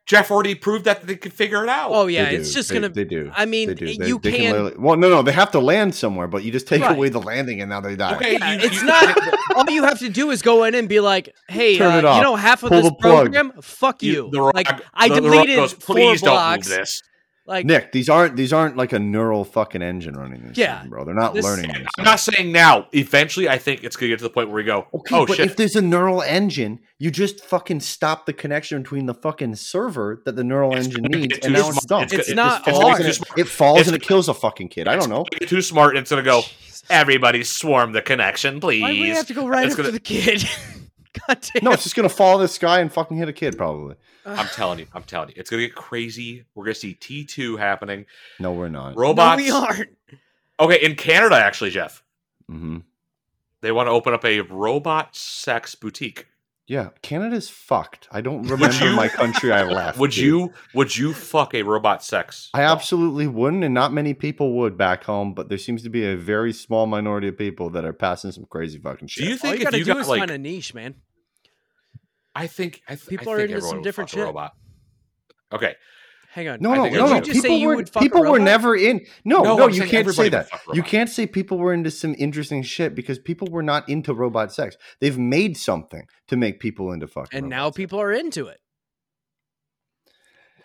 A: Jeff already proved that they could figure it out.
D: Oh
B: they
D: yeah,
B: do.
D: it's just
B: They-
D: gonna.
B: They do.
D: I mean, eh,
B: They do. They-
D: you
B: they
D: can-
B: literally- well, no, no, they have to land somewhere, but you just take
D: Right.
B: away the landing, and now they die.
A: okay,
D: Yeah,
A: you-
D: it's
A: you-
D: not. all you have to do is go in and be like, "Hey,
B: Turn it
D: uh, you
B: off.
D: know half of
B: Pull
D: this
B: the plug.
D: program. Fuck
A: you-
D: you.
A: the rock-
D: like I
A: the- the rock
D: deleted
A: goes,
D: four
A: Please
D: blocks.
A: don't move this.
D: Like
B: Nick, these aren't these aren't like a neural fucking engine running this.
D: Yeah.
B: Yeah, bro, they're not
D: This-
B: learning. This
A: I'm not saying now. Eventually, I think it's gonna get to the point where we go.
B: Okay,
A: oh
B: but
A: shit!
B: if there's a neural engine, you just fucking stop the connection between the fucking server that the neural
A: It's
B: engine
A: gonna
B: needs,
A: get
B: and
A: too
B: now it's
A: smart.
B: done.
A: It's
D: It's
B: It
D: not
B: just
A: gonna
B: falls
A: get
B: and
A: too
D: hard.
B: it,
A: smart.
B: it falls
A: It's
B: and it kills a fucking kid. I don't know.
A: It's too smart. It's gonna go. Everybody swarm the connection, please.
D: Why do we have to go right
A: It's
D: after
A: gonna-
D: the kid? God damn.
B: No, it's just gonna fall in the sky and fucking hit a kid probably.
A: I'm telling you, I'm telling you, it's gonna get crazy. We're gonna see T2 happening.
B: No, we're not.
D: no,
A: Robots.
D: we aren't.
A: Okay, in Canada, actually, Jeff,
B: hmm
A: they want to open up a robot sex boutique.
B: Yeah, Canada's fucked. I don't remember
A: you-
B: my country. I left.
A: Would
B: dude.
A: you? Would you fuck a robot sex?
B: I
A: doll?
B: absolutely wouldn't, and not many people would back home. But there seems to be a very small minority of people that are passing some crazy fucking shit.
A: Do you
D: All
A: think
D: you
A: if
D: gotta
A: you
D: do
A: got
D: is
A: like?
D: find a niche, man.
A: I think I th-
D: People
A: I
D: are
A: think
D: into
A: everyone
D: some
A: would
D: different
A: fuck a
D: shit.
A: Robot. Okay,
D: Hang on.
B: No,
A: I
B: no,
A: think
B: no,
A: I
B: no.
A: would. Did you
D: just say
B: People
D: you
B: were
D: would fuck a
B: people were
D: robot?
B: never in. No, no,
A: I'm
B: you
A: saying
B: can't say
A: everybody would
B: that.
A: fuck
B: You
A: robots.
B: can't say people were into some interesting shit because people were not into robot sex. They've made something to make people into fucking.
D: And now
B: robots.
D: people are into it.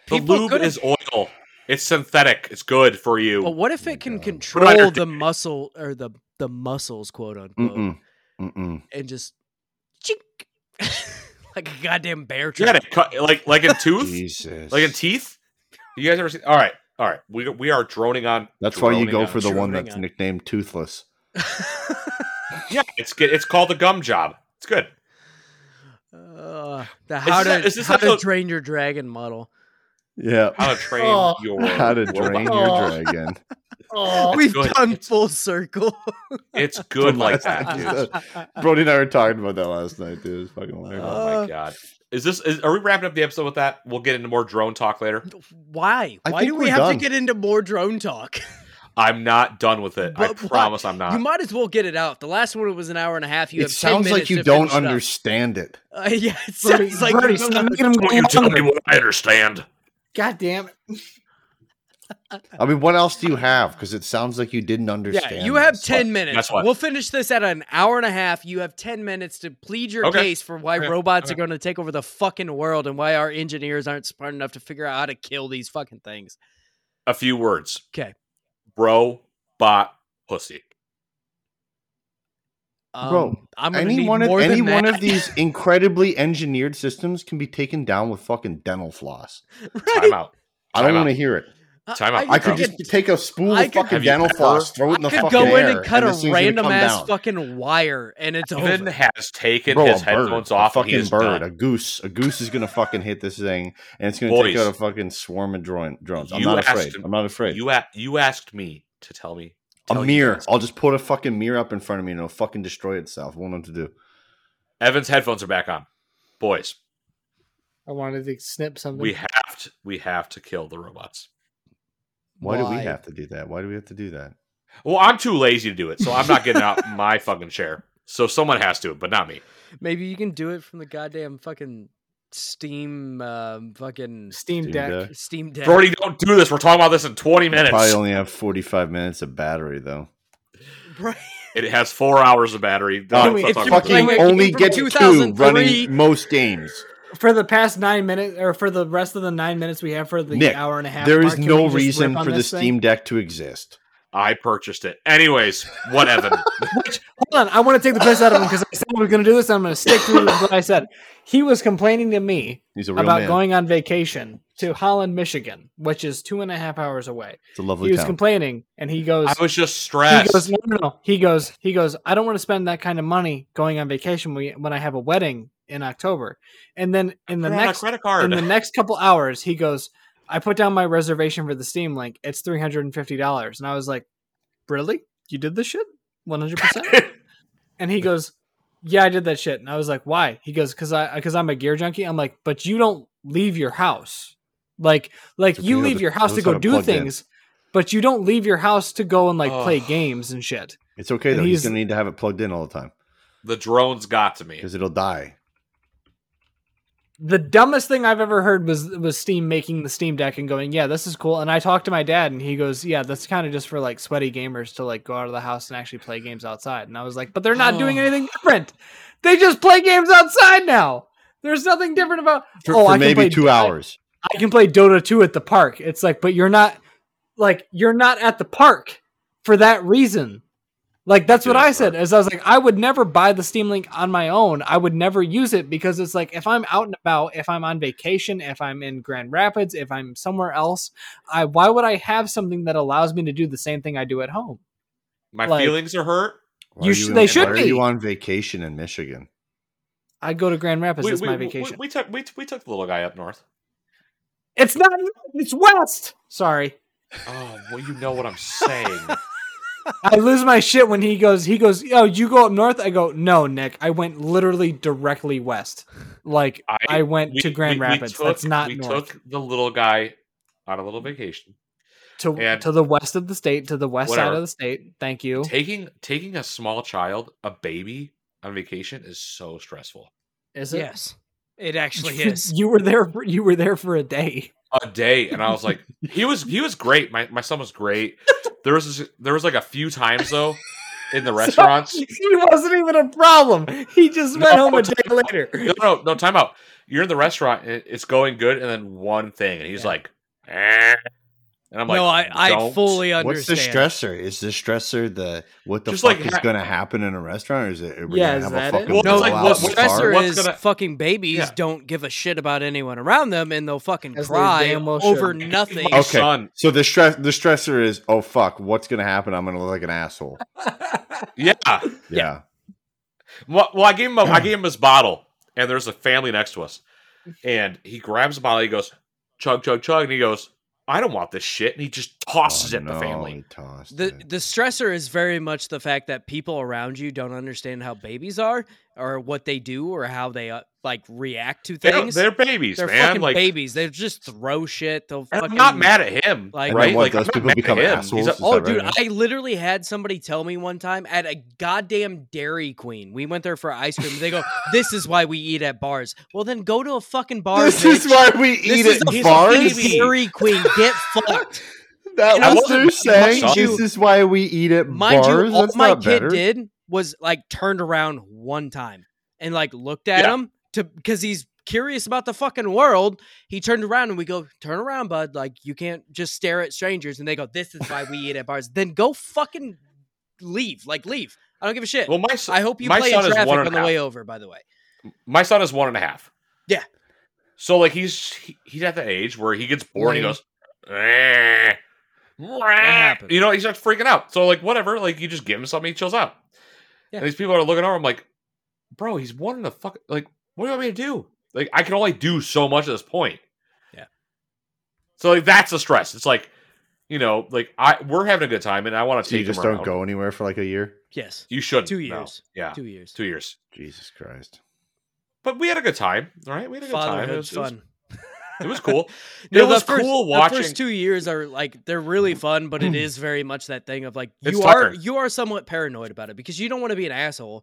A: The
D: People
A: lube
D: could've-
A: is oil. It's synthetic. It's good for you.
D: But what if it
B: No.
D: can
A: Right,
D: control
A: or
D: the muscle or the the muscles, quote unquote,
B: Mm-mm. Mm-mm.
D: and just chink like a goddamn bear
A: you
D: trap?
A: gotta cut like like in tooth,
B: Jesus.
A: like in teeth. You guys ever seen? All right, all right. We we are droning on.
B: That's why you
A: droning
B: go
A: on.
B: for the one
D: Droning
B: that's
D: on.
B: nicknamed Toothless.
A: yeah. It's good. It's called the gum job. It's good.
D: Uh, the how
A: this-
D: to
A: is this
D: how to
A: episode-
D: train your dragon model.
B: Yeah.
A: How to train
D: Oh.
A: your
B: How to
A: robot.
B: drain
D: Oh.
B: your dragon.
D: Oh,
A: It's
D: we've
A: good.
D: done
A: It's-
D: full circle.
A: It's good like
B: Last
A: that.
B: night,
A: dude.
B: dude. Brody and I were talking about that last night, dude. It was fucking hilarious.
A: Oh my
D: Uh,
A: god. Is this? Is, are we wrapping up the episode with that? We'll get into more drone talk later.
D: Why?
B: I
D: Why
B: think
D: do we
B: we're
D: have
B: done.
D: to get into more drone talk?
A: I'm not done with it. I
D: But what?
A: promise I'm not.
D: you might as well get it out. The last one was an hour and a half.
B: it
D: You have 10
B: sounds like
D: minutes
B: you
D: to
B: don't
D: finish it up.
B: understand it.
D: Uh, yeah, it
C: Brody,
D: sounds like you
C: Brody,
D: don't
C: stop
D: under-
C: making him go
A: Won't you tell
C: longer.
A: me what I understand?
C: God damn it.
B: I mean, what else do you have? Because it sounds like you didn't understand.
D: Yeah, you have
B: this.
D: 10 minutes.
A: That's what-
D: We'll finish this at an hour and a half. You have 10 minutes to plead your
A: Okay.
D: case for why
A: Okay.
D: robots
A: Okay.
D: are going to take over the fucking world and why our engineers aren't smart enough to figure out how to kill these fucking things.
A: A few words.
D: Okay.
A: Bro, bot, pussy.
D: Um,
B: Bro,
D: I'm going to
B: Any
D: need
B: one of
D: more
B: any
D: than
B: one
D: that.
B: of these incredibly engineered systems can be taken down with fucking dental floss.
A: Time out.
B: I don't
A: Time out.
B: want to hear it.
A: Time out.
B: I
A: Bro.
B: could just take a spool
D: I
B: of
D: could-
B: fucking
A: Have you
B: dental
A: ever-
B: floss, throw it in the
D: could
B: fucking
D: go in
B: air,
D: and cut
B: this
D: a
B: thing's gonna
D: random
B: come
D: ass
B: down.
D: fucking wire and it's
A: Evan
D: over.
A: has taken
B: Bro,
A: his
B: a bird,
A: headphones
B: a
A: off. and he
B: fucking
A: is
B: bird, a
A: done.
B: goose, a goose is gonna fucking hit this thing, and it's gonna take
A: Boys.
B: out a fucking swarm of drone, drones. I'm
A: You
B: not
A: asked
B: afraid.
A: him-
B: I'm not afraid.
A: You a- you asked me to tell me
B: a
A: tell you
B: mirror.
A: guys.
B: I'll just put a fucking mirror up in front of me and it'll fucking destroy itself. What am I to do?
A: Evan's headphones are back on. Boys,
C: I wanted to snip something.
A: we have to we have to kill the robots.
B: Why, do
D: Why?
B: we have to do that? Why do we have to do that?
A: Well, I'm too lazy to do it, so I'm not getting out my fucking chair. So someone has to, but not me.
D: Maybe you can do it from the goddamn fucking Steam um, fucking
C: Steam
B: Steam
C: Deck.
B: Deck.
D: Steam Deck.
A: Brody, don't do this. We're talking about this in 20
B: I Probably
A: minutes.
B: only have 45 minutes of battery though.
D: Bro-
A: It has four hours of battery.
B: God,
A: Don't
C: wait,
A: talk
C: if you're
A: about
B: fucking
A: that.
D: playing a
B: only
D: game from
B: get two
D: 2003.
B: running most games.
C: For the past nine minutes, or for the rest of the nine minutes we have for the
B: Nick,
C: hour and a half,
B: There
C: mark,
B: is
C: can
B: no
C: we just rip
B: reason
C: on
B: for the
C: this thing?
B: Steam Deck to exist.
A: I purchased it. Anyways, what Evan?
C: Hold on, I want to take the piss out of him because I said we are going to do this. And I'm going to stick to what I said. He was complaining to me
B: He's a real
C: about
B: man.
C: going on vacation to Holland, Michigan, which is two and a half hours away.
B: it's a
C: he
B: lovely
C: was
B: town.
C: complaining, and he goes,
A: I was just
C: he
A: stressed.
C: goes, no, no, no. He goes, he goes. I don't want to spend that kind of money going on vacation when when I have a wedding in October. And then in the
A: Put it on a
C: next
A: credit
C: in
A: card.
C: the next couple hours, he goes, I put down my reservation for the Steam Link. It's three hundred and fifty dollars, and I was like, really? You did this shit? One hundred percent. And he goes, yeah, I did that shit. And I was like, why? He goes, because I because I'm a gear junkie. I'm like, but you don't leave your house. Like like
B: So
C: you
B: we know
C: leave
B: the-
C: your house
B: those
C: to go
B: are
C: do
B: plugged in.
C: things. But you don't leave your house to go and like play
A: Ugh.
C: games and shit.
B: It's okay
C: and
B: though. He's
C: he's-
B: gonna need to have it plugged in all the time
A: the drones got to me.
B: because it'll die.
C: the dumbest thing I've ever heard was was Steam making the Steam Deck and going, "Yeah, this is cool." And I talked to my dad, and he goes, "Yeah, that's kind of just for like sweaty gamers to like go out of the house and actually play games outside." And I was like, "But they're not doing
A: Oh.
C: anything different. They just play games outside now. There's nothing different about
B: For,
C: oh,
B: for
C: I can
B: maybe
C: play
B: two
C: Dota-
B: hours.
C: I can play Dota two at the park. It's like, but you're not like you're not at the park for that reason." Like that's what
A: Yeah,
C: I said. As I was like, I would never buy the Steam Link on my own. I would never use it because it's like if I'm out and about, if I'm on vacation, if I'm in Grand Rapids, if I'm somewhere else, I why would I have something that allows me to do the same thing I do at home?
A: My
C: Like-
A: feelings are hurt.
B: Why
C: You
B: are
C: sh-
B: in-
C: they should
B: why Are
C: be.
B: you on vacation in Michigan?
C: I go to Grand Rapids.
A: We,
C: that's
A: we-
C: my
A: we-
C: vacation.
A: we took we, we took the little guy up north.
C: it's not. It's west. Sorry,
A: Oh, well, you know what I'm saying.
C: I lose my shit when he goes. He goes. Oh, you go up north. I go. No, Nick. I went literally directly west. Like
A: I-
C: I, went
A: We-
C: to Grand
A: we- we
C: Rapids.
A: took-
C: that's not
A: We
C: north.
A: took the little guy on a little vacation.
C: to
A: And-
C: to the west of the state, to the west side
A: Whatever.
C: of the state. Thank you.
A: Taking taking a small child, a baby, on vacation is so stressful.
C: Is it?
D: yes. It actually
C: You-
D: is.
C: You were there. For, you were there for a day.
A: a day, and I was like, he was he was great. My my son was great. There was this- there was like a few times though in the restaurants.
C: he wasn't even a problem. He just went
A: No,
C: home a day later.
A: No, no, no, time out. You're in the restaurant, and it's going good, and then one thing, and he's
D: Yeah.
A: like, "Eh." and I'm like,
D: no, I, I
A: "Don't."
D: fully
B: What's
D: understand.
B: the stressor? Is the stressor the what the
A: Just
B: fuck
A: like
B: is
A: ha-
B: going to happen in a restaurant? Or is it? Are we gonna
C: Yeah, is
B: have
C: that
B: a
C: it?
B: fucking
A: Well, it's
D: No,
A: like,
B: blowout
A: uh, what-
D: the
A: what's-
B: in
D: stressor
A: what's
D: is
A: gonna-
D: fucking babies
A: Yeah.
D: don't give a shit about anyone around them, and they'll fucking
C: As they
D: cry
C: damn well
D: over
C: should.
D: nothing.
A: My
B: Okay.
A: son,
B: So the stress, the stressor is, oh fuck, what's gonna happen? I'm gonna look like an asshole.
A: yeah,
B: Yeah, Oh,
A: Well, well, I gave him a, I gave him his bottle, and there's a family next to us, and he grabs the bottle. He goes, chug, chug, chug, and he goes, I don't want this shit, and he just tosses
B: Oh,
A: it in the
B: no,
A: family.
B: he tossed
D: The
B: it.
D: the stressor is very much the fact that people around you don't understand how babies are, or what they do, or how they uh, like react to
A: They're,
D: things.
A: they're babies,
D: They're
A: man.
D: fucking
A: Like,
D: babies. They just throw shit. They'll
A: and
D: fucking.
A: I'm not mad at him, like,
D: like-
B: then
D: And
A: right?
B: what,
A: Like,
B: those
A: I'm not
B: people
A: mad at
B: become
A: him. He's
B: assholes?
A: a-
B: Is that
D: Oh,
B: right,
D: dude!
B: man?
D: I literally had somebody tell me one time at a goddamn Dairy Queen. We went there for ice cream. They go, "This is why we eat at bars." Well, then go to a fucking bar.
B: This
D: bitch.
B: is why we eat
D: is
B: at
D: a
B: bars.
D: fucking Dairy Queen. Get fucked.
B: That
D: I
B: was
A: wasn't-
B: their saying.
A: mind
B: This
D: you-
B: is why we eat at
D: Mind
B: bars.
D: you, all
B: That's
D: my
B: not
D: kid
B: better.
D: did was like turned around one time and like looked at
A: Yeah.
D: him to because he's curious about the fucking world. He turned around and we go, "Turn around, bud. Like you can't just stare at strangers." And they go, "This is why we eat at bars." Then go fucking leave. Like leave. I don't give a shit.
A: Well, my son,
D: I hope you
A: my
D: play in
A: son is
D: traffic
A: one and
D: on
A: a
D: the
A: half.
D: way over. By the way,
A: my son is one and a half.
D: Yeah.
A: So like he's he- he's at that age where he gets bored. And
D: Lame.
A: he goes, "Eh, eh."
D: happened?
A: you know, he starts freaking out. So like whatever, like you just give him something, he chills out.
D: Yeah.
A: And these people are looking over. I'm like, bro, he's one and a fuck. Like, what do you want me to do? Like, I can only do so much at this point.
D: Yeah.
A: So like that's the stress. It's like, you know, like I we're having a good time, and I want to
B: So
A: take
B: you just
A: him
B: don't
A: around.
B: go anywhere for like a year.
D: yes,
A: You shouldn't.
D: Two
A: no.
D: years.
A: Yeah.
D: two years.
A: two years.
B: Jesus Christ.
A: But we had a good time, all right? We had a good time. It
D: Fatherhood's
A: was, it was-
D: fun.
A: it was cool.
D: No,
A: it
D: the
A: was
D: first-
A: cool
D: The
A: watching. Mm.
D: first two years are like they're
B: Mm.
D: really fun, but it is very much that thing of like you
A: It's
D: are
A: Tucker.
D: you are somewhat paranoid about it because you don't want to be an asshole,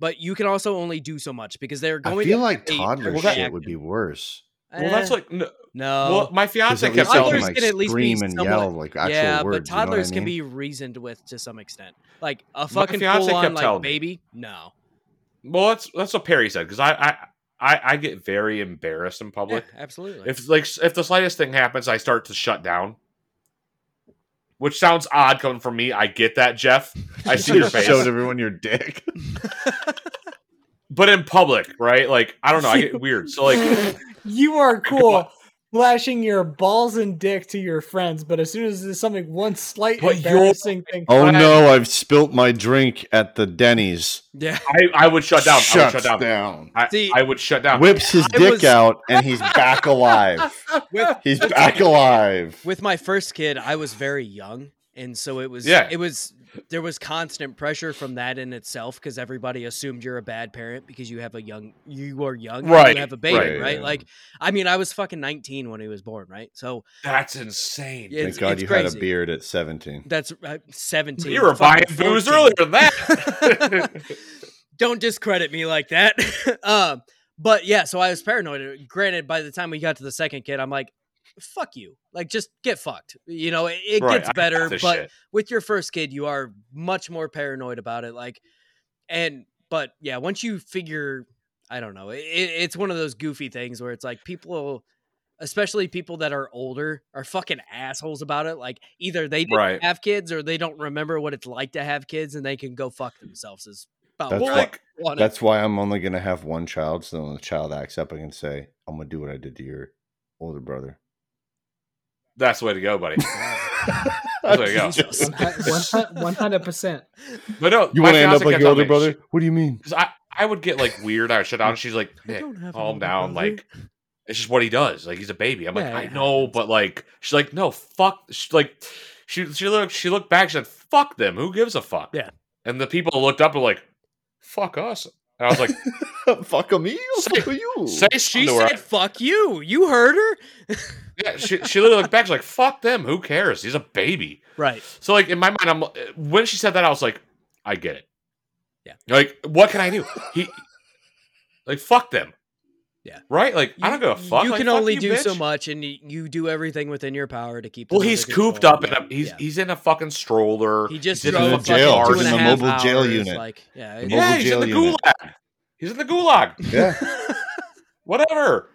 D: but you can also only do so much because they're
B: I
D: going.
B: feel
D: to
B: like
D: eight
B: toddler
D: or
A: well, that-
B: shit would be worse.
A: well, that's
D: Eh,
A: like no,
B: Oh.
D: no.
A: well, my
B: Because
A: fiance
B: at
A: kept
B: least
A: telling
B: I can
A: me,
D: Toddlers
B: like
D: can at least be
B: scream and
D: somewhat-
B: yell like actual
D: yeah,
B: words.
D: but toddlers
B: you know what I mean?
D: can be reasoned with to some extent. Like a
A: My
D: fucking
A: fiance
D: full on
A: kept
D: like
A: telling me.
D: baby, no.
A: well, that's that's what Perry said because I, I I I get very embarrassed in
D: Yeah,
A: public.
D: absolutely.
A: If like s- if the slightest thing happens, I start to shut down. Which sounds odd coming from me. I get that, Jeff. I see your face.
B: Showed everyone your dick.
A: But in public, right? Like I don't know. I get weird. So like
C: you are cool flashing your balls and dick to your friends, but as soon as there's something one slight
A: But you're-
C: embarrassing thing,
B: Oh
A: But I-
B: no, I've spilt my drink at the Denny's.
D: yeah.
A: I, I would shut down. I would shut down. I,
D: See,
A: I would shut down.
B: Whips his
D: I
B: dick
D: was-
B: out and he's back alive.
D: With
B: He's back alive.
D: with my first kid, I was very young, and so it was
A: Yeah.
D: it was there was constant pressure from that in itself because everybody assumed you're a bad parent because you have a young you are young and
A: Right,
D: you have a baby
B: right,
D: right,
B: yeah.
D: like I mean I was fucking 19 when he was born right so
A: That's insane.
D: Yeah. it's-
B: Thank God
D: it's
B: you had a
D: crazy.
B: beard at 17.
D: that's uh, 17
A: You were buying
D: fucking
A: booze
D: 14.
A: earlier than that.
D: don't discredit me like that. um, but yeah, so I was paranoid. Granted, by the time we got to the second kid, I'm like, fuck you. Like, just get fucked. You know, it, it
A: Right, I
D: gets
A: got
D: better, but
A: this shit.
D: with your first kid, you are much more paranoid about it. Like, and, but yeah, once you figure, I don't know, it, it's one of those goofy things where it's like people, especially people that are older, are fucking assholes about it. Like, either they didn't
A: Right.
D: have kids or they don't remember what it's like to have kids and they can go fuck themselves. Is about
A: Well,
B: That's
D: what
B: why-
D: I
A: like
D: wanna-
B: That's why I'm only going to have one child. So then when the child acts up, I can say, I'm going to do what I did to your older brother.
A: that's the way to go, buddy.
B: I'm
A: you go.
B: just-
C: one hundred percent.
A: But no,
B: You
A: my
B: want to end up
A: fiance
B: like
A: kept
B: your older
A: telling me,
B: brother? What do you mean?
A: Because I, I would get like weird. I would shut down. She's like, "Nick,
D: have
A: calm down. Like, it's just what he does. Like, he's a baby. I'm
D: Yeah,
A: like, I
D: it
A: know, but like, she's like, no, fuck. She, like, she she looked she looked back. She said, fuck them. Who gives a fuck?
D: Yeah.
A: And the people looked up and were like, fuck us. And I was like,
B: fuck him, you.
A: Say-
B: Fuck you.
A: say
D: she
A: she
D: said, "Fuck you." You heard her,
A: yeah, she she literally looked back. She's like, fuck them. Who cares? He's a baby.
D: right?
A: So like in my mind, I'm when she said that, I was like, I get it.
D: Yeah.
A: Like, what can I do? He like fuck them. right? Like I don't give a fuck.
D: You
A: Like,
D: can
A: fuck
D: only
A: you,
D: do
A: bitch.
D: so much, and you, you do everything within your power to keep.
A: Well,
D: them
A: he's
D: under
A: cooped
D: control.
A: up in a he's
D: Yeah.
A: he's in a fucking stroller.
D: He just
A: he's in
D: drove
A: a
D: a
B: the
D: fucking
B: jail.
D: two
B: He's
D: and
B: in
D: a
B: the
D: half
B: mobile jail
D: hours,
B: unit.
D: Like, yeah,
B: The
D: it-
A: yeah, he's in
B: jail
A: the
B: unit.
A: gulag. He's in the gulag.
B: Yeah,
A: Whatever,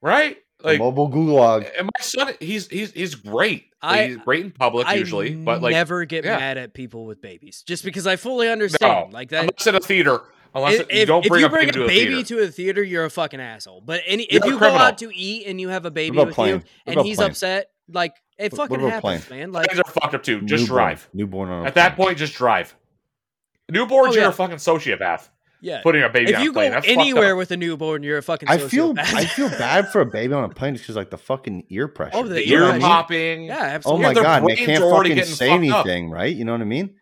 A: right? Like
B: mobile gulag.
A: and my son, he's he's he's great. Like,
D: I-
A: he's great in public usually,
D: I
A: but like
D: never get
A: yeah.
D: mad at people with babies, just because I fully understand.
A: No,
D: like that,
A: unless in a theater, unless
D: if,
A: it- you
D: if-
A: don't
D: if
A: bring
D: you
A: a
D: bring
A: baby
D: a
A: to a
D: baby
A: theater.
D: to a theater, you're a fucking asshole. But any
A: You're
D: if
A: a
D: you go
A: criminal.
D: out to eat and you have a baby
B: about
D: with
B: playing?
D: you,
B: What
D: and
B: about
D: he's
B: playing?
D: upset, like it
B: What- what
D: fucking
B: about playing?
D: happens, man. Like
A: Things are fucked up too. Just
B: Newborn-
A: drive.
B: Newborn on a
A: At that
B: plane.
A: point, just drive. Newborns,
D: Oh,
A: you're
D: yeah.
A: a fucking sociopath.
D: yeah.
A: Putting a baby
D: If
A: on
D: you
A: a
D: go
A: plane. That's fucked
D: anywhere
A: up.
D: with a newborn, you're a fucking.
B: I feel
D: sociopath.
B: I feel bad for a baby on a plane just because like the fucking ear pressure.
D: Oh, the
A: the
B: You know what I
A: ear
D: mean?
A: popping.
D: Yeah,
B: Oh
D: absolutely.
B: my
A: their
B: god, they
A: brains
B: can't
A: are already
B: fucking
A: getting
B: say
A: fucked up.
B: anything, right? You know what I mean?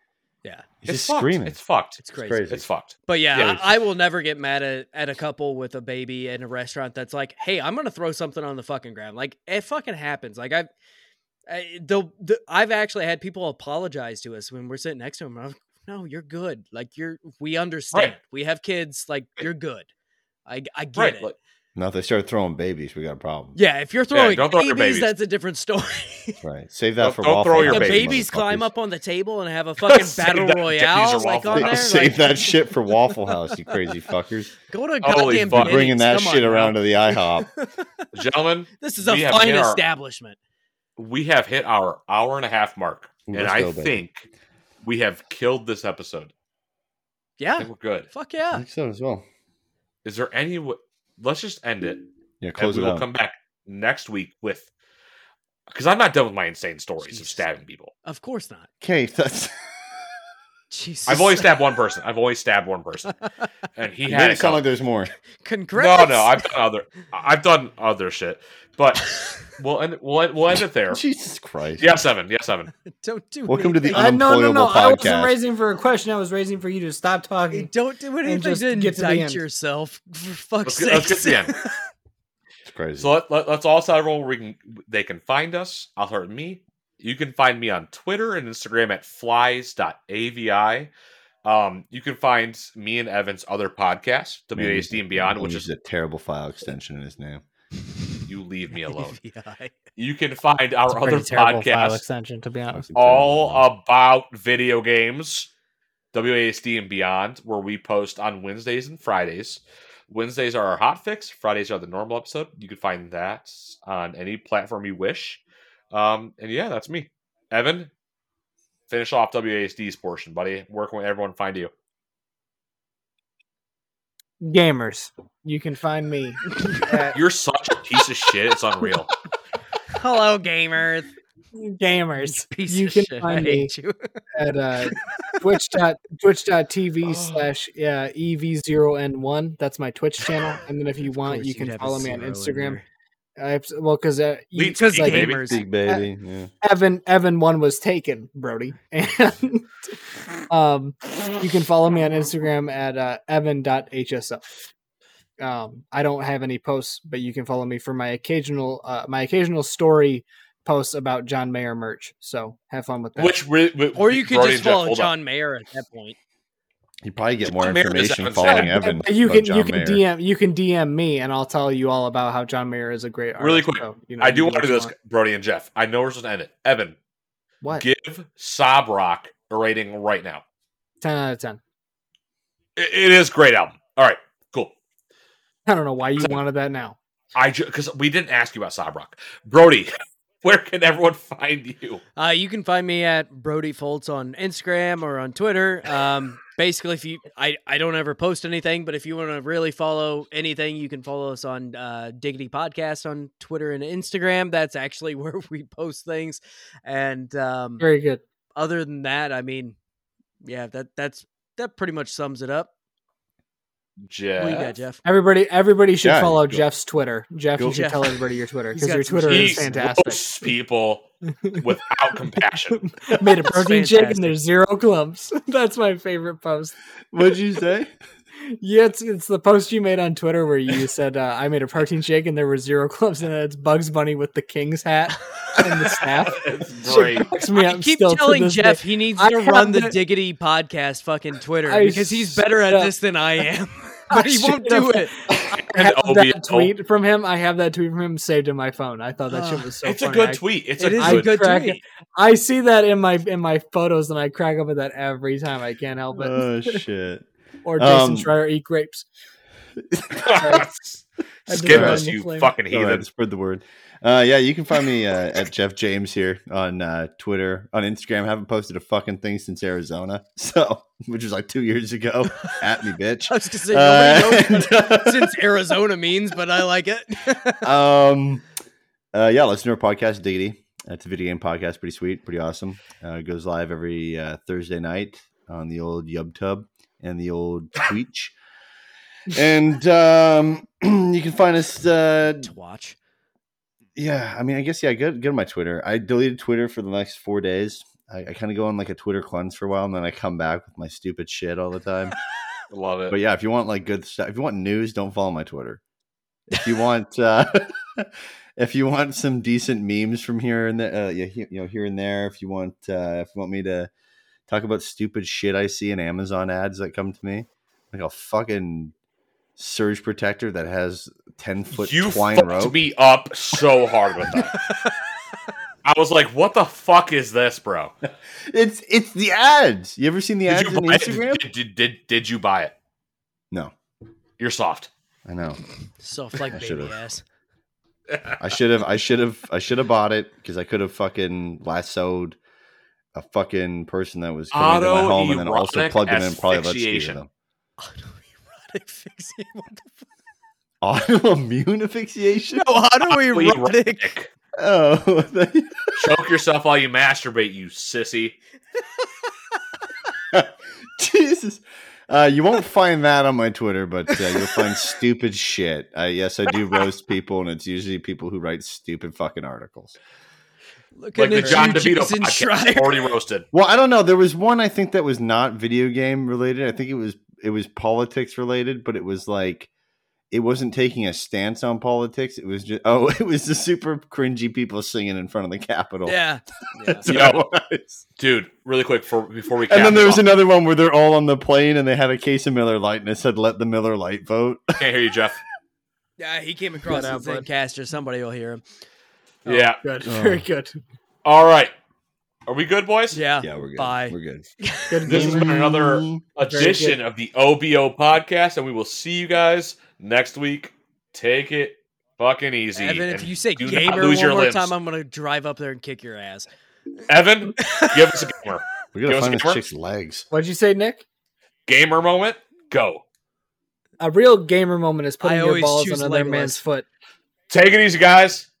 D: Yeah,
B: He's
A: It's
B: just
A: fucked.
B: screaming.
A: It's fucked.
D: it's crazy.
B: crazy.
A: It's fucked.
D: But yeah,
A: Yeah.
D: I, I will never get mad at, at a couple with a baby in a restaurant that's like, "Hey, I'm gonna throw something on the fucking ground." Like it fucking happens. Like I've I, the, the I've actually had people apologize to us when we're sitting next to them. I'm like, "No, you're good. Like you're we understand. We have kids. Like you're good. I I get
A: Right.
D: it.
A: like-
B: No, if they start throwing babies, we got a problem.
D: yeah, if you're
A: Yeah,
D: throwing
A: don't throw
D: babies,
A: your babies.
D: that's a different story.
B: That's right. Save that
A: Don't-
B: for
A: don't
B: Waffle
A: throw
B: House,
A: your
D: the
A: babies.
D: babies climb
B: motherfuckers.
D: up on the table and have a fucking
A: Save
D: battle
A: that for
D: royale
A: Japanese or
D: like on
A: Waffle
D: there.
A: House.
B: Save
D: Like,
B: that shit for Waffle House, you crazy fuckers.
D: Go to
A: Holy
D: goddamn
A: fuck.
B: Bringing that
D: Denny's. Come
B: shit
D: on,
B: around
D: now.
B: to the IHOP.
A: Gentlemen,
D: This is a
A: We have
D: fine
A: hit our-
D: establishment.
A: we have hit our hour and a half mark.
B: Ooh,
A: and
B: let's
A: I
B: go, baby.
A: think we have killed this episode. I
D: Yeah.
A: think we're Mm-hmm. good.
D: Fuck
B: I
D: yeah.
B: think so as well.
A: Is there any w- let's just end it
B: Yeah,
A: and
B: close
A: we
B: it
A: will
B: out.
A: come back next week with because I'm not done with my insane stories of
D: Jesus.
A: stabbing people.
D: Of course not.
B: Okay, that's
D: Jesus.
A: I've always stabbed one person. I've always stabbed one person, and he
B: you
A: had
B: made
A: it
B: it sound
A: coming.
B: like there's more.
D: Congrats.
A: No, no, I've done other, I've done other shit, but we'll end, we'll end, we'll end it there.
B: Jesus Christ.
A: Yeah, seven. Yeah, seven.
D: don't do
B: Welcome to the
D: anything.
C: Uh, no, no, no.
B: Unemployable podcast.
C: I wasn't raising for a question. I was raising for you to stop talking.
D: Don't do anything
C: just
D: to
C: get to the
D: indict
C: end.
D: yourself. For fuck's
A: Let's get, let's
D: sake.
A: get to the end.
B: It's crazy.
A: So let, let, let's all start roll where we can, they can find us. I'll start with me. You can find me on Twitter and Instagram at flies.avi. Um, you can find me and Evan's other podcast,
B: Man,
A: WASD and Beyond, which
B: he's
A: is
B: a terrible file extension in his name.
A: You Leave Me Alone.
D: AVI.
A: You can find our other podcast,
C: extension, to be honest.
A: all about video games, WASD and beyond, where we post on Wednesdays and Fridays. Wednesdays are our hot fix. Fridays are the normal episode. You can find that on any platform you wish. Um, and yeah, that's me, Evan. Finish off WASD's portion, buddy. Where can everyone find you?
C: Gamers, you can find me. at
A: You're such a piece of shit. It's unreal.
D: Hello, gamers.
C: gamers,
D: Piece
C: you
D: of
C: can
D: shit. I
C: find me
D: hate you.
C: at uh, twitch dot twitch.tv
A: Oh.
C: slash yeah E ev0n1. That's my Twitch channel. And then if you
D: Of
C: want,
D: course
C: you
D: you'd
C: can
D: have a
C: follow me on
D: zero in
C: Instagram.
D: there.
C: I, well, because uh, you-
A: Lead
D: Because
A: speak,
D: the
C: like
A: baby.
D: gamers.
B: Big baby. Yeah.
C: Evan Evan one was taken, Brody. And um you can follow me on Instagram at uh, evan.hsf. Um I don't have any posts, but you can follow me for my occasional uh, my occasional story posts about John Mayer merch. So have fun with that.
A: Which re- re-
D: Or you could
A: Brody
D: just
A: and Jeff,
D: follow
A: hold on.
D: John Mayer at that point.
B: You probably get
A: John
B: more
A: Mayer is
B: information
A: Evan's
B: following
A: dad.
B: Evan.
C: But you
B: about
C: can
B: John
C: you can
B: Mayer.
C: DM you can DM me and I'll tell you all about how John Mayer is a great artist.
A: Really quick,
C: So, you know,
A: I
C: you
A: do
C: can
A: want to
C: what
A: do
C: you
A: this, Brody and Jeff. I know we're supposed to end it. Evan,
C: What?
A: give Sob Rock a rating right now.
C: ten out of ten.
A: I- it is a great album. All right, cool.
C: I don't know why you
A: So-
C: wanted that now.
A: I because we didn't ask you about Sob Rock, Brody. Where can everyone find you?
D: Uh, you can find me at Brody Foltz on Instagram or on Twitter. Um, basically, if you, I, I don't ever post anything, but if you want to really follow anything, you can follow us on uh, Diggity Podcast on Twitter and Instagram. That's actually where we post things. And um,
C: Very good.
D: other than that, I mean, yeah, that that's that pretty much sums it up.
A: Jeff.
D: What you got, Jeff?
C: Everybody, everybody should
B: Yeah,
C: follow
B: go-
C: Jeff's Twitter. Jeff,
B: go-
C: you should
D: Jeff.
C: tell everybody your Twitter
D: He's
C: because
D: got
C: your
D: some
C: Twitter
A: He
C: is
D: cheese.
C: fantastic.
A: roasts people without compassion.
C: Made a
D: It's
C: protein shake
D: fantastic.
C: and there's zero clumps. That's my favorite post.
B: What'd you say?
C: Yeah, it's, it's the post you made on Twitter where you said uh, I made a protein shake and there were zero clumps and it's Bugs Bunny with the King's hat and the staff.
A: it's great.
C: Cracks me
D: I
C: up
D: keep
C: still to
D: telling
C: this
D: Jeff
C: day.
D: he needs
C: I
D: to
C: have
D: run the
C: the-
D: Diggity Podcast fucking Twitter
C: I
D: because he's better at
C: shut-
D: this than I am,
C: I
D: but he won't
C: straight
D: do
C: up-
D: it.
C: I
A: And
C: have
A: OBO.
C: that tweet from him. I have that tweet from him saved in my phone. I thought that shit was so.
A: it's a
C: funny.
A: good
C: I-
A: tweet. It's
D: It
A: a
D: is
A: good,
D: a good
C: crack.
D: tweet.
C: I see that in my in my photos, and I crack up at that every time. I can't help it.
B: oh shit.
C: or Jason
B: um,
C: Schreier eat grapes. I
A: Skip
B: did
A: us,
C: run the
A: you
C: flame.
A: fucking
B: All right,
A: heathens.
B: spread the word. Uh, yeah, you can find me uh, at Jeff James here on uh, Twitter, on Instagram. haven't posted a fucking thing since Arizona, so which was like two years ago. at me, bitch.
D: I was gonna say nobody
B: Uh,
D: knows
B: and,
D: what since Arizona means, but I like it.
B: um, uh, yeah, listen to our podcast, Diggity. That's a video game podcast. Pretty sweet, pretty awesome. Uh, it goes live every uh, Thursday night on the old YubTub and the old Twitch. and um, you can find us uh,
D: to watch.
B: yeah i mean i guess yeah go, go to my twitter i deleted twitter for the next four days i, I kind of go on like a twitter cleanse for a while and then i come back with my stupid shit all the time
A: Love it.
B: but yeah if you want like good stuff if you want news don't follow my twitter if you want uh if you want some decent memes from here and there uh, yeah, he- you know here and there if you want uh if you want me to talk about stupid shit i see in amazon ads that come to me like a fucking surge protector that has 10 foot
A: you
B: twine
A: fucked
B: rope
A: me up so hard with that. I was like, "What the fuck is this, bro?
B: It's it's the ads. You ever seen the
A: Did
B: ads
A: you
B: on
A: buy
B: Instagram?
A: it? Did, did, did, did you buy it?
B: No,
A: You're soft."
B: I know.
D: Soft like baby
B: should've.
D: ass.
B: I should have. I should have. I should have bought it because I could have fucking lassoed a fucking person that was coming to my home and then also
A: Autoerotic
B: plugged them in and probably let ski
A: asphyxiation.
B: them.
D: Autoerotic fixation. What the fuck?
B: Autoimmune asphyxiation.
D: No, autoerotic.
A: Autoerotic.
B: Oh,
A: Choke yourself while you masturbate, you sissy.
B: Jesus. Uh, you won't find that on my Twitter, but uh, you'll find stupid shit. Uh, yes, I do roast people, and it's usually people who write stupid fucking articles.
D: Looking
A: Like the
D: at
A: John
D: you,
A: DeVito
D: Jason
A: podcast,
D: Schreier.
A: already roasted.
B: Well, I don't know. There was one I think that was not video game related. I think it was it was politics related, but it was like it wasn't taking a stance on politics. It was just oh, it was the super cringy people singing in front of the Capitol.
D: Yeah.
B: So-
A: Yo. Dude, really quick for, before we.
B: And
A: cap
B: then there
A: it
B: was
A: off.
B: another one where they're all on the plane and they had a case of Miller Light and it said "Let the Miller Light vote."
A: Can't hear you, Jeff.
D: Yeah, he came across
C: out,
D: as a
C: bud.
D: caster. Somebody will hear him.
C: Oh,
A: Yeah.
C: good,
B: Oh.
C: very good.
A: All right. Are we good, boys?
D: Yeah.
B: yeah, we're good.
D: bye.
B: We're good.
C: Good
A: This has
C: gamer.
A: been another
C: good.
A: edition of the OBO podcast, and we will see you guys next week. Take it fucking easy.
D: Evan, if
A: and
D: you say
A: do not
D: gamer one
A: lose your
D: more
A: limbs.
D: time, I'm gonna drive up there and kick your ass.
A: Evan, give us a gamer.
B: We gotta
A: Give us
B: find
A: a
B: this
A: camera.
B: chick's legs.
C: What'd you say, Nick?
A: Gamer moment, go.
C: A real gamer moment is putting
D: I
C: your
D: always
C: balls
D: choose
C: on another
D: legless.
C: man's foot.
A: Take it easy, guys.